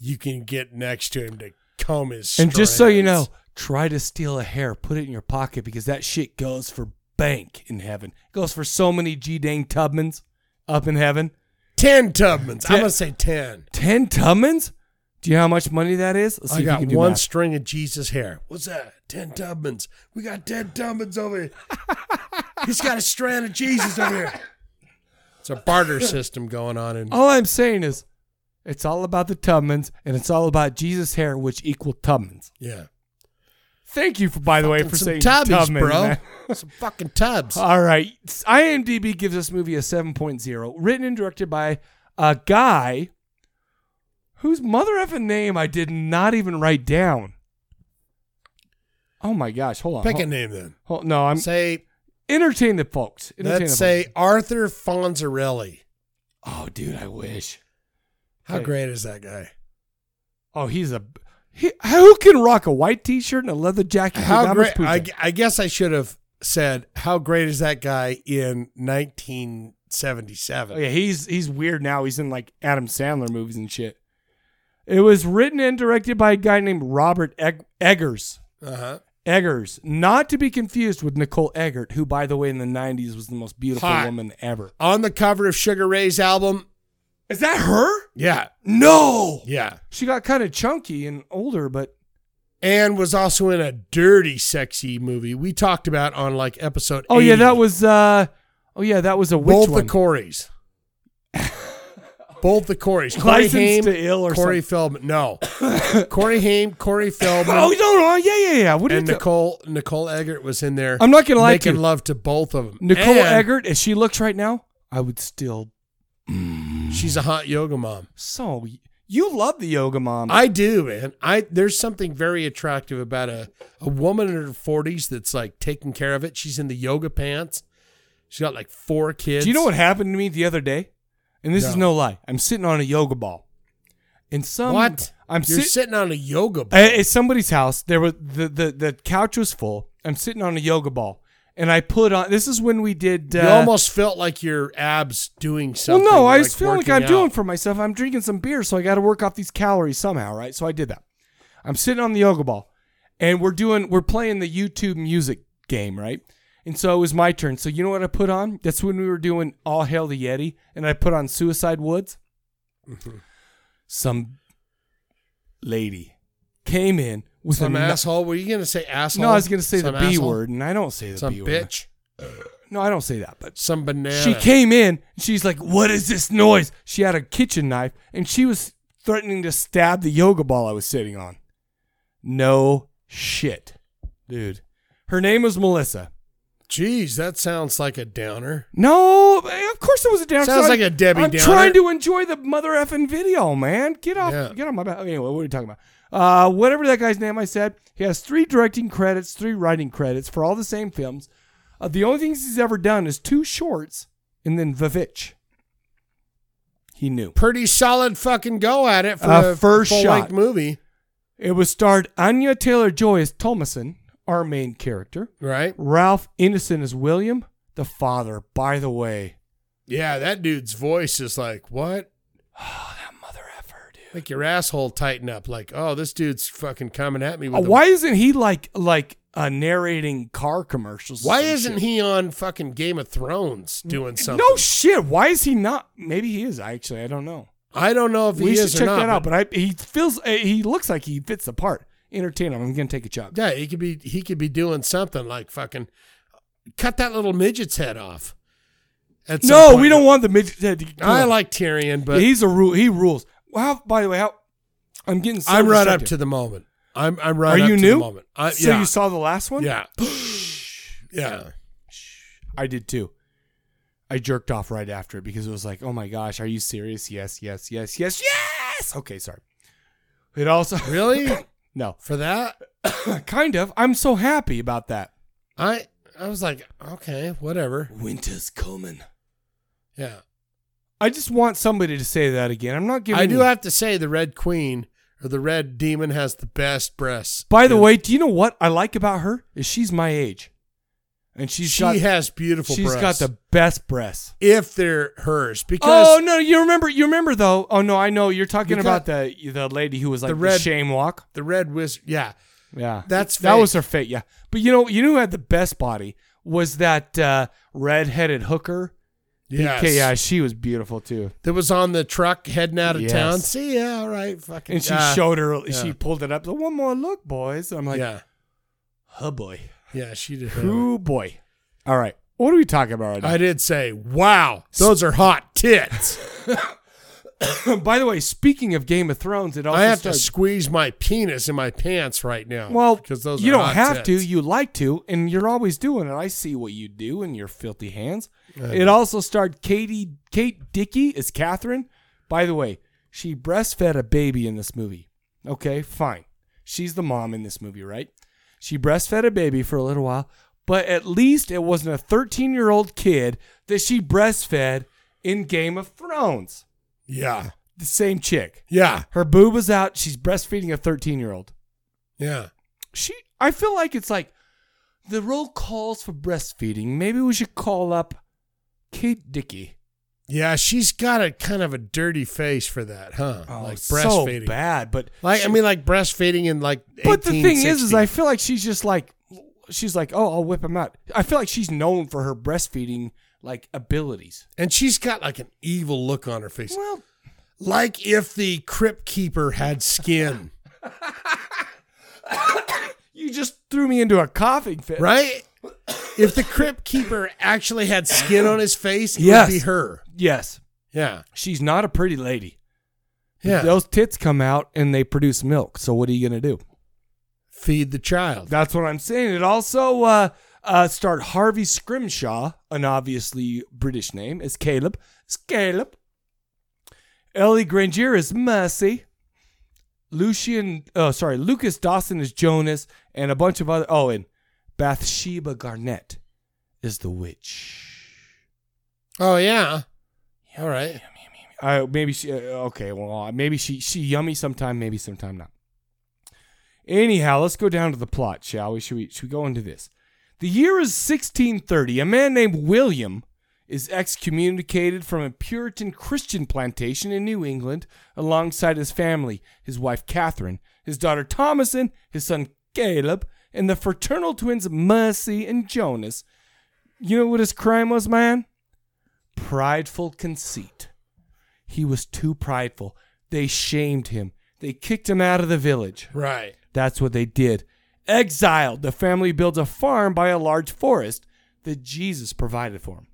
S2: you can get next to him to comb his
S1: just so you know,
S2: strands.
S1: try to steal a hair, put it in your pocket because that shit goes for bank in heaven. It goes for so many G dang Tubmans up in heaven.
S2: 10 Tubmans.
S1: Ten-
S2: I'm going to say 10.
S1: 10 Tubmans? Do you know how much money that is? Let's see
S2: I
S1: if you
S2: got
S1: can do
S2: one
S1: math.
S2: string of Jesus hair. What's that? Ten Tubmans. We got ten Tubmans over here. He's got a strand of Jesus over here. It's a
S1: [LAUGHS]
S2: barter system going on. And
S1: All I'm saying is it's all about the Tubmans and it's all about Jesus hair, which equal Tubmans.
S2: yeah,
S1: Thank you, for, by the way,
S2: Fucking
S1: for
S2: some
S1: saying
S2: tubbies,
S1: Tubman,
S2: bro.
S1: man. Oh.
S2: some fucking
S1: [LAUGHS]
S2: tubs.
S1: All right. IMDb gives this movie a 7.0. Written and directed by a guy whose mother effing name I did not even write down. Oh my gosh. Hold on.
S2: Pick a
S1: hold,
S2: name then.
S1: hold- no, I'm.
S2: Say
S1: entertain the folks. Entertain
S2: Let's
S1: the
S2: say Arthur Fonzarelli.
S1: Oh, dude, I wish.
S2: How
S1: Hey.
S2: great is that guy?
S1: Oh, he's a he, who can rock a white T-shirt and a leather jacket? with
S2: How
S1: that much
S2: great?
S1: pooping?
S2: I, gu- I guess I should have said how great is that guy in 1977.
S1: Oh, yeah, he's he's weird now. He's in like Adam Sandler movies and shit. It was written and directed by a guy named Robert Egg- Eggers.
S2: Uh-huh.
S1: Eggers, not to be confused with Nicole Eggert, who, by the way, in the '90s was the most beautiful
S2: Hot.
S1: woman ever.
S2: On the cover of Sugar Ray's album.
S1: Is that her?
S2: Yeah.
S1: No.
S2: Yeah.
S1: She got kind of chunky and older, but
S2: And was also in a dirty, sexy movie we talked about on like episode.
S1: oh yeah,
S2: 80.
S1: that was uh, oh yeah, that was a witch
S2: both
S1: one. [LAUGHS]
S2: the Corys. both the Corys. Corey
S1: License
S2: Haim,
S1: to Ill or
S2: Corey
S1: [COUGHS]
S2: Feldman. No, Corey Haim, Corey Feldman.
S1: oh no, no, yeah, yeah, yeah. What
S2: and
S1: did you do?
S2: Nicole Nicole Eggert was in there.
S1: I'm not gonna lie to
S2: making
S1: you.
S2: love to both of them.
S1: Nicole
S2: And
S1: Eggert, as she looks right now, I would still
S2: She's a hot yoga mom.
S1: so. You love the yoga mom.
S2: I do, man. I there's something very attractive about a a woman in her 40s that's like taking care of it. She's in the yoga pants. She's got like four kids.
S1: Do you know what happened to me the other day? And this is
S2: No.
S1: no lie. I'm sitting on a yoga ball, and some
S2: What?
S1: I'm
S2: You're
S1: sit-
S2: sitting on a yoga ball.
S1: I- It's somebody's house. There was the, the the couch was full. I'm sitting on a yoga ball, and I put on. This is when we did. Uh,
S2: you almost felt like your abs doing
S1: well,
S2: something.
S1: no, I was feeling like
S2: working
S1: I'm
S2: out.
S1: doing for myself. I'm drinking some beer, so I got to work off these calories somehow, right? So I did that. I'm sitting on the yoga ball, and we're doing we're playing the YouTube music game, right? And so it was my turn. So you know what I put on? That's when we were doing All Hail the Yeti, and I put on Suicide Woods.
S2: Mm-hmm.
S1: Some lady came in with
S2: Some
S1: an
S2: asshole. Were you gonna say asshole?
S1: No, I was gonna say
S2: Some
S1: the B
S2: asshole?
S1: word, and I don't say the
S2: Some
S1: B word.
S2: bitch.
S1: No, I don't say that. But
S2: Some banana.
S1: she came in, and she's like, "What is this noise?" She had a kitchen knife, and she was threatening to stab the yoga ball I was sitting on. No shit, dude. Her name was Melissa.
S2: Jeez, that sounds like a downer.
S1: No, of course it was a downer.
S2: Sounds
S1: I'm-
S2: like a Debbie
S1: I'm
S2: Downer.
S1: trying to enjoy the mother effing video, man. Get off,
S2: Yeah.
S1: get on my back. Anyway, what are you talking about? Uh, whatever that guy's name I said, he has three directing credits, three writing credits for all the same films. Uh, the only things he's ever done is two shorts and then Vivitch. He knew.
S2: Pretty solid fucking go at it for
S1: A
S2: the
S1: Uh, first
S2: full-length
S1: shot.
S2: movie,
S1: It was starred Anya Taylor Joy as Thomason, our main character.
S2: right?
S1: Ralph Innocent as William, the father. By the way, [SIGHS]
S2: Yeah, that dude's voice is like, what?
S1: Oh, that mother effer, dude.
S2: Like your asshole tighten up. Like, oh, this dude's fucking coming at me with.
S1: Uh,
S2: a-
S1: why isn't he like like uh, narrating car commercials? or
S2: Why
S1: some
S2: isn't
S1: shit?
S2: he on fucking Game of Thrones doing something?
S1: No shit. Why is he not? Maybe he is actually. I don't know.
S2: I don't know if
S1: we
S2: he
S1: should
S2: is
S1: check
S2: or not.
S1: that out. But I he feels uh, he looks like he fits the part. Entertain him. I'm gonna take a chunk.
S2: yeah, he could be. He could be doing something like fucking cut that little midget's head off. at some
S1: No,
S2: point.
S1: we don't want the midget. head to- come
S2: I
S1: on.
S2: like Tyrion, but
S1: he's a rule. He rules. Wow. By the way, how I'm getting. so
S2: I'm right up
S1: distracted.
S2: to the moment. I'm I'm right.
S1: Are
S2: up
S1: you
S2: to
S1: new?
S2: The moment. I,
S1: so
S2: yeah.
S1: you saw the last one? [GASPS]
S2: Yeah. yeah.
S1: I did too. I jerked off right after it because it was like, oh my gosh, are you serious? Yes, yes, yes, yes, yes. Okay, sorry. It also [LAUGHS]
S2: Really?
S1: no, [CLEARS THROAT]
S2: For that,
S1: kind of. I'm so happy about that.
S2: I I was like, okay, whatever.
S1: Winter's coming.
S2: Yeah.
S1: I just want somebody to say that again. I'm not giving.
S2: I do
S1: you-
S2: have to say the Red Queen or the Red Demon has the best breasts.
S1: By the
S2: Yeah.
S1: way, do you know what I like about her? Is she's my age, and she's
S2: she
S1: got
S2: has beautiful
S1: she's got
S2: breasts.
S1: the best breasts.
S2: if they're hers because
S1: Oh no, you remember? You remember though? Oh no, I know you're talking
S2: Because-
S1: about the the lady who was like
S2: The
S1: the,
S2: red-
S1: shame walk.
S2: the Red Wizard. Yeah.
S1: Yeah,
S2: That's
S1: that
S2: fake.
S1: was her fate. Yeah, but you know, you knew who had the best body was that uh, red-headed hooker.
S2: Yes.
S1: Okay, yeah, she was beautiful too.
S2: That was on the truck heading out of
S1: Yes.
S2: town. See, yeah, all right, fucking. uh,
S1: And she
S2: yeah.
S1: showed her, she
S2: yeah.
S1: pulled it up. The one more look, boys. I'm like,
S2: yeah,
S1: huh, boy,
S2: yeah, she did.
S1: who boy. All right, what are we talking about right now?
S2: I did say, wow, those are
S1: [LAUGHS]
S2: hot tits.
S1: By the way, speaking of Game of Thrones, it also
S2: I have to
S1: started-
S2: squeeze my penis in my pants right now.
S1: well,
S2: because Oh, those
S1: you
S2: are
S1: don't
S2: hot
S1: have to,
S2: tits.
S1: you like to, and you're always doing it. I see what you do in your filthy hands. It also starred Katie Kate Dickey as Catherine. By the way, she breastfed a baby in this movie. Okay, fine. She's the mom in this movie, right? She breastfed a baby for a little while, but at least it wasn't a 13 year old kid that she breastfed in Game of Thrones.
S2: Yeah.
S1: The same chick.
S2: Yeah.
S1: Her boob was out. She's breastfeeding a 13 year old.
S2: Yeah.
S1: She, I feel like it's like the role calls for breastfeeding. Maybe we should call up Kate Dickey.
S2: Yeah, she's got a kind of a dirty face for that, huh?
S1: Oh,
S2: like
S1: so
S2: breastfeeding.
S1: bad, but
S2: like I
S1: she-
S2: mean like breastfeeding and like
S1: But the
S2: 18,
S1: thing is, is
S2: 16.
S1: I feel like she's just like she's like, oh, I'll whip him out. I feel like she's known for her breastfeeding like abilities.
S2: And she's got like an evil look on her face. Well, like if the crypt keeper had skin,
S1: [LAUGHS] You just threw me into a coughing fit,
S2: right? If the crypt keeper actually had skin on his face, it
S1: Yes.
S2: would be her.
S1: Yes.
S2: Yeah.
S1: She's not a pretty lady.
S2: Yeah.
S1: Those tits come out and they produce milk. So what are you gonna do?
S2: Feed the child.
S1: That's what I'm saying. It also uh, uh, starred Harvey Scrimshaw, an obviously British name, as Caleb. It's Caleb. Ellie Granger is Mercy. Lucian, oh sorry, Lucas Dawson is Jonas, and a bunch of other. Oh, and Bathsheba Garnett is the witch.
S2: Oh yeah. All right.
S1: Uh, maybe she. Uh, okay, well, maybe she. She yummy sometime. Maybe sometime not. Anyhow, let's go down to the plot, shall we? Should we? Should we go into this? The year is 1630. A man named William is excommunicated from a Puritan Christian plantation in New England, alongside his family, his wife Catherine, his daughter Thomason, his son Caleb, and the fraternal twins Mercy and Jonas. You know what his crime was, man? Prideful conceit. He was too prideful. They shamed him. They kicked him out of the village.
S2: Right.
S1: That's what they did. Exiled, the family builds a farm by a large forest that Jesus provided for him.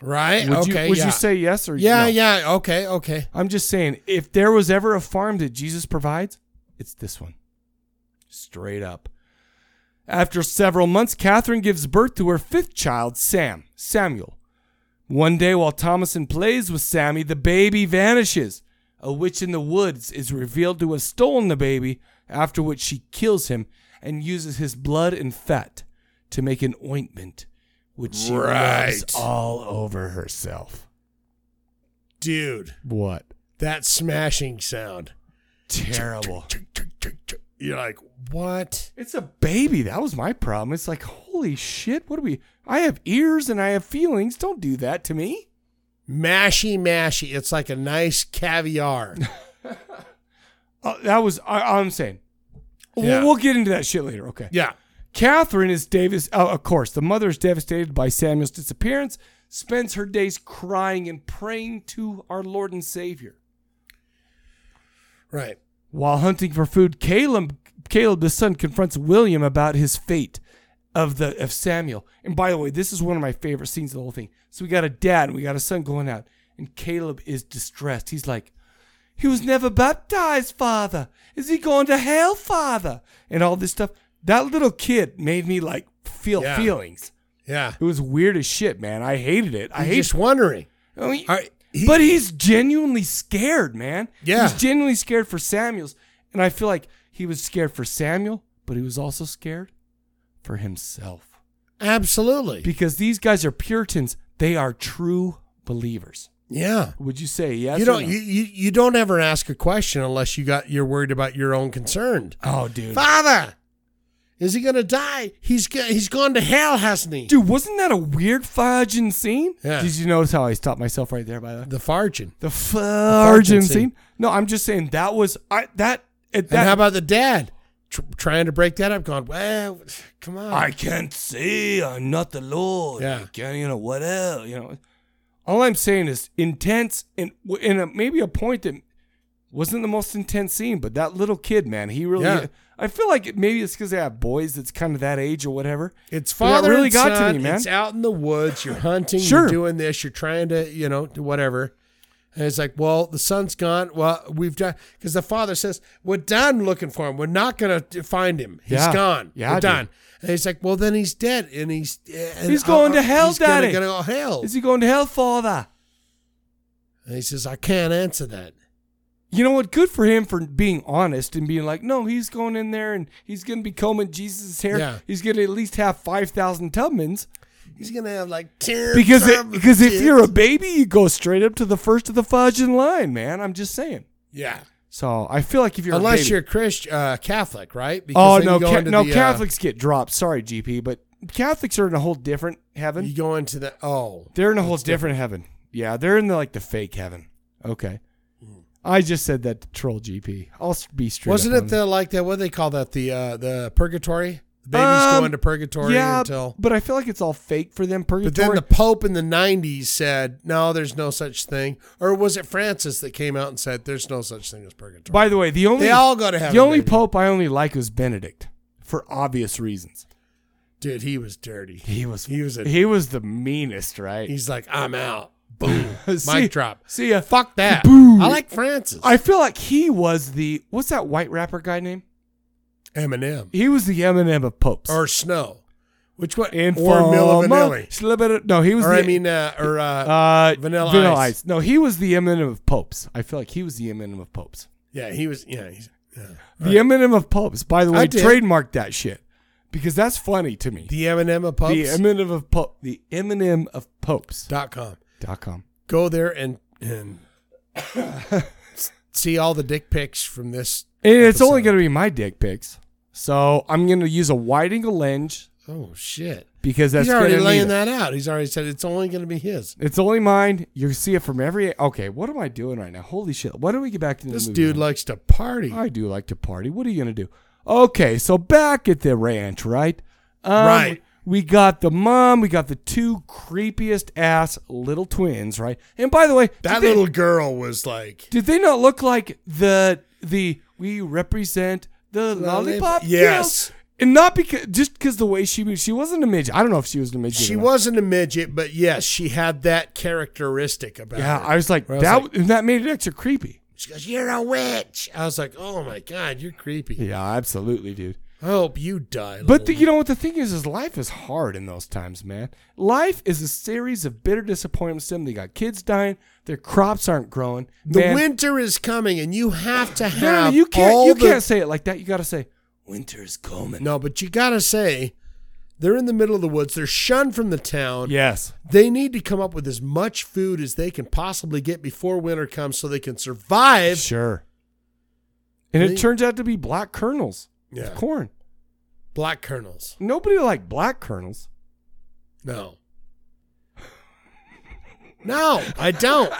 S2: Right.
S1: Would you-
S2: Eh, okay.
S1: would you
S2: yeah.
S1: say yes or
S2: yeah?
S1: no?
S2: Yeah. Okay. Okay.
S1: I'm just saying, if there was ever a farm that Jesus provides, it's this one. Straight up. After several months, Catherine gives birth to her fifth child, Sam, Samuel. One day, while Thomason plays with Sammy, the baby vanishes. A witch in the woods is revealed to have stolen the baby, after which she kills him and uses his blood and fat to make an ointment, which she rubs
S2: Right.
S1: all over herself.
S2: Dude,
S1: What?
S2: that smashing sound.
S1: Terrible.
S2: You're like, what?
S1: It's a baby. That was my problem. It's like, holy shit, what do we? I have ears and I have feelings. Don't do that to me.
S2: Mashy, mashy. It's like a
S1: [LAUGHS]
S2: nice caviar.
S1: Uh, that was, I, I'm saying. We'll-
S2: Yeah.
S1: We'll get into that shit later. Okay.
S2: yeah.
S1: Catherine is Davis. Oh, of course, the mother is devastated by Samuel's disappearance, spends her days crying and praying to our Lord and Savior.
S2: Right.
S1: While hunting for food, Caleb, Caleb the son, confronts William about his fate of the of Samuel. And by the way, this is one of my favorite scenes of the whole thing. So we got a dad and we got a son going out, and Caleb is distressed. He's like, "He was never baptized, father. Is he going to hell, father?" And all this stuff. That little kid made me like feel
S2: Yeah.
S1: feelings.
S2: Yeah.
S1: It was weird as shit, man. I hated it. I
S2: I'm
S1: hate
S2: just wondering.
S1: I mean,
S2: All right, he-
S1: but he's genuinely scared, man.
S2: Yeah.
S1: He's genuinely scared for Samuel's. And I feel like he was scared for Samuel, but he was also scared for himself.
S2: Absolutely.
S1: Because these guys are Puritans. They are true believers.
S2: Yeah.
S1: Would you say yes?
S2: you
S1: or
S2: don't
S1: no?
S2: you, you, you don't ever ask a question unless you got you're worried about your own concern.
S1: oh, dude.
S2: Father, is he gonna die? He's go- he's gone to hell, hasn't he?
S1: Dude, wasn't that a weird fudging scene?
S2: Yeah.
S1: Did you notice how I stopped myself right there by the
S2: The fargin.
S1: the
S2: fudging
S1: fudging
S2: scene.
S1: scene? No, I'm just saying that was I that at
S2: And
S1: that
S2: how about the dad Tr- trying to break that up? Going, well, come on.
S1: I can't see. I'm not the Lord.
S2: Yeah.
S1: I can't, you know, whatever. You know, all I'm saying is intense and in a, maybe a point that wasn't the most intense scene, but that little kid, man, he really.
S2: Yeah.
S1: I feel like it, maybe it's because they have boys that's kind of that age or whatever.
S2: It's
S1: But that
S2: father
S1: really
S2: and
S1: got to
S2: son.
S1: me, man.
S2: It's out in the
S1: [SIGHS]
S2: woods. You're hunting.
S1: Sure.
S2: You're doing this. You're trying to, you know, do whatever. And it's like, well, the son's gone. Well, we've done because the father says we're done looking for him. We're not gonna find him. He's
S1: Yeah.
S2: gone.
S1: Yeah,
S2: we're
S1: dude.
S2: done. And he's like, well, then he's dead, and he's and
S1: He's going
S2: I-
S1: to hell,
S2: he's gonna-
S1: Daddy.
S2: Gonna, go hell.
S1: Is he going to hell, Father?
S2: and he says, I can't answer that.
S1: You know what? Good for him for being honest and being like, no, he's going in there and he's going to be combing Jesus' hair.
S2: Yeah.
S1: He's going to at least have 5,000 Tubmans.
S2: He's gonna have like ten.
S1: Because it, because if you're a baby, you go straight up to the first of the fudge in line, man. I'm just saying.
S2: yeah,
S1: So I feel like if you're a
S2: unless
S1: baby,
S2: you're Christian uh, Catholic, right?
S1: oh
S2: then you
S1: no,
S2: go
S1: Ca-
S2: into
S1: no
S2: the, uh,
S1: Catholics get dropped. Sorry, GP, but Catholics are in a whole different heaven.
S2: You go into the oh,
S1: They're in a whole different heaven. Yeah, they're in the like the fake heaven. Okay. I just said that to troll GP. I'll s- be straight.
S2: Hmm. wasn't
S1: up
S2: it
S1: on
S2: the like that? What do they call that? The uh, the purgatory. The babies
S1: Um,
S2: go into purgatory
S1: yeah,
S2: until.
S1: But I feel like it's all fake for them. Purgatory.
S2: But then the Pope in the '90s said, "No, there's no such thing." Or was it Francis that came out and said, "There's no such thing as purgatory"?
S1: By the way, the only
S2: They all go to heaven,
S1: The only
S2: baby.
S1: pope I only like is Benedict for obvious reasons.
S2: Dude, he was dirty.
S1: He was
S2: He was a.
S1: he was the meanest, right? [LAUGHS]
S2: he's like, I'm out. Boom.
S1: See-
S2: Mic drop.
S1: See ya.
S2: Fuck that.
S1: Boo.
S2: I like Francis.
S1: I feel like he was the what's that white rapper guy name?
S2: Eminem
S1: He was the Eminem of popes.
S2: or Snow, which one? or Milla
S1: Informer,
S2: Vanilli.
S1: slipper- No, he was.
S2: Or
S1: the,
S2: I mean, uh, or uh,
S1: uh,
S2: Vanilla Ice.
S1: No, he was the Eminem of popes. I feel like he was the Eminem of popes.
S2: yeah, he was. Yeah, he's, yeah.
S1: The Eminem of popes. By the
S2: I
S1: way,
S2: did.
S1: trademark that shit because that's funny to me.
S2: the Eminem of Pubs
S1: The Eminem of Pope. The Eminem of Popes.
S2: dot com.
S1: Dot com.
S2: Go there and
S1: [COUGHS]
S2: and see all the dick pics from this.
S1: And it's only
S2: episode.
S1: going to be my dick pics. So I'm going to use a wide angle lens
S2: Oh shit!
S1: because that's
S2: he's already
S1: gonna need
S2: laying
S1: it.
S2: that out. He's already said it's only going to be his.
S1: It's only mine. You see it from every. Okay, what am I doing right now? Holy shit! Why don't we get back to the
S2: This
S1: movie?
S2: dude likes to party.
S1: I do like to party. What are you gonna do? Okay, so back at the ranch, right? Um,
S2: Right.
S1: We got the mom. We got the two creepiest ass little twins, right? And by the way,
S2: that
S1: did they-
S2: little girl was like,
S1: did they not look like the the we represent the
S2: Lollipop-
S1: lollipop? Guild?
S2: Yes.
S1: and not because just because the way she moved, she wasn't a midget. I don't know if she was a midget.
S2: she
S1: or not.
S2: wasn't a midget, but yes, she had that characteristic about
S1: Yeah,
S2: her.
S1: I was like
S2: Where I was
S1: that.
S2: like-
S1: and that made it extra creepy.
S2: She goes, "You're a witch." I was like, "Oh my god, you're creepy."
S1: Yeah, absolutely, dude.
S2: I hope you die.
S1: But
S2: little
S1: the, you know what the thing is is life is hard in those times, man. Life is a series of bitter disappointments. To them, they got kids dying, their crops aren't growing.
S2: The
S1: man,
S2: winter is coming, and you have
S1: No,
S2: to
S1: no,
S2: have.
S1: you can't.
S2: all
S1: You
S2: the-
S1: can't say it like that. You got to say winter is coming.
S2: No, but you gotta say, they're in the middle of the woods. They're shunned from the town.
S1: Yes.
S2: They need to come up with as much food as they can possibly get before winter comes, so they can survive.
S1: Sure. And it
S2: They-
S1: turns out to be black kernels
S2: Yeah.
S1: of corn.
S2: Black kernels.
S1: Nobody liked black kernels.
S2: No. No, I don't.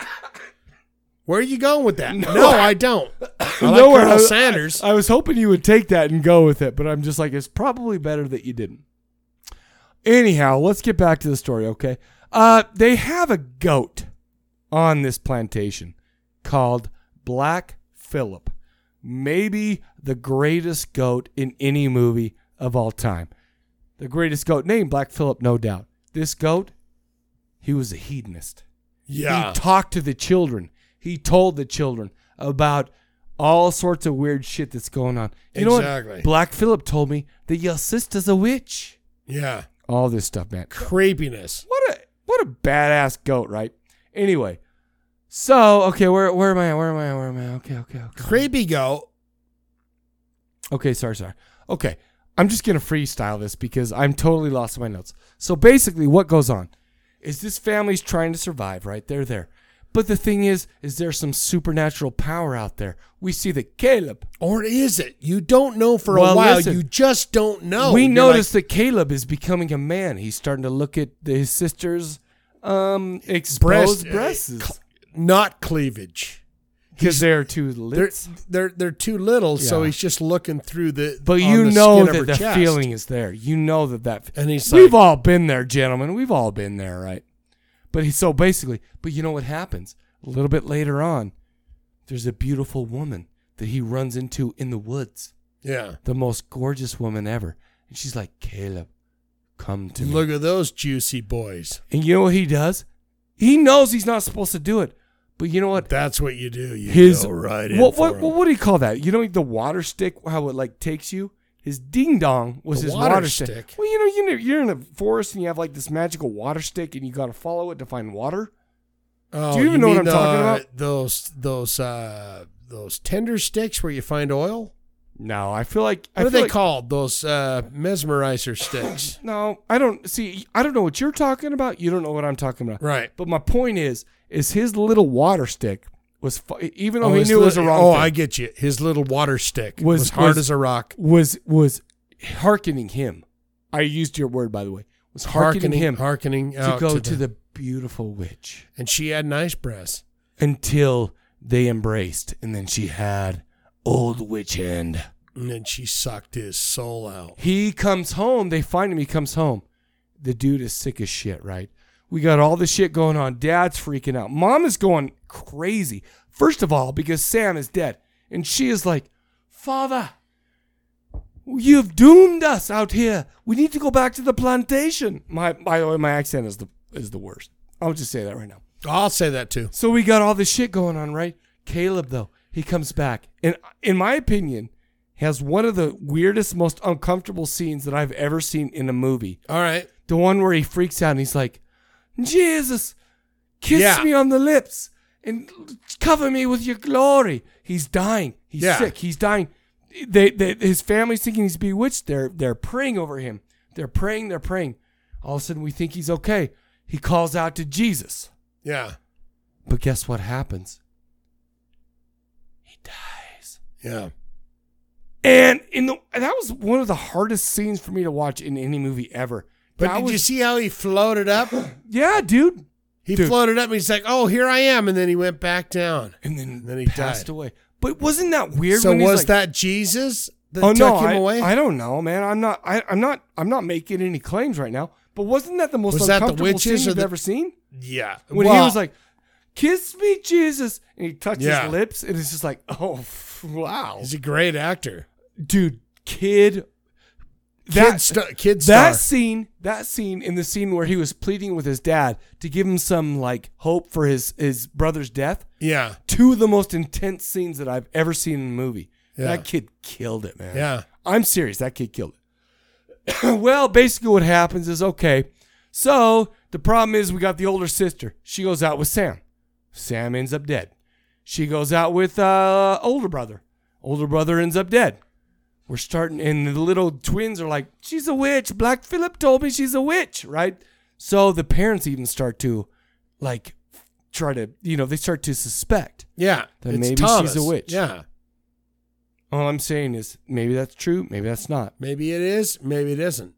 S2: Where are you going with that? No, I don't. I like
S1: Nowhere.
S2: Colonel
S1: I-
S2: Sanders.
S1: I was hoping you would take that and go with it, but I'm just like, it's probably better that you didn't. Anyhow, let's get back to the story, okay? Uh, they have a goat on this plantation called Black Phillip. Maybe the greatest goat in any movie of all time. The greatest goat named Black Phillip, no doubt. This goat, he was a hedonist.
S2: yeah.
S1: He talked to the children. He told the children about all sorts of weird shit that's going on. You know
S2: Exactly.
S1: what? Black Phillip told me that your sister's a witch.
S2: yeah.
S1: All this stuff, man.
S2: Creepiness.
S1: What a what a badass goat, right? Anyway, so okay, where where am I? at? Where am I? at? Where am I? at? Okay, okay, okay.
S2: Creepy goat.
S1: Okay, sorry, sorry. Okay, I'm just gonna freestyle this because I'm totally lost in my notes. So basically, what goes on is this family's trying to survive, right? They're there, but the thing is, is there some supernatural power out there? We see that Caleb.
S2: Or is it? You don't know for
S1: Well,
S2: a while.
S1: listen.
S2: you just don't know.
S1: we
S2: You're
S1: noticed
S2: like,
S1: that Caleb is becoming a man. He's starting to look at the- his sister's um
S2: breast-
S1: exposed breasts
S2: uh, not cleavage.
S1: because they're too
S2: They're,
S1: lit.
S2: they're they're too little, so
S1: Yeah.
S2: he's just looking through the.
S1: But
S2: on
S1: you
S2: the
S1: know
S2: skin of her
S1: that the
S2: chest.
S1: feeling is there. You know that that.
S2: And he's
S1: we've
S2: like-
S1: all been there, gentlemen. We've all been there, right? But he, so basically, but you know what happens a little bit later on? There's a beautiful woman that he runs into in the woods,
S2: Yeah,
S1: the most gorgeous woman ever, and she's like, "Caleb, come to me."
S2: look at those juicy boys.
S1: And you know what he does? He knows he's not supposed to do it, but you know what?
S2: That's what you do. You
S1: his
S2: go right in
S1: what
S2: for
S1: what,
S2: 'em.
S1: what what do you call that? You know the water stick how it like takes you. His ding dong was
S2: The
S1: his
S2: water
S1: water, stick.
S2: stick.
S1: Well, you know you know, you're in a forest and you have like this magical water stick and you got to follow it to find water.
S2: Oh,
S1: do you even know what
S2: mean
S1: I'm talking
S2: the-
S1: about?
S2: Those those uh those tender sticks where you find oil?
S1: No, I feel like I
S2: what are
S1: feel
S2: they
S1: like-
S2: called? Those uh, mesmerizer sticks.
S1: No, I don't see. I don't know what you're talking about. You don't know what I'm talking about.
S2: Right.
S1: But my point is, is his little water stick was fu- e, even though
S2: Oh,
S1: he
S2: his
S1: knew it was a
S2: little-
S1: wrong.
S2: oh,
S1: thing,
S2: I get you. His little water stick was, hard as a rock.
S1: Was was hearkening him. I used your word by the way. Was hearkening
S2: Hearkening-
S1: him,
S2: hearkening
S1: to
S2: out
S1: go
S2: to
S1: to the beautiful witch.
S2: And she had nice breasts.
S1: until they embraced, and then she had old witch end.
S2: And then she sucked his soul out.
S1: He comes home. They find him. He comes home. The dude is sick as shit, right? We got all this shit going on. Dad's freaking out. Mom is going crazy. First of all, because Sam is dead. And she is like, Father, you've doomed us out here. We need to go back to the plantation. My by the way, my accent is the is the worst. I'll just say that right now.
S2: I'll say that too.
S1: So we got all this shit going on, right? Caleb though, he comes back. And in my opinion, has one of the weirdest, most uncomfortable scenes that I've ever seen in a movie.
S2: All right.
S1: The one where he freaks out and he's like, Jesus, kiss
S2: Yeah.
S1: me on the lips and cover me with your glory. He's dying. He's
S2: Yeah.
S1: sick. He's dying. They, they, his family's thinking he's bewitched. They're, they're praying over him. They're praying. They're praying. All of a sudden, we think he's okay. He calls out to Jesus.
S2: Yeah.
S1: But guess what happens?
S2: Yeah.
S1: And in the that was one of the hardest scenes for me to watch in any movie ever.
S2: But
S1: That
S2: did you
S1: was-
S2: see how he
S1: [GASPS]
S2: floated up?
S1: Yeah, dude.
S2: He
S1: Dude.
S2: floated up and he's like, "Oh, here I am," and then he went back down,
S1: and then,
S2: then he
S1: passed
S2: died.
S1: away. But wasn't that weird?
S2: So
S1: when he's
S2: was
S1: like-
S2: that Jesus that
S1: oh
S2: took
S1: no,
S2: him
S1: I,
S2: away?
S1: I don't know, man. I'm not. I, I'm not. I'm not making any claims right now. But wasn't that the most
S2: Was that the
S1: uncomfortable scene
S2: witches or
S1: you've
S2: the-
S1: ever seen?
S2: yeah.
S1: When he
S2: Well,
S1: was like, "Kiss me, Jesus," and he touched
S2: Yeah.
S1: his lips, and it's just like, "Oh, [LAUGHS] f- wow."
S2: he's a great actor.
S1: dude, kid,
S2: Kid sta- kid star.
S1: that scene, that scene in the scene where he was pleading with his dad to give him some like hope for his his brother's death.
S2: Yeah.
S1: two of the most intense scenes that I've ever seen in a movie.
S2: Yeah.
S1: That kid killed it, man.
S2: Yeah.
S1: I'm serious. That kid killed it. [COUGHS] well, basically, what happens is okay. So the problem is we got the older sister. She goes out with Sam. Sam ends up dead. She goes out with uh, older brother. Older brother ends up dead. We're starting, and the little twins are like, "She's a witch." Black Phillip told me she's a witch, right? So the parents even start to, like, try to, you know, they start to suspect.
S2: Yeah.
S1: Then
S2: it's
S1: maybe
S2: Thomas.
S1: she's a witch.
S2: Yeah.
S1: All I'm saying is maybe that's true, maybe that's not.
S2: Maybe it is. Maybe it isn't.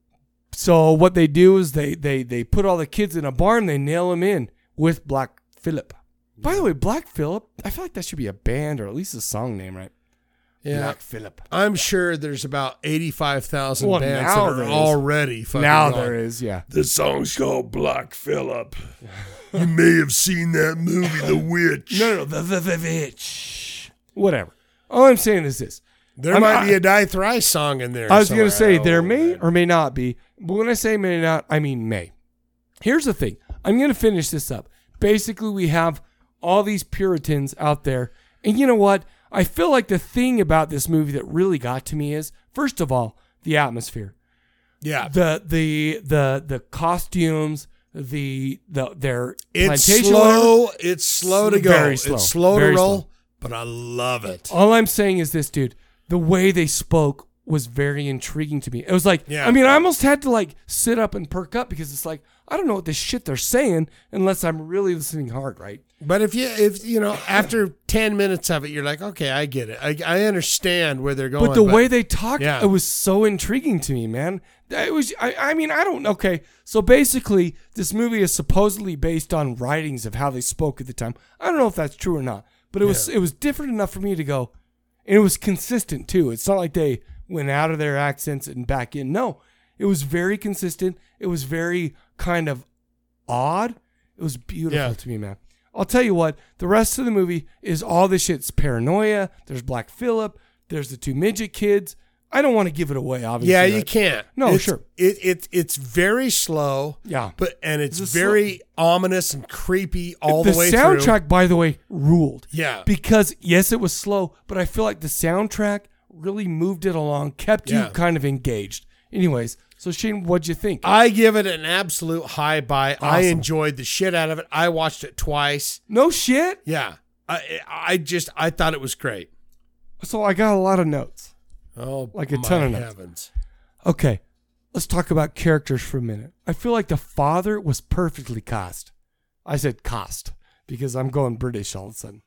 S1: So what they do is they they they put all the kids in a barn, they nail them in with Black Phillip. By the way, Black Phillip, I feel like that should be a band or at least a song name, right?
S2: Yeah.
S1: Black Phillip.
S2: I'm sure there's about eighty-five thousand
S1: Well,
S2: bands that
S1: now
S2: are
S1: there is.
S2: already. Fucking
S1: Now
S2: on.
S1: there is, yeah.
S9: The song's called Black Phillip. you may have seen that movie, The Witch.
S1: No, no, no, the, the, the bitch. Whatever. All I'm saying is this.
S2: There
S1: I'm-
S2: might
S1: I-
S2: be a Die Thrice song in there.
S1: I was going
S2: somewhere.
S1: to say there
S2: Oh,
S1: may
S2: man.
S1: or may not be, but when I say may not, I mean may. Here's the thing I'm going to finish this up. Basically, we have all these Puritans out there. And you know what? I feel like the thing about this movie that really got to me is first of all, the atmosphere.
S2: Yeah.
S1: The the the the costumes, the the their
S2: It's
S1: plantation
S2: slow.
S1: owner-
S2: It's slow to go.
S1: Very slow.
S2: It's slow
S1: Very
S2: to roll,
S1: slow.
S2: but I love it.
S1: All I'm saying is this, dude. The way they spoke was very intriguing to me. It was like,
S2: Yeah.
S1: I mean, I almost had to like sit up and perk up because it's like I don't know what this shit they're saying unless I'm really listening hard, right?
S2: But if you if you know after ten minutes of it, you're like, okay, I get it. I, I understand where they're going.
S1: but the way they talked,
S2: yeah.
S1: it was so intriguing to me, man. It was, I, I mean, I don't. Okay, so basically, this movie is supposedly based on writings of how they spoke at the time. I don't know if that's true or not, but it was,
S2: Yeah.
S1: it was different enough for me to go, and it was consistent too. It's not like they went out of their accents and back in. No, it was very consistent. It was very kind of odd. It was beautiful
S2: Yeah.
S1: to me, man. I'll tell you what, the rest of the movie is all this shit's paranoia. There's Black Phillip. There's the two midget kids. I don't want to give it away, obviously.
S2: yeah, you
S1: right?
S2: can't.
S1: No,
S2: It's-
S1: sure.
S2: It it it's very slow.
S1: Yeah.
S2: but and it's
S1: It's a
S2: very ominous and creepy all the, way
S1: soundtrack,
S2: through.
S1: by the way, ruled.
S2: Yeah.
S1: Because, yes, it was slow, but I feel like the soundtrack really moved it along, kept
S2: Yeah.
S1: you kind of engaged. Anyways, so Shane, what'd you think?
S2: I give it an absolute high buy. I
S1: Awesome.
S2: enjoyed the shit out of it. I watched it twice.
S1: no shit.
S2: Yeah, I I just I thought it was great.
S1: So I got a lot of notes.
S2: Oh,
S1: like a
S2: my
S1: ton of notes.
S2: heavens.
S1: Okay, let's talk about characters for a minute. I feel like the father was perfectly cast. I said cast because I'm going British all of a sudden.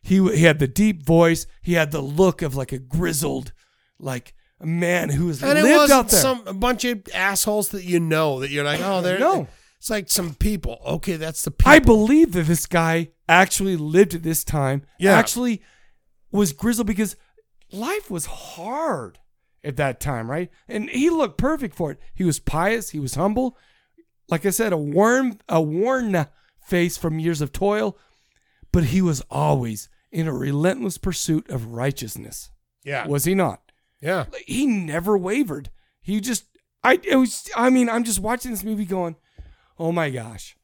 S1: He w- he had the deep voice. He had the look of like a grizzled, like a man who has
S2: And it
S1: lived out
S2: wasn't
S1: there.
S2: some a bunch of assholes that you know that you're like, oh, they're
S1: No.
S2: It's like some people. Okay, that's the
S1: I believe that this guy actually lived at this time.
S2: Yeah.
S1: Actually was grizzled because life was hard at that time, right? And he looked perfect for it. He was pious, he was humble. Like I said, a worm a worn face from years of toil, but he was always in a relentless pursuit of righteousness.
S2: Yeah.
S1: Was he not?
S2: Yeah.
S1: He never wavered. He just I it was I mean, I'm just watching this movie going, "Oh my gosh.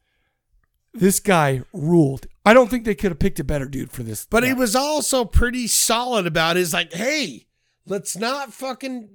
S1: This guy ruled. I don't think they could have picked a better dude for this.
S2: But he was also pretty solid about his like, hey, let's not fucking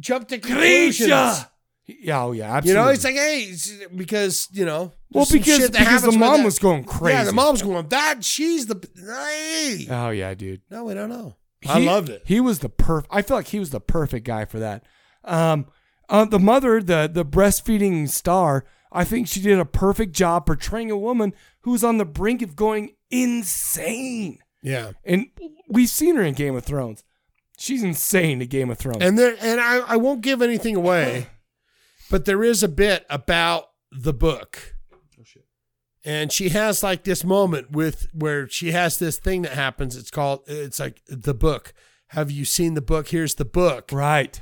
S2: jump to conclusions.
S1: Grisha! Yeah, oh yeah,
S2: You
S1: absolutely.
S2: know, it's like, hey, it's- because you know,
S1: Well,
S2: there's some
S1: because-
S2: shit that
S1: because the
S2: happens with
S1: mom
S2: that-
S1: was going
S2: Yeah,
S1: crazy.
S2: the mom's going that she's the hey.
S1: Oh yeah, dude.
S2: No, we don't know. I loved it.
S1: He was the perfect. I feel like he was the perfect guy for that. Um, uh, the mother, the the breastfeeding star, I think she did a perfect job portraying a woman who was on the brink of going insane.
S2: Yeah.
S1: And we've seen her in Game of Thrones. She's insane in Game of Thrones.
S2: And there, and I, I won't give
S1: [LAUGHS]
S2: anything away, but there is a bit about the book.
S1: Oh,
S2: And she has like this moment with where she has this thing that happens. It's called, it's like the book. Have you seen the book? Here's the book.
S1: Right.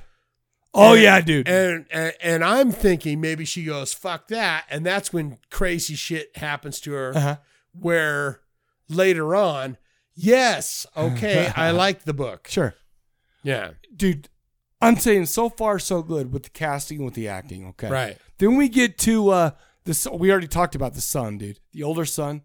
S1: Oh,
S2: And-
S1: yeah, dude.
S2: And, and and I'm thinking maybe she goes fuck that, and that's when crazy shit happens to her.
S1: Uh-huh.
S2: Where later on,
S1: [LAUGHS]
S2: yes, okay, I like the book.
S1: Sure.
S2: Yeah.
S1: dude, I'm saying so far so good with the casting and with the acting. Okay,
S2: Right.
S1: Then we get to uh the son- we already talked about the son, dude, the older son.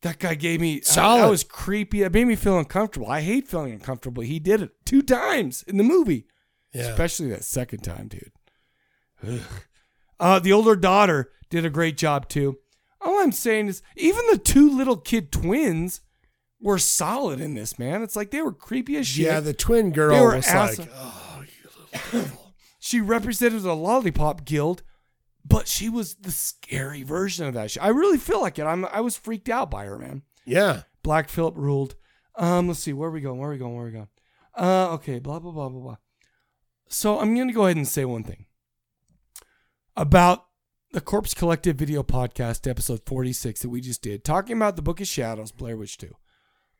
S1: That guy gave me
S2: Solid.
S1: I, that was creepy. That made me feel uncomfortable. I hate feeling uncomfortable. He did it two times in the movie,
S2: Yeah.
S1: especially that second time, dude. Ugh. Uh, the older daughter did a great job too. All I'm saying is, even the two little kid twins were solid in this, man. It's like they were creepy as shit.
S2: Yeah, the twin girl
S1: They were
S2: was
S1: ass-
S2: like, uh,
S1: she represented the lollipop guild, but she was the scary version of that shit. I really feel like it. I'm I was freaked out by her, man.
S2: Yeah.
S1: Black Phillip ruled. Um, let's see, where are we going? Where are we going? Where are we going? Uh okay, blah blah blah blah blah. So I'm gonna go ahead and say one thing about the Corpse Collective video podcast episode 46 that we just did, talking about the Book of Shadows, Blair Witch 2.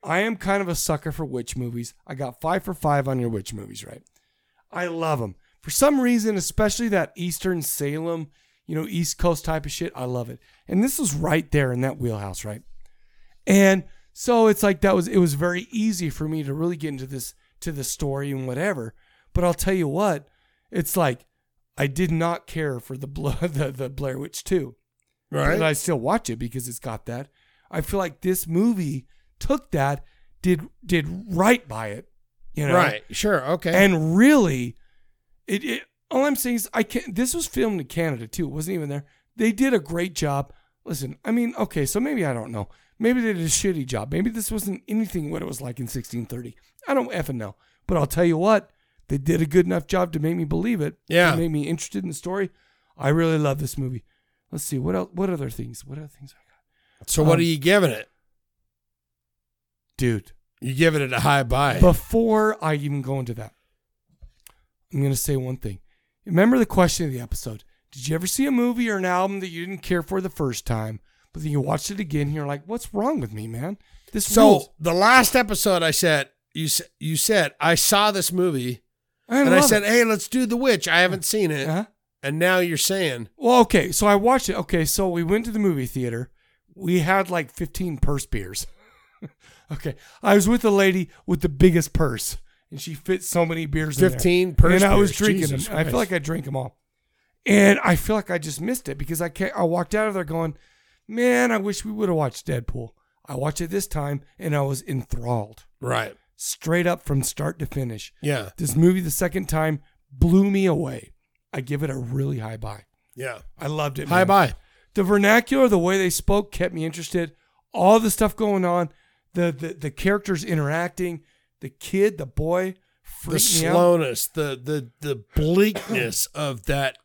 S1: I am kind of a sucker for witch movies. I got five for five on your witch movies, right? I love them. For some reason, especially that Eastern Salem, you know, East Coast type of shit, I love it. And this was right there in that wheelhouse, right? And so it's like that was it was very easy for me to really get into this to the story and whatever. But I'll tell you what, it's like I did not care for the blood [LAUGHS] the, the Blair Witch 2.
S2: Right.
S1: But I still watch it because it's got that. I feel like this movie took that, did did right by it. You know?
S2: Right. Sure. Okay.
S1: And really, it, it all I'm saying is I can't. This was filmed in Canada too. It wasn't even there. They did a great job. Listen, I mean, okay, so maybe I don't know. Maybe they did a shitty job. Maybe this wasn't anything what it was like in 1630. I don't effing know. But I'll tell you what, they did a good enough job to make me believe it.
S2: Yeah.
S1: to make me interested in the story. I really love this movie. Let's see what else. What other things? What other things?
S2: so what
S1: um,
S2: are you giving it?
S1: Dude.
S2: You giving it a high buy.
S1: Before I even go into that, I'm going to say one thing. Remember the question of the episode Did you ever see a movie or an album that you didn't care for the first time, but then you watched it again and you're like, what's wrong with me, man? This
S2: so
S1: rules.
S2: the last episode I said you s- you said I saw this movie
S1: I
S2: and I
S1: love
S2: said,
S1: it. Uh-huh.
S2: "Hey, let's do The Witch. I haven't seen it." And now you're saying,
S1: Well, okay. So I watched it. Okay. So we went to the movie theater. We had like 15 purse beers. [LAUGHS] okay. I was with the lady with the biggest purse, and she fit so many beers in there.
S2: 15 purse
S1: And I was
S2: beers,
S1: drinking
S2: Jesus
S1: them. I feel
S2: Christ.
S1: like I drank them all. And I feel like I just missed it because I can't, I walked out of there going, man, I wish we would have watched Deadpool. I watched it this time, and I was enthralled.
S2: Right.
S1: Straight up from start to finish.
S2: Yeah.
S1: This movie, the second time, blew me away. I give it a really high buy.
S2: "Yeah,
S1: I loved it.
S2: High
S1: man.
S2: buy.
S1: The vernacular, the way they spoke, kept me interested. All the stuff going on, the the, the characters interacting, the kid, the boy,
S2: the
S1: freaked me out.
S2: slowness, the the the bleakness of that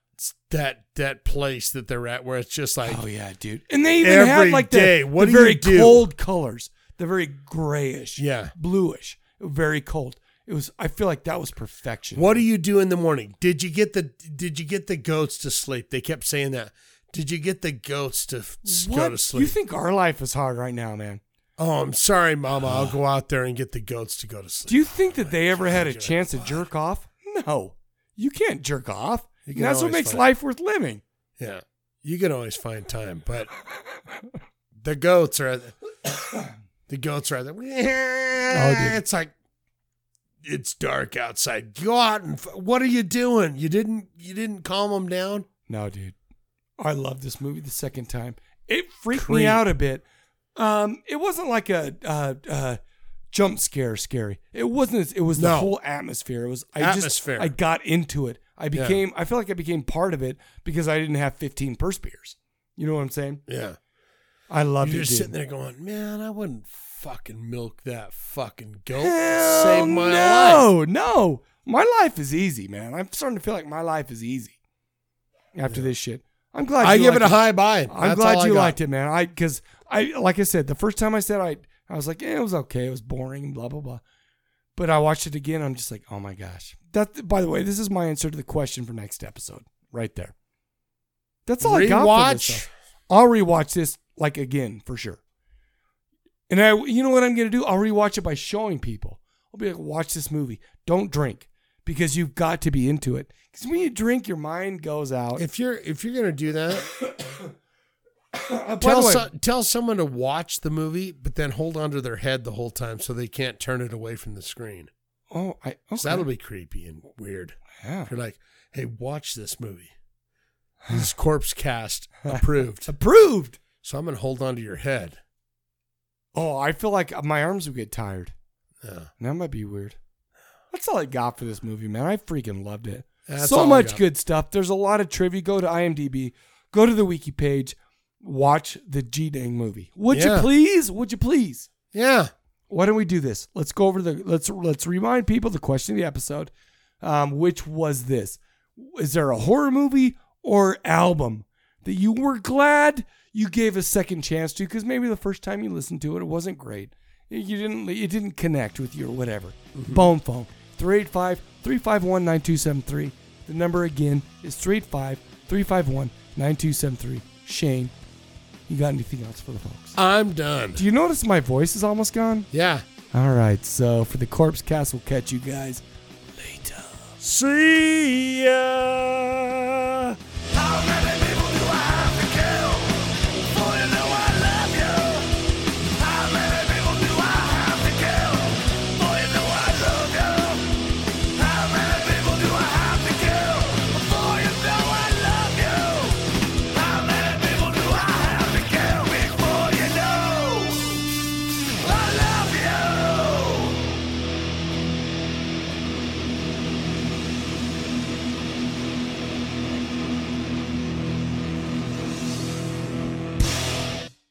S2: that that place that they're at, where it's just like, oh
S1: yeah, dude. And they even had like the, the
S2: do you
S1: very
S2: do?
S1: cold colors, the very grayish,
S2: Yeah.
S1: bluish, very cold. It was. I feel like that was perfection.
S2: What do you do in the morning? Did you get the Did you get the goats to sleep? They kept saying that. Did you get the goats to f- s- go
S1: What?
S2: to sleep?
S1: You think our life is hard right now, man?
S2: Oh, I'm sorry, Mama. I'll go out there and get the goats to go to sleep.
S1: Ah. Do you think that they ever had a chance to jerk off? No, you can't jerk off.
S2: You
S1: And
S2: can
S1: that's what
S2: always
S1: makes
S2: find-
S1: life worth living.
S2: Yeah, you can always find time, but the goats are the goats are
S1: Oh,
S2: the. It's like it's dark outside. Go out and f- what are you doing? You didn't you didn't calm them down.
S1: No, dude. I love this movie the second time. It freaked me
S2: Creep.
S1: out a bit. Um, it wasn't like a uh, uh, jump scare scary. It wasn't. It was the
S2: No.
S1: whole atmosphere. It was I
S2: Atmosphere.
S1: Just, I got into it. I
S2: Yeah.
S1: became. I feel like I became part of it because I didn't have 15 purse beers. You know what I'm saying?
S2: Yeah.
S1: I loved
S2: You're
S1: it.
S2: just
S1: dude.
S2: sitting there going, man, I wouldn't fucking milk that fucking goat.
S1: Hell
S2: Save my
S1: no,
S2: life.
S1: no. My life is easy, man. I'm starting to feel like my life is easy after this shit. I'm glad.
S2: I
S1: you
S2: give
S1: liked
S2: it a high buy.
S1: I'm
S2: That's all
S1: glad
S2: I
S1: you
S2: got.
S1: liked it, man. I because I like I said the first time I said I I was like eh, it was okay, it was boring, blah blah blah. But I watched it again. I'm just like, oh my gosh. That by the way, this is my answer to the question for next episode, right there. That's all I got. For this,
S2: Rewatch.
S1: stuff. I'll rewatch this like again for sure. And I, you know what I'm gonna do? I'll rewatch it by showing people. I'll be like, watch this movie. Don't drink because you've got to be into it. Because when you drink, your mind goes out.
S2: If you're if you're gonna do that,
S1: Uh, [LAUGHS] by
S2: tell,
S1: the way-
S2: so- tell someone to watch the movie, but then hold onto their head the whole time so they can't turn it away from the screen.
S1: oh, I okay.
S2: 'Cause that'll be creepy and weird.
S1: Yeah.
S2: If you're like, hey, watch this movie. This is corpse cast approved.
S1: approved.
S2: So I'm gonna hold onto your head.
S1: Oh, I feel like my arms would get tired.
S2: Yeah.
S1: That might be weird. That's all I got for this movie, man. I freaking loved it.
S2: That's all
S1: so
S2: I
S1: much
S2: got.
S1: good stuff. There's a lot of trivia. Go to IMDb, go to the wiki page, watch the G Dang movie. Would
S2: Yeah.
S1: you please? Would you please?
S2: Yeah.
S1: Why don't we do this? Let's go over the let's let's remind people the question of the episode, um, which was this: Is there a horror movie or album that you were glad you gave a second chance to? Because maybe the first time you listened to it, it wasn't great. You didn't it didn't connect with you or whatever. Bone phone 385 351 9273. The number again is 385 351 9273. Shane, you got anything else for the folks?
S2: I'm done.
S1: Do you notice my voice is almost gone?
S2: Yeah.
S1: All right, so for the Corpse Cast, we'll catch you guys later.
S2: See ya.